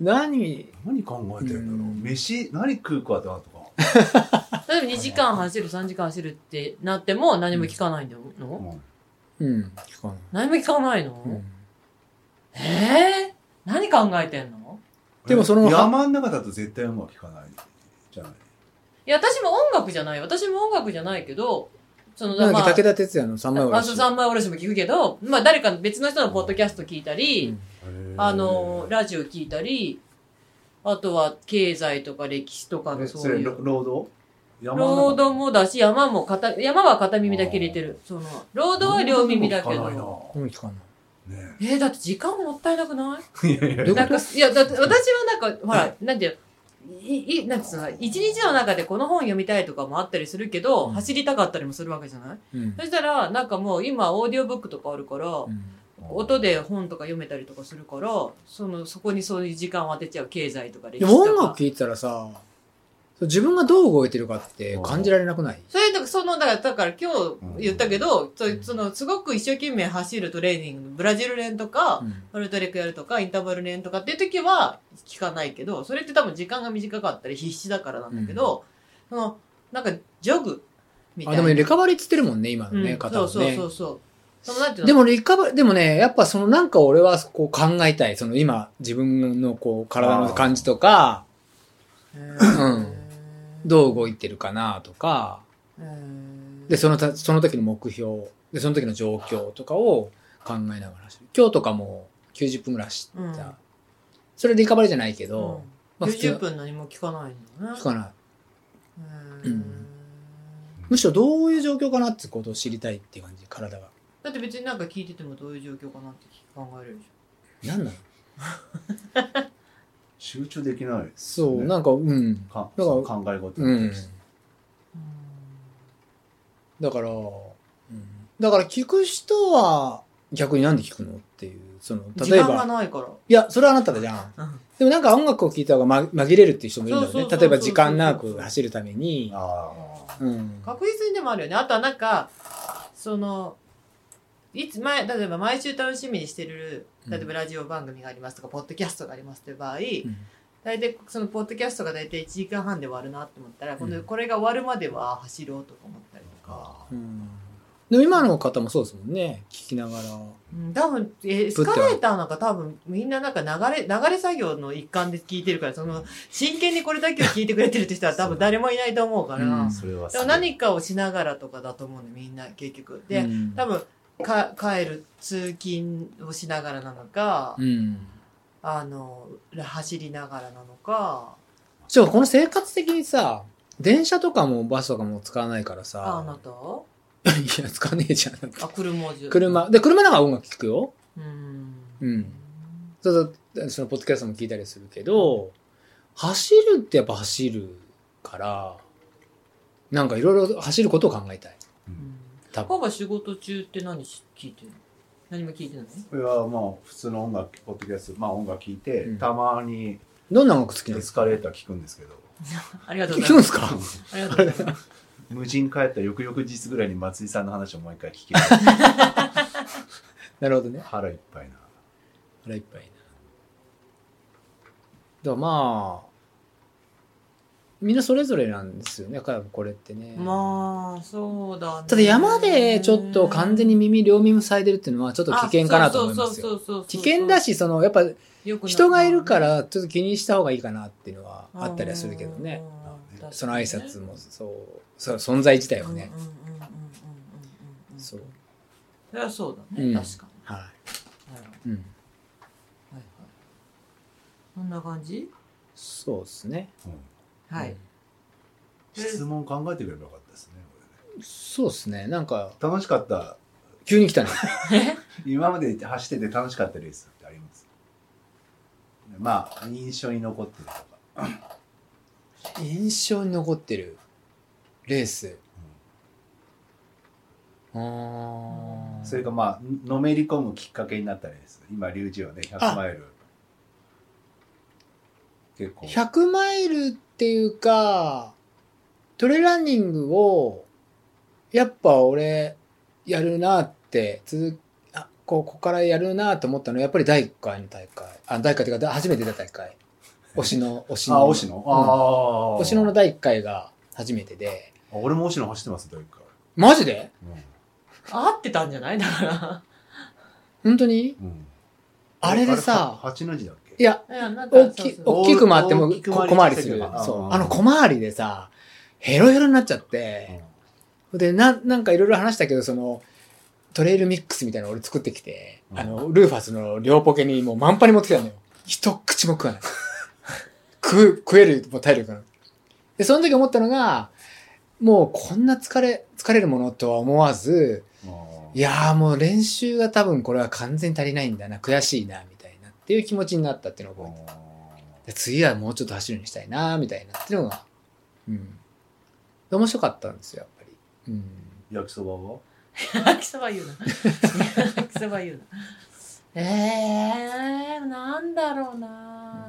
何
何考えてるんだろう、
うん
飯何食うかだとか、
例えば2時間走る3時間走るってなっても何も聞かないんだよ、
うん、聞かない。
何も聞かないの、
うん
えー、何考えてんの
でもその
山の中だと絶対音楽聞かないじゃない
いや私も音楽じゃないよ私も音楽じゃないけどその
なん
ま
だ
あ
っけ武田鉄矢の三枚おろ
あ
し
そう三枚おろしも聞くけど、まあ、誰かの別の人のポッドキャスト聞いたり、あのラジオ聞いたりあとは経済とか歴史とかの
え
そ
そうれ
い
ロ
う
労働山
ロード
も
もだし山も片山は片耳だけ入れてるそのロードは両耳だけど
ど
うん、聞かない。
ね
えー、だって時間もったいなくない
えいやいや
なんかいやだって私はなんかほらなんていうのいいなんかさ一日の中でこの本読みたいとかもあったりするけど、
うん
走りたかったりもするわけじゃない
うん
そしたらなんかもう今オーディオブックとかあるから、
うん
音で本とか読めたりとかするからそのそこにそういう時間を当てちゃう経済とか歴
で
史
も
と
音
か
楽聴いてたらさそう自分がどう動いてるかって感じられなくない
それだからそのだからだから今日言ったけど、そそのすごく一生懸命走るトレーニングブラジル練とか、
うん
ウルトレックやるとかインターバル練とかっていう時は聞かないけどそれって多分時間が短かったり必死だからなんだけど、そのなんかジョグみた
あ
い
でも
な
ねレカバリーっつってるもんね今
う
の
ん
ね方は
そうそう
ね
そうそうそのなんていうの
でもレカバリーでもねやっぱそのなんか俺はこう考えたいその今自分のこう体の感じとかうんどう動いてるかなとかで、そのた、その時の目標、で、その時の状況とかを考えながら走る。今日とかも90分ぐらい走った。
うん
それリカバリーじゃないけ
う
ど、
ん、
まあ普
90
通、
分何も聞かないのね
聞かない。う
う
んんむしろどういう状況かなってことを知りたいっていう感じ、体が。
だって別になんか聞いててもどういう状況かなって考えるでし
なんなの
集中できない
そう、
ね
なんか、うん。
か
だ
その
か
考え事
ら、う
に
ん
対して。
だから、うんだから聞く人は逆になんで聞くのっていう、その、
ょ時
例え
間が
ば、
ないから
いや、それはあなただじゃん。
うん
でもなんか音楽を聴いた方がま紛れるっていう人もいるんだ
そうそう
よ
そうそ
ね。
う
例えば時間長く走るために。
あ
うん。
確実にでもあるよねあとはなんかそのいつ前例えば毎週楽しみにしてる例えばラジオ番組がありますとか、ポッドキャストがありますという場合、
ん
大体そのポッドキャストが大体1時間半で終わるなって思ったら、この
うん
これが終わるまでは走ろうとか思ったりとか、
うんでも今の方もそうですもんね。聞きながら。
うん、多分エスカレーターなんか多分みんななんか流れ流れ作業の一環で聞いてるからその真剣にこれだけを聞いてくれてるって人は多分誰もいないと思うから、
うん
あそれは
でも何かをしながらとかだと思うんでみんな結局。で、
うん
多分か帰る通勤をしながらなのか、
うん。
あの走りながらなのか
しかもこの生活的にさ、電車とかもバスとかも使わないから
ああな
さ。
た
いや、使わねえじゃん。だって
あ車をじゅ
車。で、車なんか音楽聞くよ。
うん
うん。そうそう、そのポッドキャストも聞いたりするけど、走るってやっぱ走るから、なんかいろいろ走ることを考えたい。
うん
多分
パ。パ仕事中って何し聞いてるの何も聞いてない
これはまあ普通の音楽ポッドキャストまあ音楽聴いて、
うん
たまに
どんな音楽好きな
エ
んで
ス
すか
カレーター聴くんですけど
ありがとうご
聞
ざい
くん
ま
ですすか
ありがとうご ざいます
無人帰った翌々日ぐらいに松井さんの話をもう一回聞ける
なるほどね。
腹いっぱいな
腹いっぱいな。だからまあ、みんなそれぞれなんですよね、多分これってね。
まあそうだね
ただ山でちょっと完全に耳、両耳塞いでるっていうのはちょっと危険かなと思いますよ。危険だし、
し
その、やっぱ人がいるからちょっと気にした方がいいかなっていうのはあったりはするけどね。その挨拶もそう、そう存在自体をね。そう。
それはそうだ
う
ね
ん
確か
は
にはいはい
い。うん。
はいこんな感じ
そうですね。
はい
質問考えてくればよかったですねこれね
そうですね。なんか、
楽しかった
急に来たね。
今まで走ってて楽しかったレースってありますまあ印象に残ってるとか
印象に残ってるレース、あー
それかまあのめり込むきっかけになったレース今龍二はね100マイル結構
100マイルっていうかトレランニングをやっぱ俺やるなって続あこここからやるなと思ったのはやっぱり第1回の大会あ第1回っていうか初めて出た大会推し の推しの
あ押野ああ
推しのの第1回が初めてで
あ俺も押野走ってますどういうか、
マジで
合ってたんじゃないだか
本当に
うんうん
あれで
は
さ
八の字だっけ
いや
らいやなんか
大き
そうそう
大きく回っても
大きく
こ
回り
小回りす
して
る
るから
そううんあの小回りでさヘロヘロになっちゃっ
うん
て、でななんかいろいろ話したけどそのトレイルミックスみたいなの俺作ってきて、
うん
あのルーファスの両ポケにもう満杯に持ってきたのよ一口も食わない食う食えるもう体力がないでその時思ったのがもうこんな疲れ疲れるものとは思わずいやーもう練習が多分これは完全に足りないんだな悔しいなみたいなっていう気持ちになったっていうのを覚えてる
あー
で次はもうちょっと走るようにしたいな、みたいなっていうのが、うん。で面白かったんですよ、やっぱり。うん。
焼きそばは
焼きそば言うな焼きそば言うなえー、なんだろうな、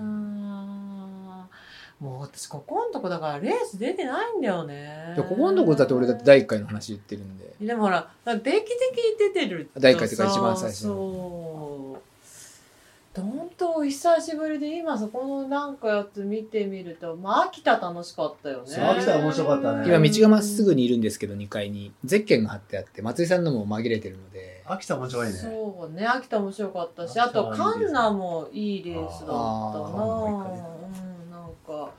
もう私ここんとこだからレース出てないんだよね
でここのとこだって俺だって第1回の話言ってるんで。
でもほらなんか定期的に出てるとさ
第一回っていうか一番最初の
そうどんとお久しぶりで今そこのなんかやつ見てみるとまあ秋田楽しかったよね
そう秋田面白かったね
今道がまっすぐにいるんですけど、2階に。ゼッケンが貼ってあって、松井さんのも紛れてるので。
秋田面白いね
そうね秋田面白かったしあ
秋田
と
はいいですね
カンナもいいレースだったな
あ
うんなんか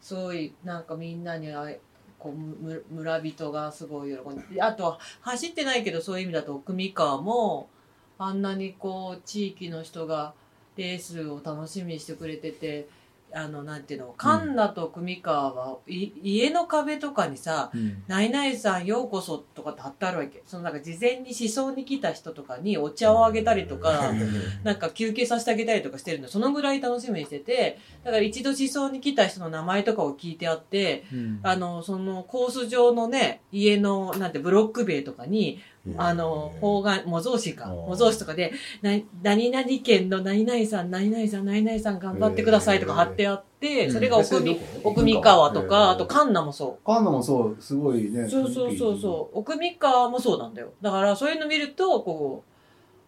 すごいなんかみんなにあいこうむ村人がすごい喜んでであとは走ってないけどそういう意味だと奥三河もあんなにこう地域の人がレースを楽しみにしてくれてて。あのなんていうのカンナと奥三河はい家の壁とかにさ、
うん。
ナイナイさんようこそとかって貼ってあるわけ。そのなんか事前に思想に来た人とかにお茶をあげたりと か、なんか休憩させてあげたりとかしてるの。そのぐらい楽しみにしてて、だから一度思想に来た人の名前とかを聞いてあって、
うん
あの、そのコース上のね、家の、なんてブロック塀とかに、あの、方眼、模造紙か、
おー
模造紙とかで、な何々県の何々さん、何々さん、何々さん頑張ってくださいとか貼ってあって、
うん
それが奥
えそ
み
れどこ
奥三河と
へー
か、あとカンナもそう。
カンナもそうすごいね
そうそうそうそう奥三河もそうなんだよだからそういうの見るとこ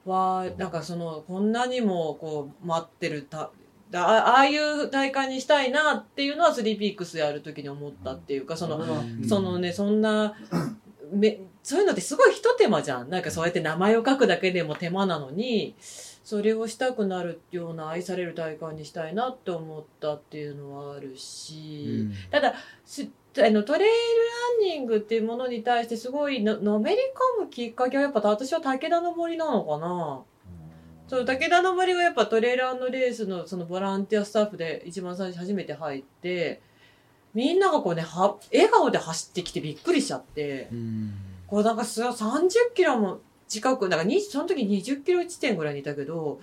うわーなんかそのこんなにもこう待ってるただあああいう大会にしたいなっていうのはスリーピークスやる時に思ったっていうかその、
うん
そのねそんなめそういうのってすごいひと手間じゃんなんかそうやって名前を書くだけでも手間なのにそれをしたくなるような愛される大会にしたいなって思ったっていうのはあるし。
うん
ただしあのトレイルランニングっていうものに対してすごいののめり込むきっかけはやっぱ私は武田の森なのかなそう武田の森がやっぱトレイラーのレースのそのボランティアスタッフで一番最初初めて入ってみんながこうねは笑顔で走ってきてびっくりしちゃって
うん。
こうなんかすごい30キロも近くなんかにその時20キロ地点ぐらいにいたけど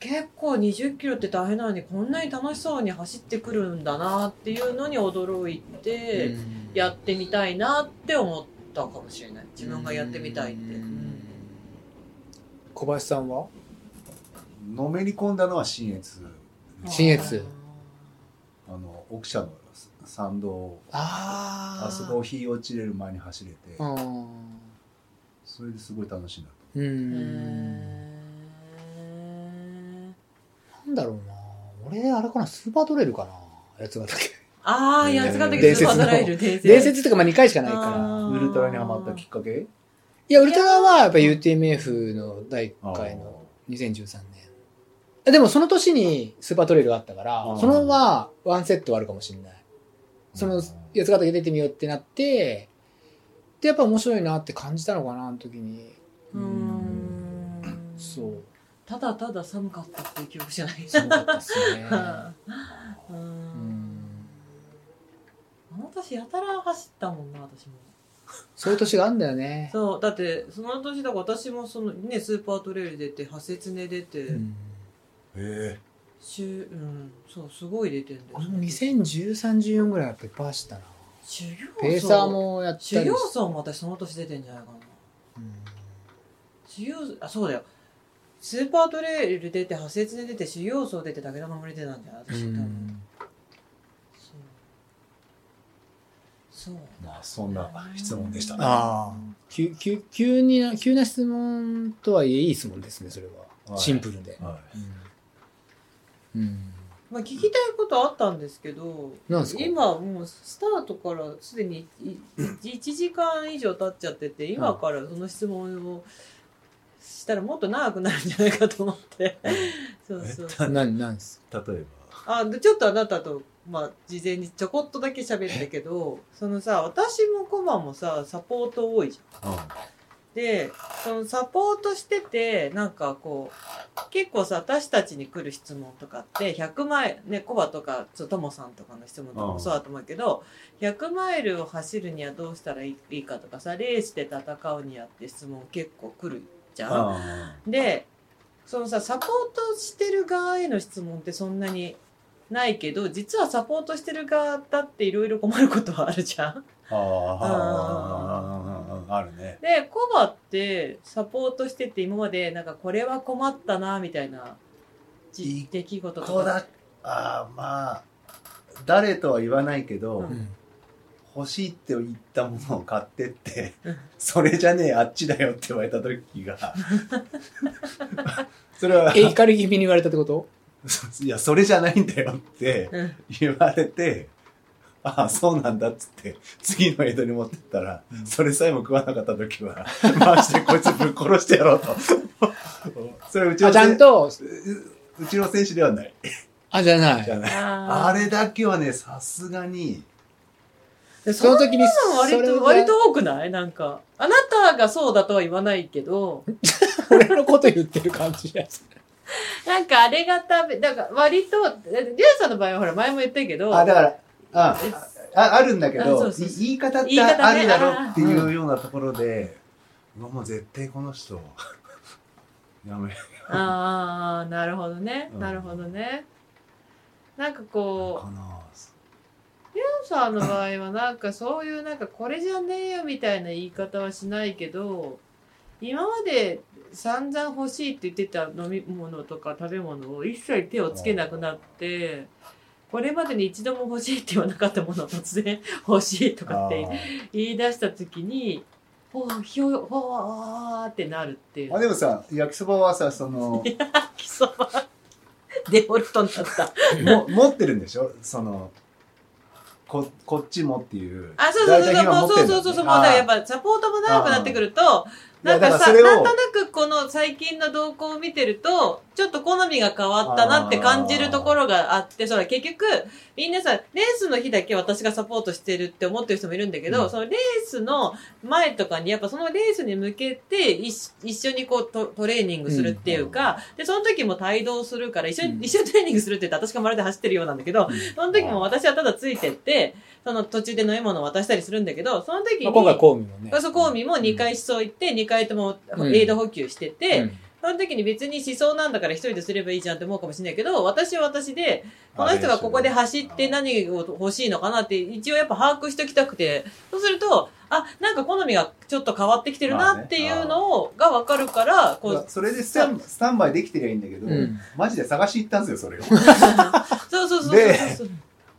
結構20キロって大変なのにこんなに楽しそうに走ってくるんだなっていうのに驚いて。
うん
やってみたいなって思ったかもしれない自分がやってみたいって、
うん小林さんは
のめり込んだのは新越
新越
あの奥社の参道を
あ
あそこを日落ちれる前に走れて
うん
それですごい楽しいなと
う
うんん
なんだろうな俺あれかなスーパートレイルかな八ヶ岳
ああ
ね
八ヶ岳
伝
ス
説
ーパ
の
ードライル伝
伝説とかまあ2回しかないから
あー
ウルトラにはまったきっかけ
いやウルトラはやっぱ UTMF の第1回の2013年でもその年にスーパートレイルがあったから
あー
そのままワンセットはあるかもしれないその
うん
八ヶ岳出てみようってなってでやっぱ面白いなって感じたのかなあの時に
ううん
そう
ただただ寒かったっていう記憶じゃない
すごかったっすね
う
うんん
あの年やたら走ったもんな私も
そういう年があるんだよね
そうだってその年だから私もそのねスーパートレイル出て破雪ね出て、
うん
え
しゅうんそうすごい出てんだよ
俺も201314ぐらいやっぱいっぱい走ったな
修行僧
ペーサーもやったりし
修行僧も私その年出てんじゃないかな
うん
修行あそうだよスーパートレイル出て破雪で出て修行僧出て武田守出てたんじゃない私多分、そうそう
まあそんな質問でしたね
ああ急急急にな急な質問とはいえいい質問ですねそれ
は
はいシンプルで、
は
うんうん
まあ聞きたいことあったんですけど
なんですか
今もうスタートからすでに1時間以上経っちゃってて今からその質問をしたらもっと長くなるんじゃないかと思って
うん
そうそう
何何です
い例え
あでちょっとあなたと、まあ、事前にちょこっとだけ喋ったけどそのさ私もコマもさサポート多いじゃん。
ばうん
でそのサポートしててなんかこう結構さ私たちに来る質問とかって100マイルねコバとかちょっとともさんとかの質問とかもそうだと思うけど100マイルを走るにはどうしたらいいかとかさレースで戦うにはって質問結構来るじゃん。
あ
でそのさサポートしてる側への質問ってそんなにないけど実はサポートしてる側だっていろいろ困ることはあるじゃん。
あああるね
でコバってサポートしてて今までなんかこれは困ったなみたいなじ出来事
ことう
か
だああまあ誰とは言わないけど、
うん
欲しいって言ったものを買ってって、それじゃねえあっちだよって言われた時が それは
え、怒り気味に言われたってこと
そいやそれじゃないんだよって
うん
言われて、ああそうなんだっつって次の江戸に持ってったら、それさえも食わなかった時は回してこいつぶっ殺してやろうと それうちの
あ、ち
せ
ゃんと、
ううちの選手ではない
あ、じゃな
じゃ
い。
ない
あ
あれだけはねさすがに
れ
その時に、
割
それ
と
が
割と多くないなんかあなたがそうだとは言わないけど
俺のこと言ってる感じ やつ。
なんかあれが食べだから割とリュウさんの場合はほら前も言ったけど
あだからあああるんだけ
あそ
ど
うそう
い
そう
言い方っ
言い
て
方
あ
ね
るだろっていうようなところで、うわもう絶対この人 やめ
ああなるほどね、
うん
なるほどねなんかこう
かな
リュウさんの場合はなんかそういうなんかこれじゃねえよみたいな言い方はしないけど今まで散々欲しいって言ってた飲み物とか食べ物を一切手をつけなくなってこれまでに一度も欲しいって言わなかったものを突然 欲しいとかって言い出した時にほうひょほわーってなるっていう
あでもさ焼きそばはさその
貴様デフォルトになった
も持ってるんでしょそのここっちもっていう
あ、そうそうそうそう、もうそうそうそうそう、もうだからやっ
ぱ
ぱサポートも長くなってくると、
い
な
や
んか
だか
さ、
らそれ
な
を
んとなくこの最近の動向を見てると、ちょっと好みが変わったなって感じるところがあって、そうだ、結局、みんなさ、レースの日だけ私がサポートしてるって思ってる人もいるんだけど、そのレースの前とかに、やっぱそのレースに向けて一、一緒にこうトトレーニングするっていうか、で、その時も帯同するから、一緒に、一緒にトレーニングするって言って私がまるで走ってるようなんだけど、その時も私はただついてって、その途中で飲み物を渡したりするんだけど、その時に、
まあ今回、コウミもね。
そこを見も2回思想行って、2回とも
うん
栄度補給してて、
うん
その時に別に思想なんだから一人ですればいいじゃんって思うかもしれないけど、私は私で、この人がここで走って何を欲しいのかなって一応やっぱ把握しておきたくて、そうすると、あ、なんか好みがちょっと変わってきてる
まあ
な
ね
っていうのを、がわかるから、こう、
それでスタンスタンバイできてりゃいいんだけど、
うん
マジで探し行ったんですよそれを
そうそうそうそう
で
そう。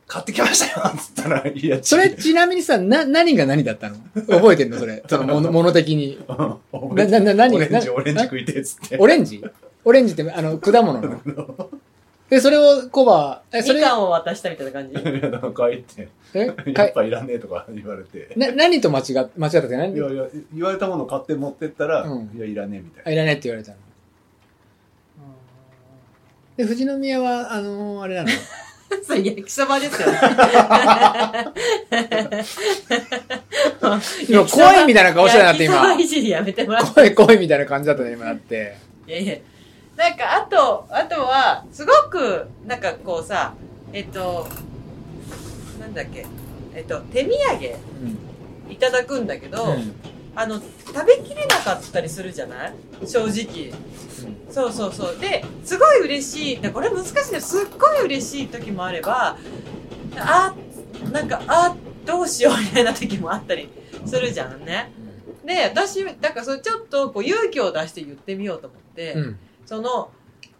買ってきましたよっつったらいや
それちなみにさ、な、何が何だったの覚えてんのそれ。その、 もの、もの的に。
うん
ななな何
オレンジ
な
オレンジ食いてえっつって
オレンジオレンジって、あの、果物の。で、それをコバ、え、そ
み
れ、
かんを渡したみたい な感じ。
いやなんか入って
え、
や
か
っぱいらねえとか言われて
な、何と間違っ、間違ったって何
いやいや言われたもの買って持ってったら、
うん
いやいらねえみたい
あいらないって言われたの。で、富士宮は、あのーあれなの。
それ焼きそばですよね。
今、怖いみたいな顔してたなって、
焼きそ
今
ば。いじりやめてもらって。
怖い怖いみたいな感じだったね、今だって。
いやいや。なんか、あと、あとは、すごく、なんかこうさ、えっと、なんだっけ、えっと、手土産
うん。
いただくんだけど、
うん
あの、食べきれなかったりするじゃない正直。そうそうそう。で、すごい嬉しい。でこれ難しいね。すっごい嬉しい時もあれば、あ、なんか、あ、どうしようみたいな時もあったりするじゃんね。で、私、だからそれちょっとこう勇気を出して言ってみようと思って、
うん。
その、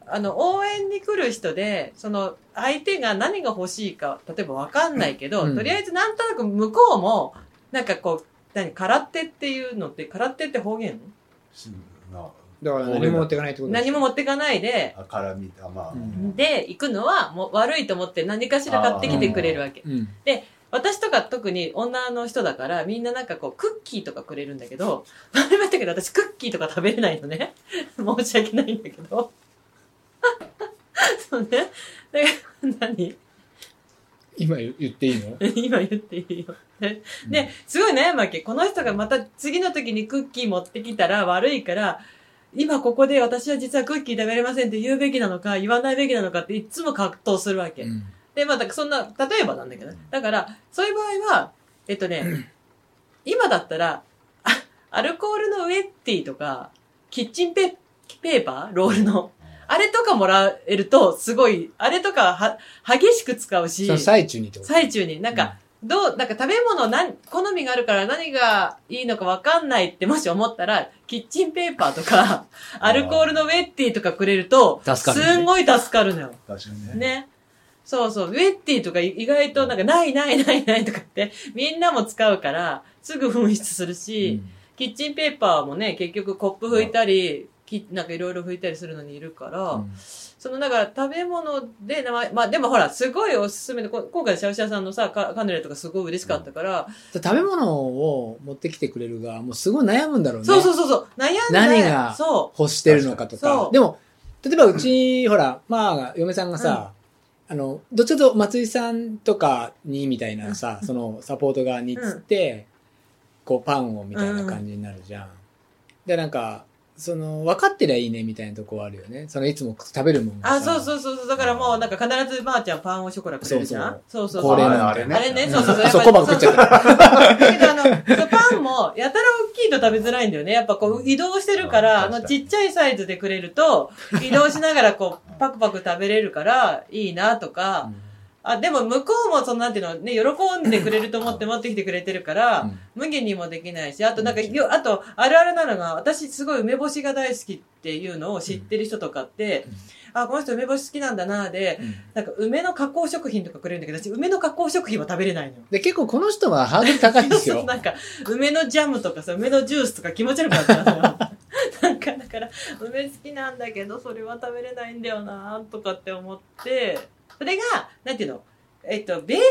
あの、応援に来る人で、その、相手が何が欲しいか、例えばわかんないけど、
うん
とりあえずなんとなく向こうも、なんかこう、何、空手っていうのって、空手って方言
なな
だから何も持っていかないってことでしょ
何も持ってかないで、
あ絡みあまあ、
うん。
で、行くのはもう悪いと思って何かしら買ってきてくれるわけ。
うん。
私とか特に女の人だからみんななんかこうクッキーとかくれるんだけど、前も言ったけど私クッキーとか食べれないのね。 申し訳ないんだけど。 そうね。で何
今言言っていいの
今言っていいよ。ねで、すごい悩むわけ。この人がまた次の時にクッキー持ってきたら悪いから、今ここで私は実はクッキー食べれませんって言うべきなのか、言わないべきなのかっていつも葛藤するわけ。
うん。
で、まあ、だからそんな、例えばなんだけどね。だから、そういう場合は、えっ とね、今だったら、あアルコールのウェッティとか、キッチンペペーパーロールの。あれとかもらえると、すごい、あれとかは、激しく使うし
その、最中にってこと
最中に、なん
うん
か、どう、なんか食べ物なん、好みがあるから何がいいのかわかんないってもし思ったら、キッチンペーパーとか、アルコールのウェッティとかくれると、
助かるね
すんごい助かるのよ。
確かにね。
ね。そうそう。ウェッティとかい意外となんかないないないないとかってみんなも使うからすぐ紛失するし、キッチンペーパーもね、結局コップ拭いたり、きなんかいろいろ拭いたりするのにいるから、
うん
そのだから食べ物で名前、まあでもほら、すごいおすすめで、こ今回シャオシャオさんのさ、カカヌレとかすごい嬉しかったから、
食べ物を持ってきてくれる側もすごい悩むんだろうね
そうそうそうそう、悩んで、
何が
そ
欲してるのかと
確かに
か
そう
でも例えばうちほらまあ嫁さんがさ、あのどっちかというと松井さんとかにみたいなさ、そのサポート側にっつって、こうパンをみたいな感じになるじゃん、でなんかその分かってりゃいいねみたいなとこあるよねそのいつも食べるもん
う。
がさ
あ、そうそうそうそう、だからもうなんか必ずばあちゃんパンをショコラくれるじゃんそうそうそう。
恒例なん
あ
だ
あれね。
あれね、そうそうそう。
あそう小判食っちゃった
だけどあの、そうパンも、やたら大きいと食べづらいんだよね。やっぱこう、移動してるから、あ
うん
の、ちっちゃいサイズでくれると、移動しながらこう、パクパク食べれるから、いいなとか、あ、でも向こうもそのなんていうの、ね、喜んでくれると思って持ってきてくれてるから、
うん
無限にもできないし、あとなんか、よあと、あるあるなのが、私すごい梅干しが大好きっていうのを知ってる人とかって、あ、この人梅干し好きなんだなで、
うん
なんか梅の加工食品とかくれるんだけど、私梅の加工食品は食べれないのよ。
で結構この人はハードル高いんです
そうそ
よ
うなんか、梅のジャムとかさ、梅のジュースとか気持ち悪くなったらなんか、だから、梅好きなんだけど、それは食べれないんだよなとかって思って、それが、なんていうの、えっと、ベース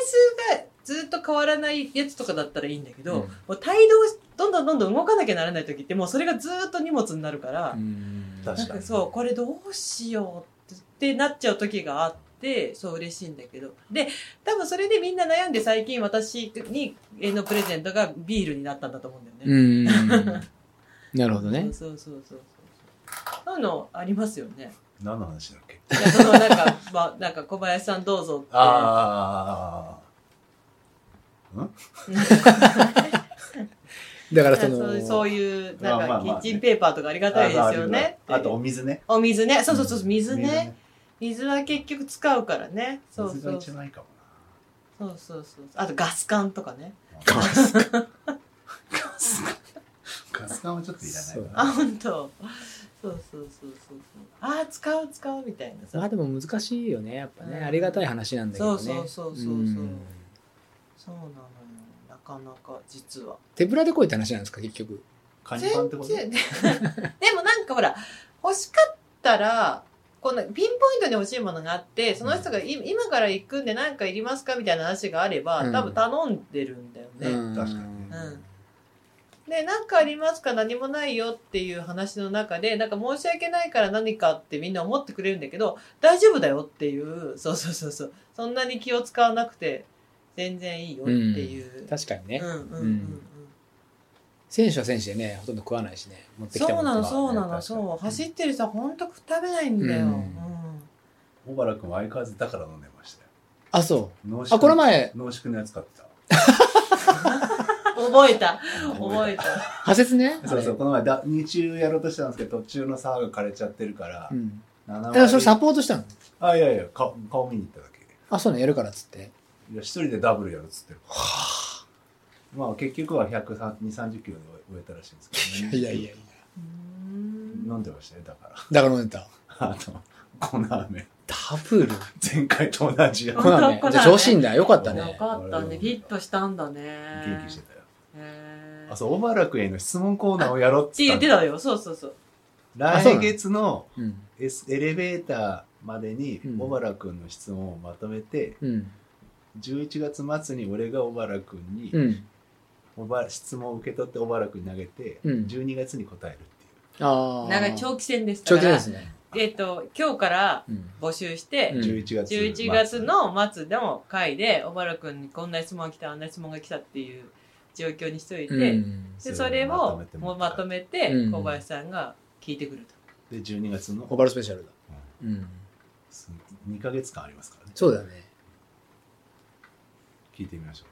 がずっと変わらないやつとかだったらいいんだけど、
うん
もう帯同し、どんどんどんどん動かなきゃならない時って、もうそれがずっと荷物になるから、
うん
確か
なんかそう、これどうしようってなっちゃう時があって、そう嬉しいんだけど。で、多分それでみんな悩んで最近私にえーのプレゼントがビールになったんだと思うんだよね。
う
なん
なるほどね
そうそうそうそうそう。そういうのありますよね。
何の話だっけ
いやそのなんか、ま あ、なんか小林さんどうぞって。
あ
だからそ
そ
の
うそういう、
ま
な
あまあ
んか
まあ
キッチ
ね
ンペーパーとかありが
あ。
たいですよね。
あとお水ね。
お水ね。そうそうそう、水ね。。水は結局使うからね。そう
水
そ
が
う
一
そう。
番いいかも
そうそうそう。あとガス管とかね。
な。ガス缶はちょっといらないか
あ
な。
本当そうそうそうそうそうああ使う使うみたいな
ま
さ
あでも難しいよねやっぱね、
うん
ありがたい話なんだけどね
そうそうそうそうそうんそうなのよなかなか実は
手ぶらで来いって話なんですか結局
カニパンってこと
で でもなんかほら欲しかったらこんなピンポイントに欲しいものがあってその人がい今から行くんで何かいりますかみたいな話があれば
うん
多分頼んでるんだよね、
うん
確かにね
うんで、なんかありますか何もないよっていう話の中で、なんか申し訳ないから何かってみんな思ってくれるんだけど、大丈夫だよっていう、そうそうそうそう。そんなに気を使わなくて、全然いいよっていう。
確かにね、
うんうんうんう
うんん。選手は選手でねほとんど食わないしね持ってき
そ
た
う
も
な
の
の、
とか
そうな
ね
の、そう。走ってる人はほんと食べないんだよ。う
うんん。
小原君は相変わらずだから飲んでましたよ。
あそ
濃
うあこの前
濃縮のやつ買ってた。
覚えた。覚えた。
破節ね
そうそう、
あ
この前だ、日中やろうとしたんですけど、途中のサーが枯れちゃってるから
れう、ん
7
だ
割
からそれサポートしたの
あ、いやいや、顔顔見に行っただけ。
あそうねやるからっつって
いや、一人でダブルやるっつってるから。まあ、結局は120、30キロで終えたらしいんですけど、ね、
いやいやいや
うーん
飲んでましたよ、だか
だから飲んでた
ら。 あの、粉飴。
ダブル
前回と同じやつ
こ。なね
こんなね
じゃあ調子いいんだよかった
よ
ね
かったね。フィットしたんだね。
元気してたよ。
へー
あ、そう、小原君への質問コーナーをやろうっ
って
つ
言っ
っ
たて
の
たよ。そうそうそう。
あそうな
来
の
月の
うん、
エスエレベーターまでに
うん
小原君の質問をまとめて、
うん
11月末に俺が小原君に、
うん、
小原質問を受け取って小原君に投げて、
うん
12月に答えるっていう
ああ
なんか長期戦ですか
長
ら
期戦ですね、
えっ、と今日から
うん、
募集して、
うん
11月
11月の末の回で小原君にこんな質問が来たあんな質問が来たっていう状況にしといて、
うん
でそれ
まと
を
めて
もうまとめて
うん
小林さんが聞いてくると、
で12月の
オバルスペシャルだ、うん、
2か月間ありますからね
そうだね
聞いてみましょ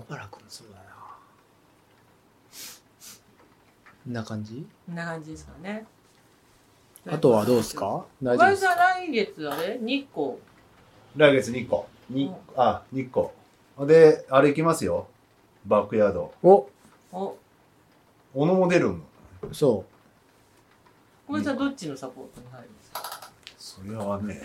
う
小原君そうだなこんな感じ
こんな感じですかね
あとはどうですか大丈夫
小
で
林
すか
さん来月あれ日光
来月2個。に
うん
あ、2個。で、あれ行きますよ。バックヤード。
お、
お
小野も出るん
そ
小林さんどっちのサポートに入るんです か
それはね。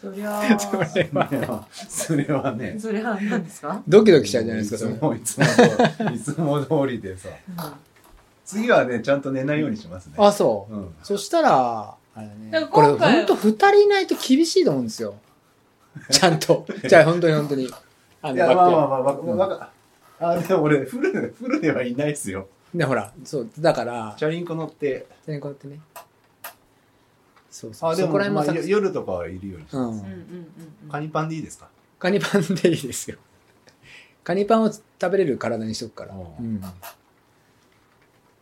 そりゃあ
それはね。
そりゃあ何で すか
う。ドキドキしちゃうじゃないですか、
いつ
そ
も、いつも通り、いつも通りでさ。
うん
次はね、ちゃんと寝ないようにしますね
れ。あ、そう。
うん。
そしたら、あれだね
だか。
これ、
ら今回
ほんと二人いないと厳しいと思うんです よ。ちゃんと。じゃあ、本当に本当に。あ
い
の、
や、
バ
まあまあ
ッ
まあ、わわかあ、でも 俺、フル、フルではいないっすよ。
ク。で、ほら、そう、だから、
チャリンコ乗って、
全然こうやってね。そうそう。
あ、で
そ
も、
こら辺
ま
も
あ、
さ
よ夜とかはいるように。
う。
うんうんんうん
カニパンでいいですか
カニパンでいいですよ。カニパンを食べれる体にしとくから。
お
う。
うん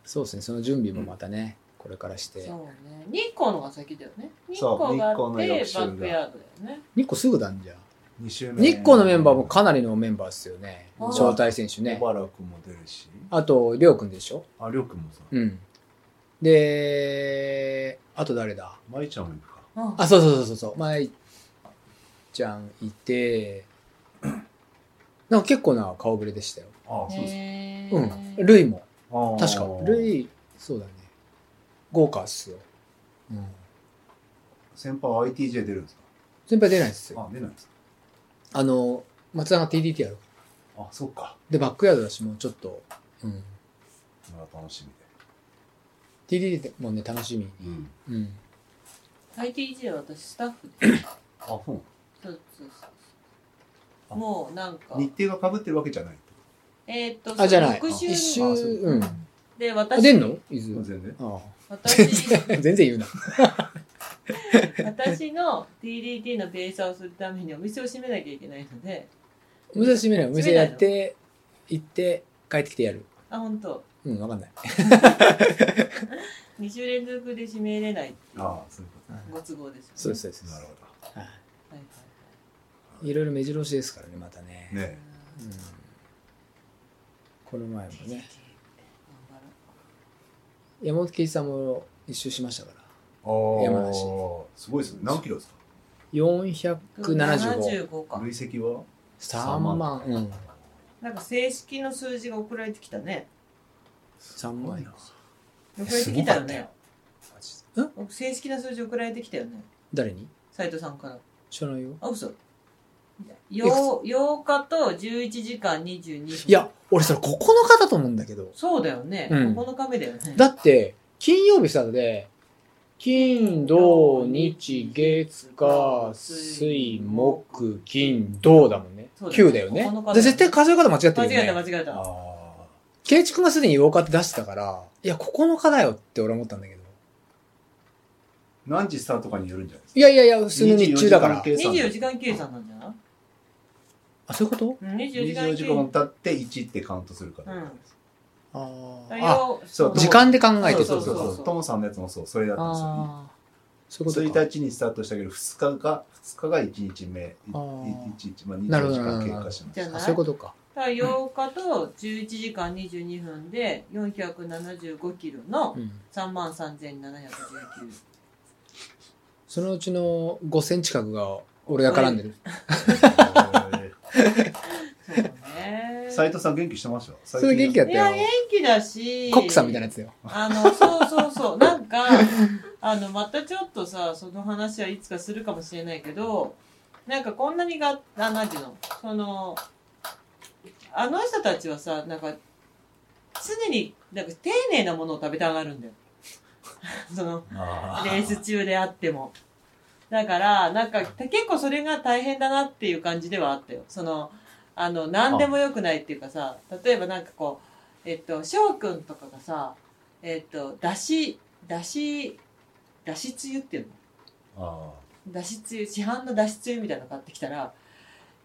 そうですね、その準備もまたね、これからして。
そうね日光のが先だよね日
そう
光があ
日光
っ
の
て
翌週が
バックヤードだよね
日光すぐだんじゃん。
二週目。
日光のメンバーもかなりのメンバーですよね。
あー
招待選手ね
小。原くんも出るし。
あと、りょうくんでしょ
あ、りょうくんもさ。
うん。で、あと誰だ
まいちゃんも行くか。
うん
あ、そうそうそうそうそう。まいちゃんい て、なんか結構な顔ぶれでしたよ。
あそうですか。
へ
う
ー
ん。ルイも。
あー
確か。ルイ、そうだね。豪華っすよ。うん。
先輩は ITJ 出るんです
先輩出ないっすよ。
かあ、出ないんですか
あの、松田が TDT やる。
あ、そっか。
で、バックヤードだし、もうちょっと、うん。
まあ楽しみ
TDT もね、楽しみ。
で。うん。
うん。
ITJ は私スタッフで
あ、そう。
そうそうそうもうなんか
日程が被ってるわけじゃない。
えーっと
あ、じゃない。
翌
一周、
週
あそう
うん。
で
あ
私
出んの伊
全
豆。
然。
あ
私
あ全然言う な。
私の DDT のペーサーをするためにお店を閉めなきゃいけないので
お店閉めない。お店やって、行って、帰ってきてやる。
あ本当
うん、わかんない。
2週連続で閉めれないっていう
ああ、そういうこ
ご都合ですよね
そうです、そうで
と。なる
す。
ほ
はいはい
いろいろ目白押しですからね、またね。
ど。ね
うん。この前も
はい
ね。山本圭一さんも一周しましたから。
え。ああ。
山梨
すごいですね。何キロですか
頑張ろう
475。
75か
累積は
3万。うん。
なんか正式の数字が送られてきたね
3万円。
送られてきたよ
すごか
ね
うん
正式な数字送られてきたよね
誰に
斉藤さんから
知らないよ。
あ嘘よう 8, 日と11時間22分
いや、俺それ9日だと思うんだけど。
そうだよね、
うん
9日目だよね
だって、金曜日スタートで、金、土、日、月、火、水、木、金、土だもんね。
そうだね
9だよね
9日だ。よ
で、絶対数え方間違って
間
る
違えた
よ
間
ね。
違えた
ああ。
ケイチ君がすでに8日って出してたから、いや、9日だよって俺は思ったんだけど。
何時スタートかによるんじゃないですか。
いやいやいや、普通の日中だから。
24時間計算なんじゃない
あ、そういうこと
うん24時間
24時
計
間
算
経って1ってカウントするから。
うん
あーあ、
あ
そう
時間で考えて
そう
る。
そ
そう
う
そ
そう
う
そ
そうう。トモさんのやつもそう、それだったんですよね。
ああ、そういうことか。
1日にスタートしたけど、2日が、2日が1日目、
あー
1日、まあ、
なるほ
24時
ど
間経過しまし
じ
た。
ゃ
あ
ない
そういうことか。
だから8日と11時間22分で475キロの
うん。
3万3719
そのうちの5センチ角が俺が絡んでる。
そうね
斎藤さん元気してました
それ元気だった
いや
よ
元。気だし
コックさんみたいなやつだよ。
あのそうそうそうなんか あのまたちょっとさその話はいつかするかもしれないけどなんかこんなにがあなんていうのそのあの人たちはさなんか常になんか丁寧なものを食べたがるんだよ その
あ
レース中であっても。だから、なんか、結構それが大変だなっていう感じではあったよ。その、あの、何でもよくないっていうかさ、例えばなんかこう、えっと、翔くんとかがさ、えっと、だし、だし、だしつゆっていうの
あ
だしつゆ市販のだしつゆみたいなの買ってきたら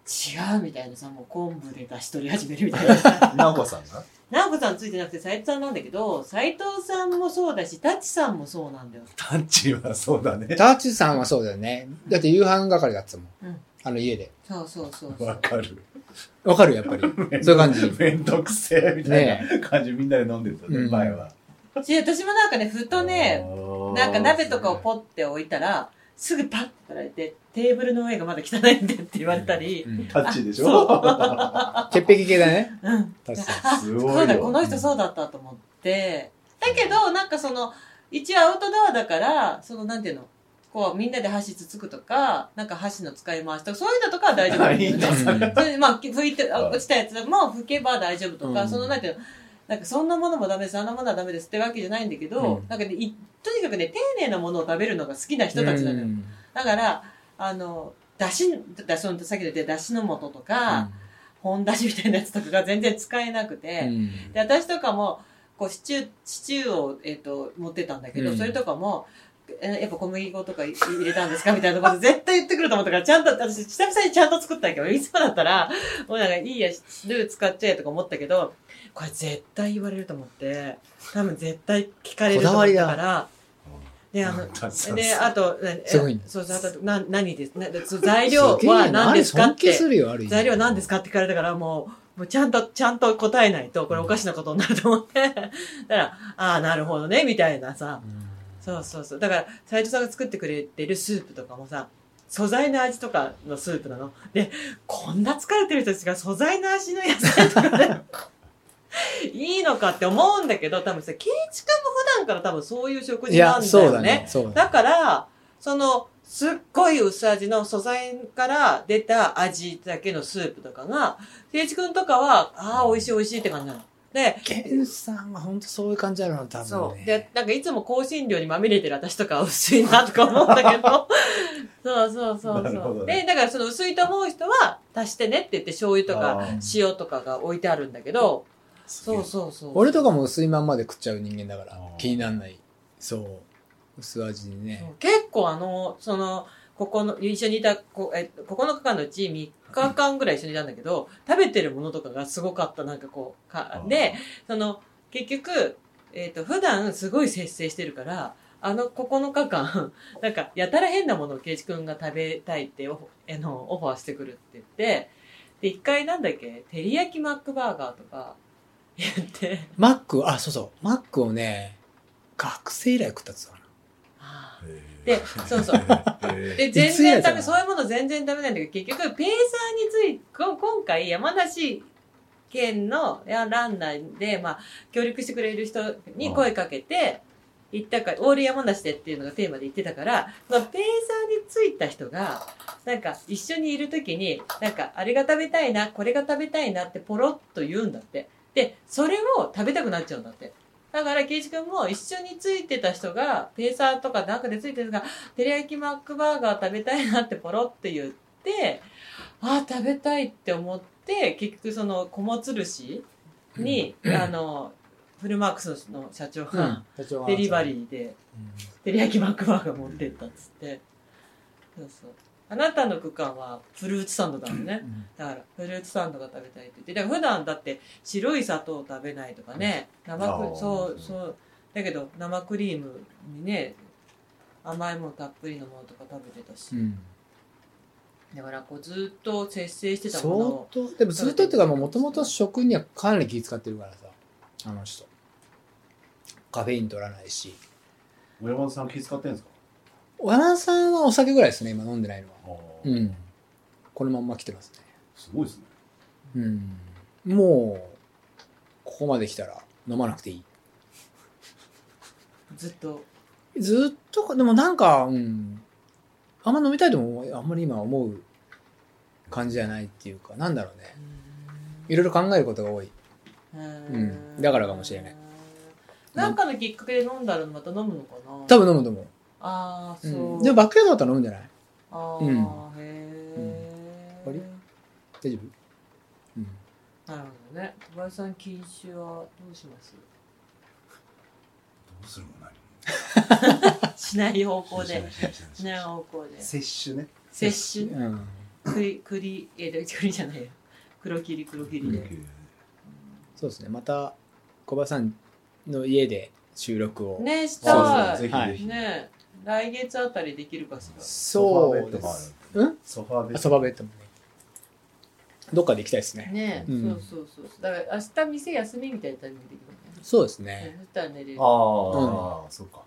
違うみたいなさもう昆布でだし取り始めるみたいな さ
あ。直子さんが
直子さんついてなくて斉藤さんなんだけど斉藤さんもそうだしタチさんもそうなんだよ
タッチはそう だね。
ターチさんはそうだよね。だって夕飯係だったもん。
うん
あの家で。
そうそうそうそ
わ
う
かる。
わかるやっぱり。そういう感 じ。
めんどくせえみたいな感じみんなで飲んでたね、
うん
前は。
し私もなんかねふとね
あー
なんか鍋とかをポッて置いたら、すぐパッて叩いて、テーブルの上がまだ汚いんでって言われたり、
うん
タッチでし
そ
ょ
潔癖系だね。
うん。
確かに。
あ、
す
そ
ご
う
い
だ、こ
よ。
の人そうだったと思って。だけど、なんかその、一応アウトドアだから、その、なんていうの、こう、みんなで箸つつくとか、なんか箸の使い回しとか、そういうのとかは大丈夫なんだよね。それでまあ、拭いて、あ落ちたやつも拭けば大丈夫とか、
うん
その、なんていうの、なんかそんなものもダメです、あんなものはダメですってわけじゃないんだけど、
うん
なんかね、いとにかくね、丁寧なものを食べるのが好きな人たちなのよ。
うん
だから、あの、だし、だそのさっきの言っただしの素とか、本だしみたいなやつとかが全然使えなくて、
うん
で私とかもこうシチューシチューを、えっと持ってたんだけど、
うん
それとかもえやっぱ小麦粉とかい入れたんですかみたいな こと絶対言ってくると思ったから、ちゃんと、私、久々にちゃんと作ったけど、いつもだったら、もうなんか、いいや、ルー使っちゃえとか思ったけど、これ絶対言われると思って、多分絶対聞かれると思ったから、で、あの、で、あと、なえ
すごいね
そうそう、あと、な、何です、なそう材
す
料
げえな
は何ですかっ
あれ尊敬
て
す、るよ、ある意味
材料は何ですかって聞かれたから、もう、もうちゃんと、ちゃんと答えないと、これおかしなことになると思って。だ から、ああ、なるほどね、みたいなさ。そうそうそう。だから、斉藤さんが作ってくれてるスープとかもさ、素材の味とかのスープなの。で、こんな疲れてる人たちが素材の味の野菜とかね、 いいのかって思うんだけど、多分さ、ケイチ君も普段から多分そういう食
い
事な
や、
んだ
そう
よ
だ
ね
ね。。そうだね。
だから、その、すっごい薄味の素材から出た味だけのスープとかが、聖一くんとかは、ああ、美味しい美味しいって感じなの。で、
ケンさんは本当そういう感じあるな、多
そ
分
う。
ね。
で、なんかいつも香辛料にまみれてる私とかは薄いなとか思ったけ ど、そうそうそう
なる
そ
ほ
う、
どね
で、だからその薄いと思う人は、足してねって言って醤油とか
あー
塩とかが置いてあるんだけど、そうそうそう。
俺とかも薄いまんまで食っちゃう人間だから
あー
気にならないそう薄味に
そう
ね
結構あの、その、ここの、一緒にいた、こえ9日間のうち3日間ぐらい一緒にいたんだけど、食べてるものとかがすごかった、なんかこう、か
あ
で、その、結局、えっ、と、普段すごい節制してるから、あの9日間、 なんか、やたら変なものをケイチ君が食べたいってオフあのオファーしてくるって言って、で、一回なんだっけ、照り焼きマックバーガーとか言って、
マックあそうそうマックをね学生以来食ったっつうかな
あー
へ
で、そうそう。
ー
で、全然ダメ、そういうもの全然ダメなんだけど、結局、ペーサーについて、こ今回、山梨県のいやランナーで、まあ、協力してくれる人に声かけて、行ったか、オール山梨でっていうのがテーマで言ってたから、そのペーサーについた人が、なんか、一緒にいるときに、なんか、あれが食べたいな、これが食べたいなってポロッと言うんだって。で、それを食べたくなっちゃうんだって。だから、ケイジ君も一緒についてた人が、ペーサーとかなんかでついてる人が、照り焼きマックバーガー食べたいなってポロって言って、ああ、食べたいって思って、結局その、小松るしに、あの、フルマークスの社長が、デリバリーで、照り焼きマックバーガー持ってったっつって。そうそう。あなたの区間はフルーツサンドだもんね。
うん
だから、フルーツサンドが食べたいって言って。だから普段だって白い砂糖を食べないとかね、生
あ
ク
ー
そう、そう。だけど生クリームにね、甘いものたっぷりのものとか食べてたし
う。ん
だからこうずっと節制してたもの
相
を。
当でもずっとっていうかもともと食にはかなり気使ってるからさあの人カフェイン取らないし
小山田さん気遣ってんですか
小原さんはお酒ぐらいですね今飲んでないのは
あー
うんこのまんま来てますね
すごいですね。
うんもうここまで来たら飲まなくていい
ずっと。
ずっとかでもなんか、うん、あんま飲みたいともあんまり今思う感じじゃないっていうかなんだろうねいろいろ考えることが多いうんだからかもしれない。
なんかのきっかけで飲んだらまた飲むのかな
多分飲むと思う、
ああ、
う
そ
ん
う。
でもバックヤードだったら飲むんじゃない
あ
う
あ、
ん
へえ、
うん終大丈夫、うん、
なるほどね。小林さん禁酒はどうします？
どうするも何も。
しない方向
し
で
ない。しないしない
し
し
ない
ない
方向で。
摂取ね
摂取。
うん、
栗栗えー、栗じゃないよ。黒霧黒霧で。
そうですねまた小林さんの家で収録を、
ねし
そうそう
た
ぜひ
は
ぜ
い
い。
ひ。
ね来月あたりできるかしら。
そうで
ソファーベッドもあ
すうん
ソファーベ
あ
ッ
そ
ド。
ばベッドもねどっかで行きたいですね
ね、
うん
そうそうそうだから明日店休みみたいなタイミングできるね
そうですね。
そしたら寝れる
ああ、そうか。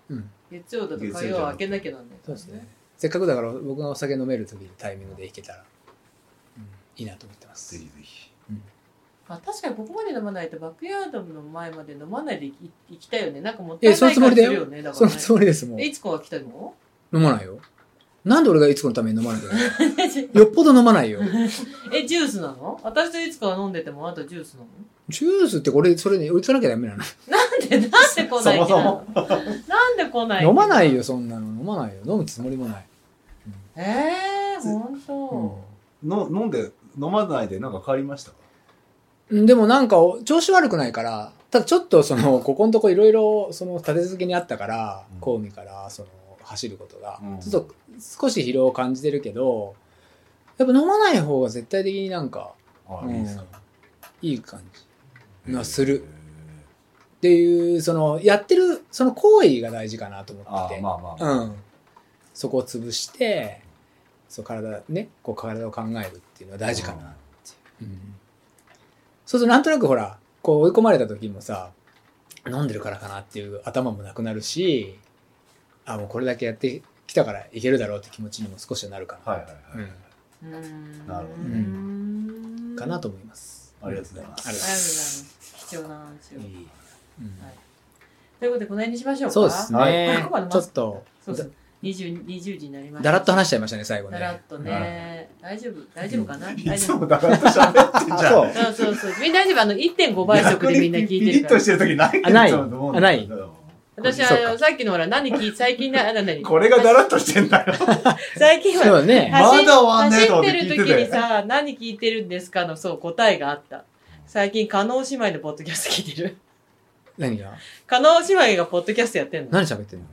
月曜だと火曜は開けなきゃなんない
そうですね。せっかくだから僕がお酒飲める時にタイミングで行けたら、うんいいなと思ってま
ぜ
す
ひ。ぜひ。
あ確かにここまで飲まないとバックヤードの前まで飲まないでい行きたいよねなんかもったい
えそ
な
の
い
つも
感
り
じ
だ
す
よ
るよねだか
そ
ら
の
ね
つもりですもん。
え
飲
いつこが来たの
まないよ。なんで俺がいつこのために飲まなきゃいけないのよっぽど飲まないよ。
えジュースなの私といつこが飲んでてもあとジュースなの
ジュースってこれ、それに売らなきゃダメなの
なんでなんで来ないけなの なんで来ないけ
飲まないよ、そんなの。飲まないよ。飲むつもりもない。
えー、ほんと、
の飲んで、飲まないでなんか変わりましたか
うんでもなんかお、調子悪くないから、ただちょっとその、ここのとこいろいろ、その、立て続けにあったから
うん、
コウミから、その、走ることが
うん、
ちょっと少し疲労を感じてるけど、やっぱ飲まない方が絶対的になんか、
あ
う
あ、いい
ん
ですか。
いい感じ。まあする。っていう、その、やってる、その行為が大事かなと思っ
あ
てて
あ、。まあまあまあ。
うん、そこを潰してそう体ねこう体を考えるっていうのは大事かなっていう、うんそうするとなんとなくほらこう追い込まれた時もさ飲んでるからかなっていう頭もなくなるしあもうこれだけやってきたからいけるだろうって気持ちにも少しはなるかな、
はいはいはい。
うん
うーん
なるほど
ね
うん
かなと思います
ありがとうございます
あ
あ
り
り
がとうござ
がとうござ
いま
います貴重な話を
すいいうん
はいということでこの辺にしましょうか
そうですね、
はいここまで
ちょ
待つ
っと
そうそう20 20時になりました
だらっと話しちゃいましたね最後
だら
ね
っとね大丈夫大丈夫かな大
いつ
丈夫
もだらっと喋ってんじゃん。
そう
そうそうそうみんな大丈夫あの1.5倍速でみんな聞いて
ピリ
る
ッ
か
と
ら
してる時ない
あない
と思うんだ
あない
けど
私
そう
は
か
あのさっきのほら何聞い最近なあな何
これがだらっとしてん だよ。
最近
そう
は
だね
走
まだ終わんねえと
走っ
思って
て
聞いて
る時
たよ
にさ何聞いてるんですかのそう答えがあった最近加納姉妹のポッドキャスト聞いてる
何が
加納姉妹がポッドキャストやってんの
何喋ってんの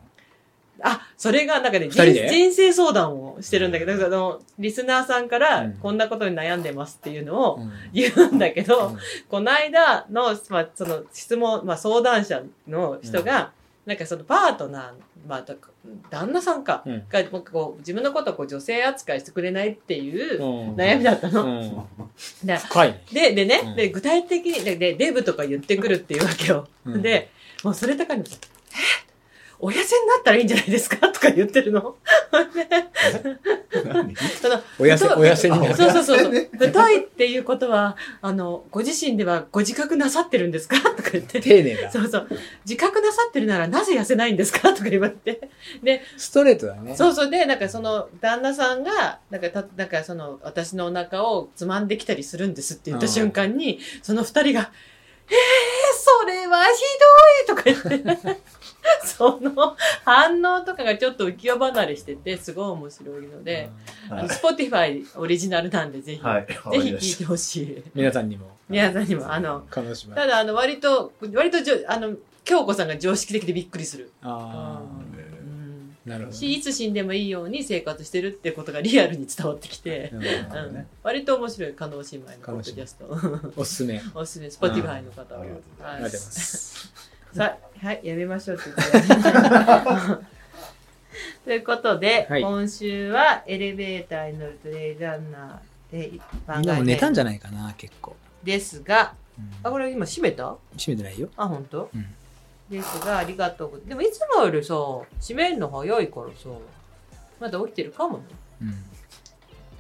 あ、それが、なんかね、
二人
人
で
人生相談をしてるんだけど、その、リスナーさんか
う
ら
ん、
こんなことに悩んでますっていうのを
うん
言うんだけ
う
ど、
ん
この間の、まあ、その質問、まあ、相談者の人が、なんかそのパートナー、まあ、だ旦那さんか、
うん
が、なんかこう、自分のことをこう女性扱いしてくれないっていう
うん
悩みだったの。
うん
だ
深いね。
で、でね、
うん
で、具体的に、で、でデブとか言ってくるっていうわけよ。
うん
で、もうそれとかに、えお痩せになったらいいんじゃないですかとか言ってるの。
何
その
お痩せ、お痩せになる。
そうそうそうそう。太いっていうことは、あの、ご自身ではご自覚なさってるんですかとか言って。
丁寧だ。
そうそう。自覚なさってるならなぜ痩せないんですかとか言われて。
ストレートだね。
そうそう。で、なんかその、旦那さんが、なんかた、なんかその、私のお腹をつまんできたりするんですって言った瞬間に、その二人が、えー、それはひどいとか言 って。その反応とかがちょっと浮世離れしてて、すごい面白いので、あの Spotify オリジナルなんで、ぜひ、
はい。
ぜひ聞いてほしい。
皆さんにも、
皆さんにも、あの、
彼女は。
ただ、あの、割と、割とじょ、あの、京子さんが常識的でびっくりする。
あ
う
え
ん。
あ、なるほど
し、いつ死んでもいいように生活してるってことがリアルに伝わってき
ね。
て、う
なるほど
ん
ね、
割と面白い、加納姉妹のポッドキャスト。
おすすめ。
おすすめ、Spotify の方は。
ありがとうござ
あ
は
りがとうございます。
さはい、やめましょうってこ とでということで、
はい
今週はエレベーターに乗るトレイランナーで番
みんなも寝たん
外
じゃないかな、結構。
ですが、
うん
あ、これ今閉めた
閉めてないよ。
あ、本当、
うん
ですが、ありがとうご。でもいつもよりさ、閉めるの早いからさ、まだ起きてるかもね。
うん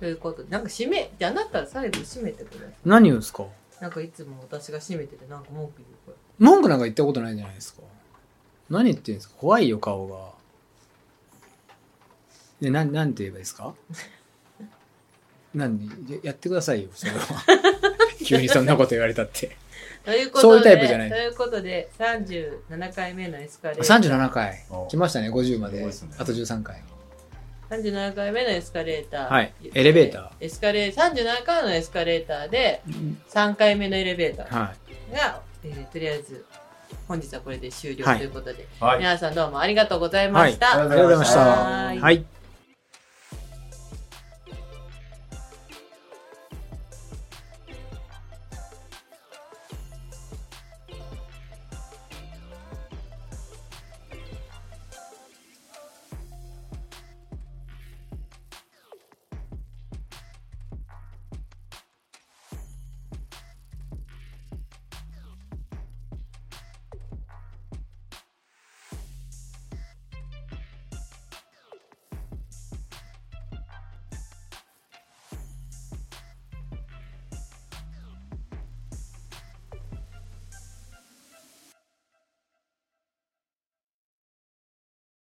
ということで、なんか閉め、じゃああなた最後閉めてください。
何をですか
なんかいつも私が閉めててなんか文句言うから。
文句なんか言ったことないじゃないですか。何言ってんですか怖いよ、顔が。で、なん、なんて言えばいいですか何ややってくださいよ、それ は。急にそんなこと言われたって。
というこ
そ
とで、
ういうタイプじゃない
ということで、37回目のエスカレーター。
37回
お
来ましたね50ますで
ごいっすね
あと13回
37回目のエスカレーター。
はいエレベーター。
エスカレー、37回のエスカレーターで、3回目のエレベーター
は
が、えーとりあえず、本日はこれで終了
はい
ということで、
はい。
皆さんどうもありがとうございました。
いありがとうございました
はーい
はい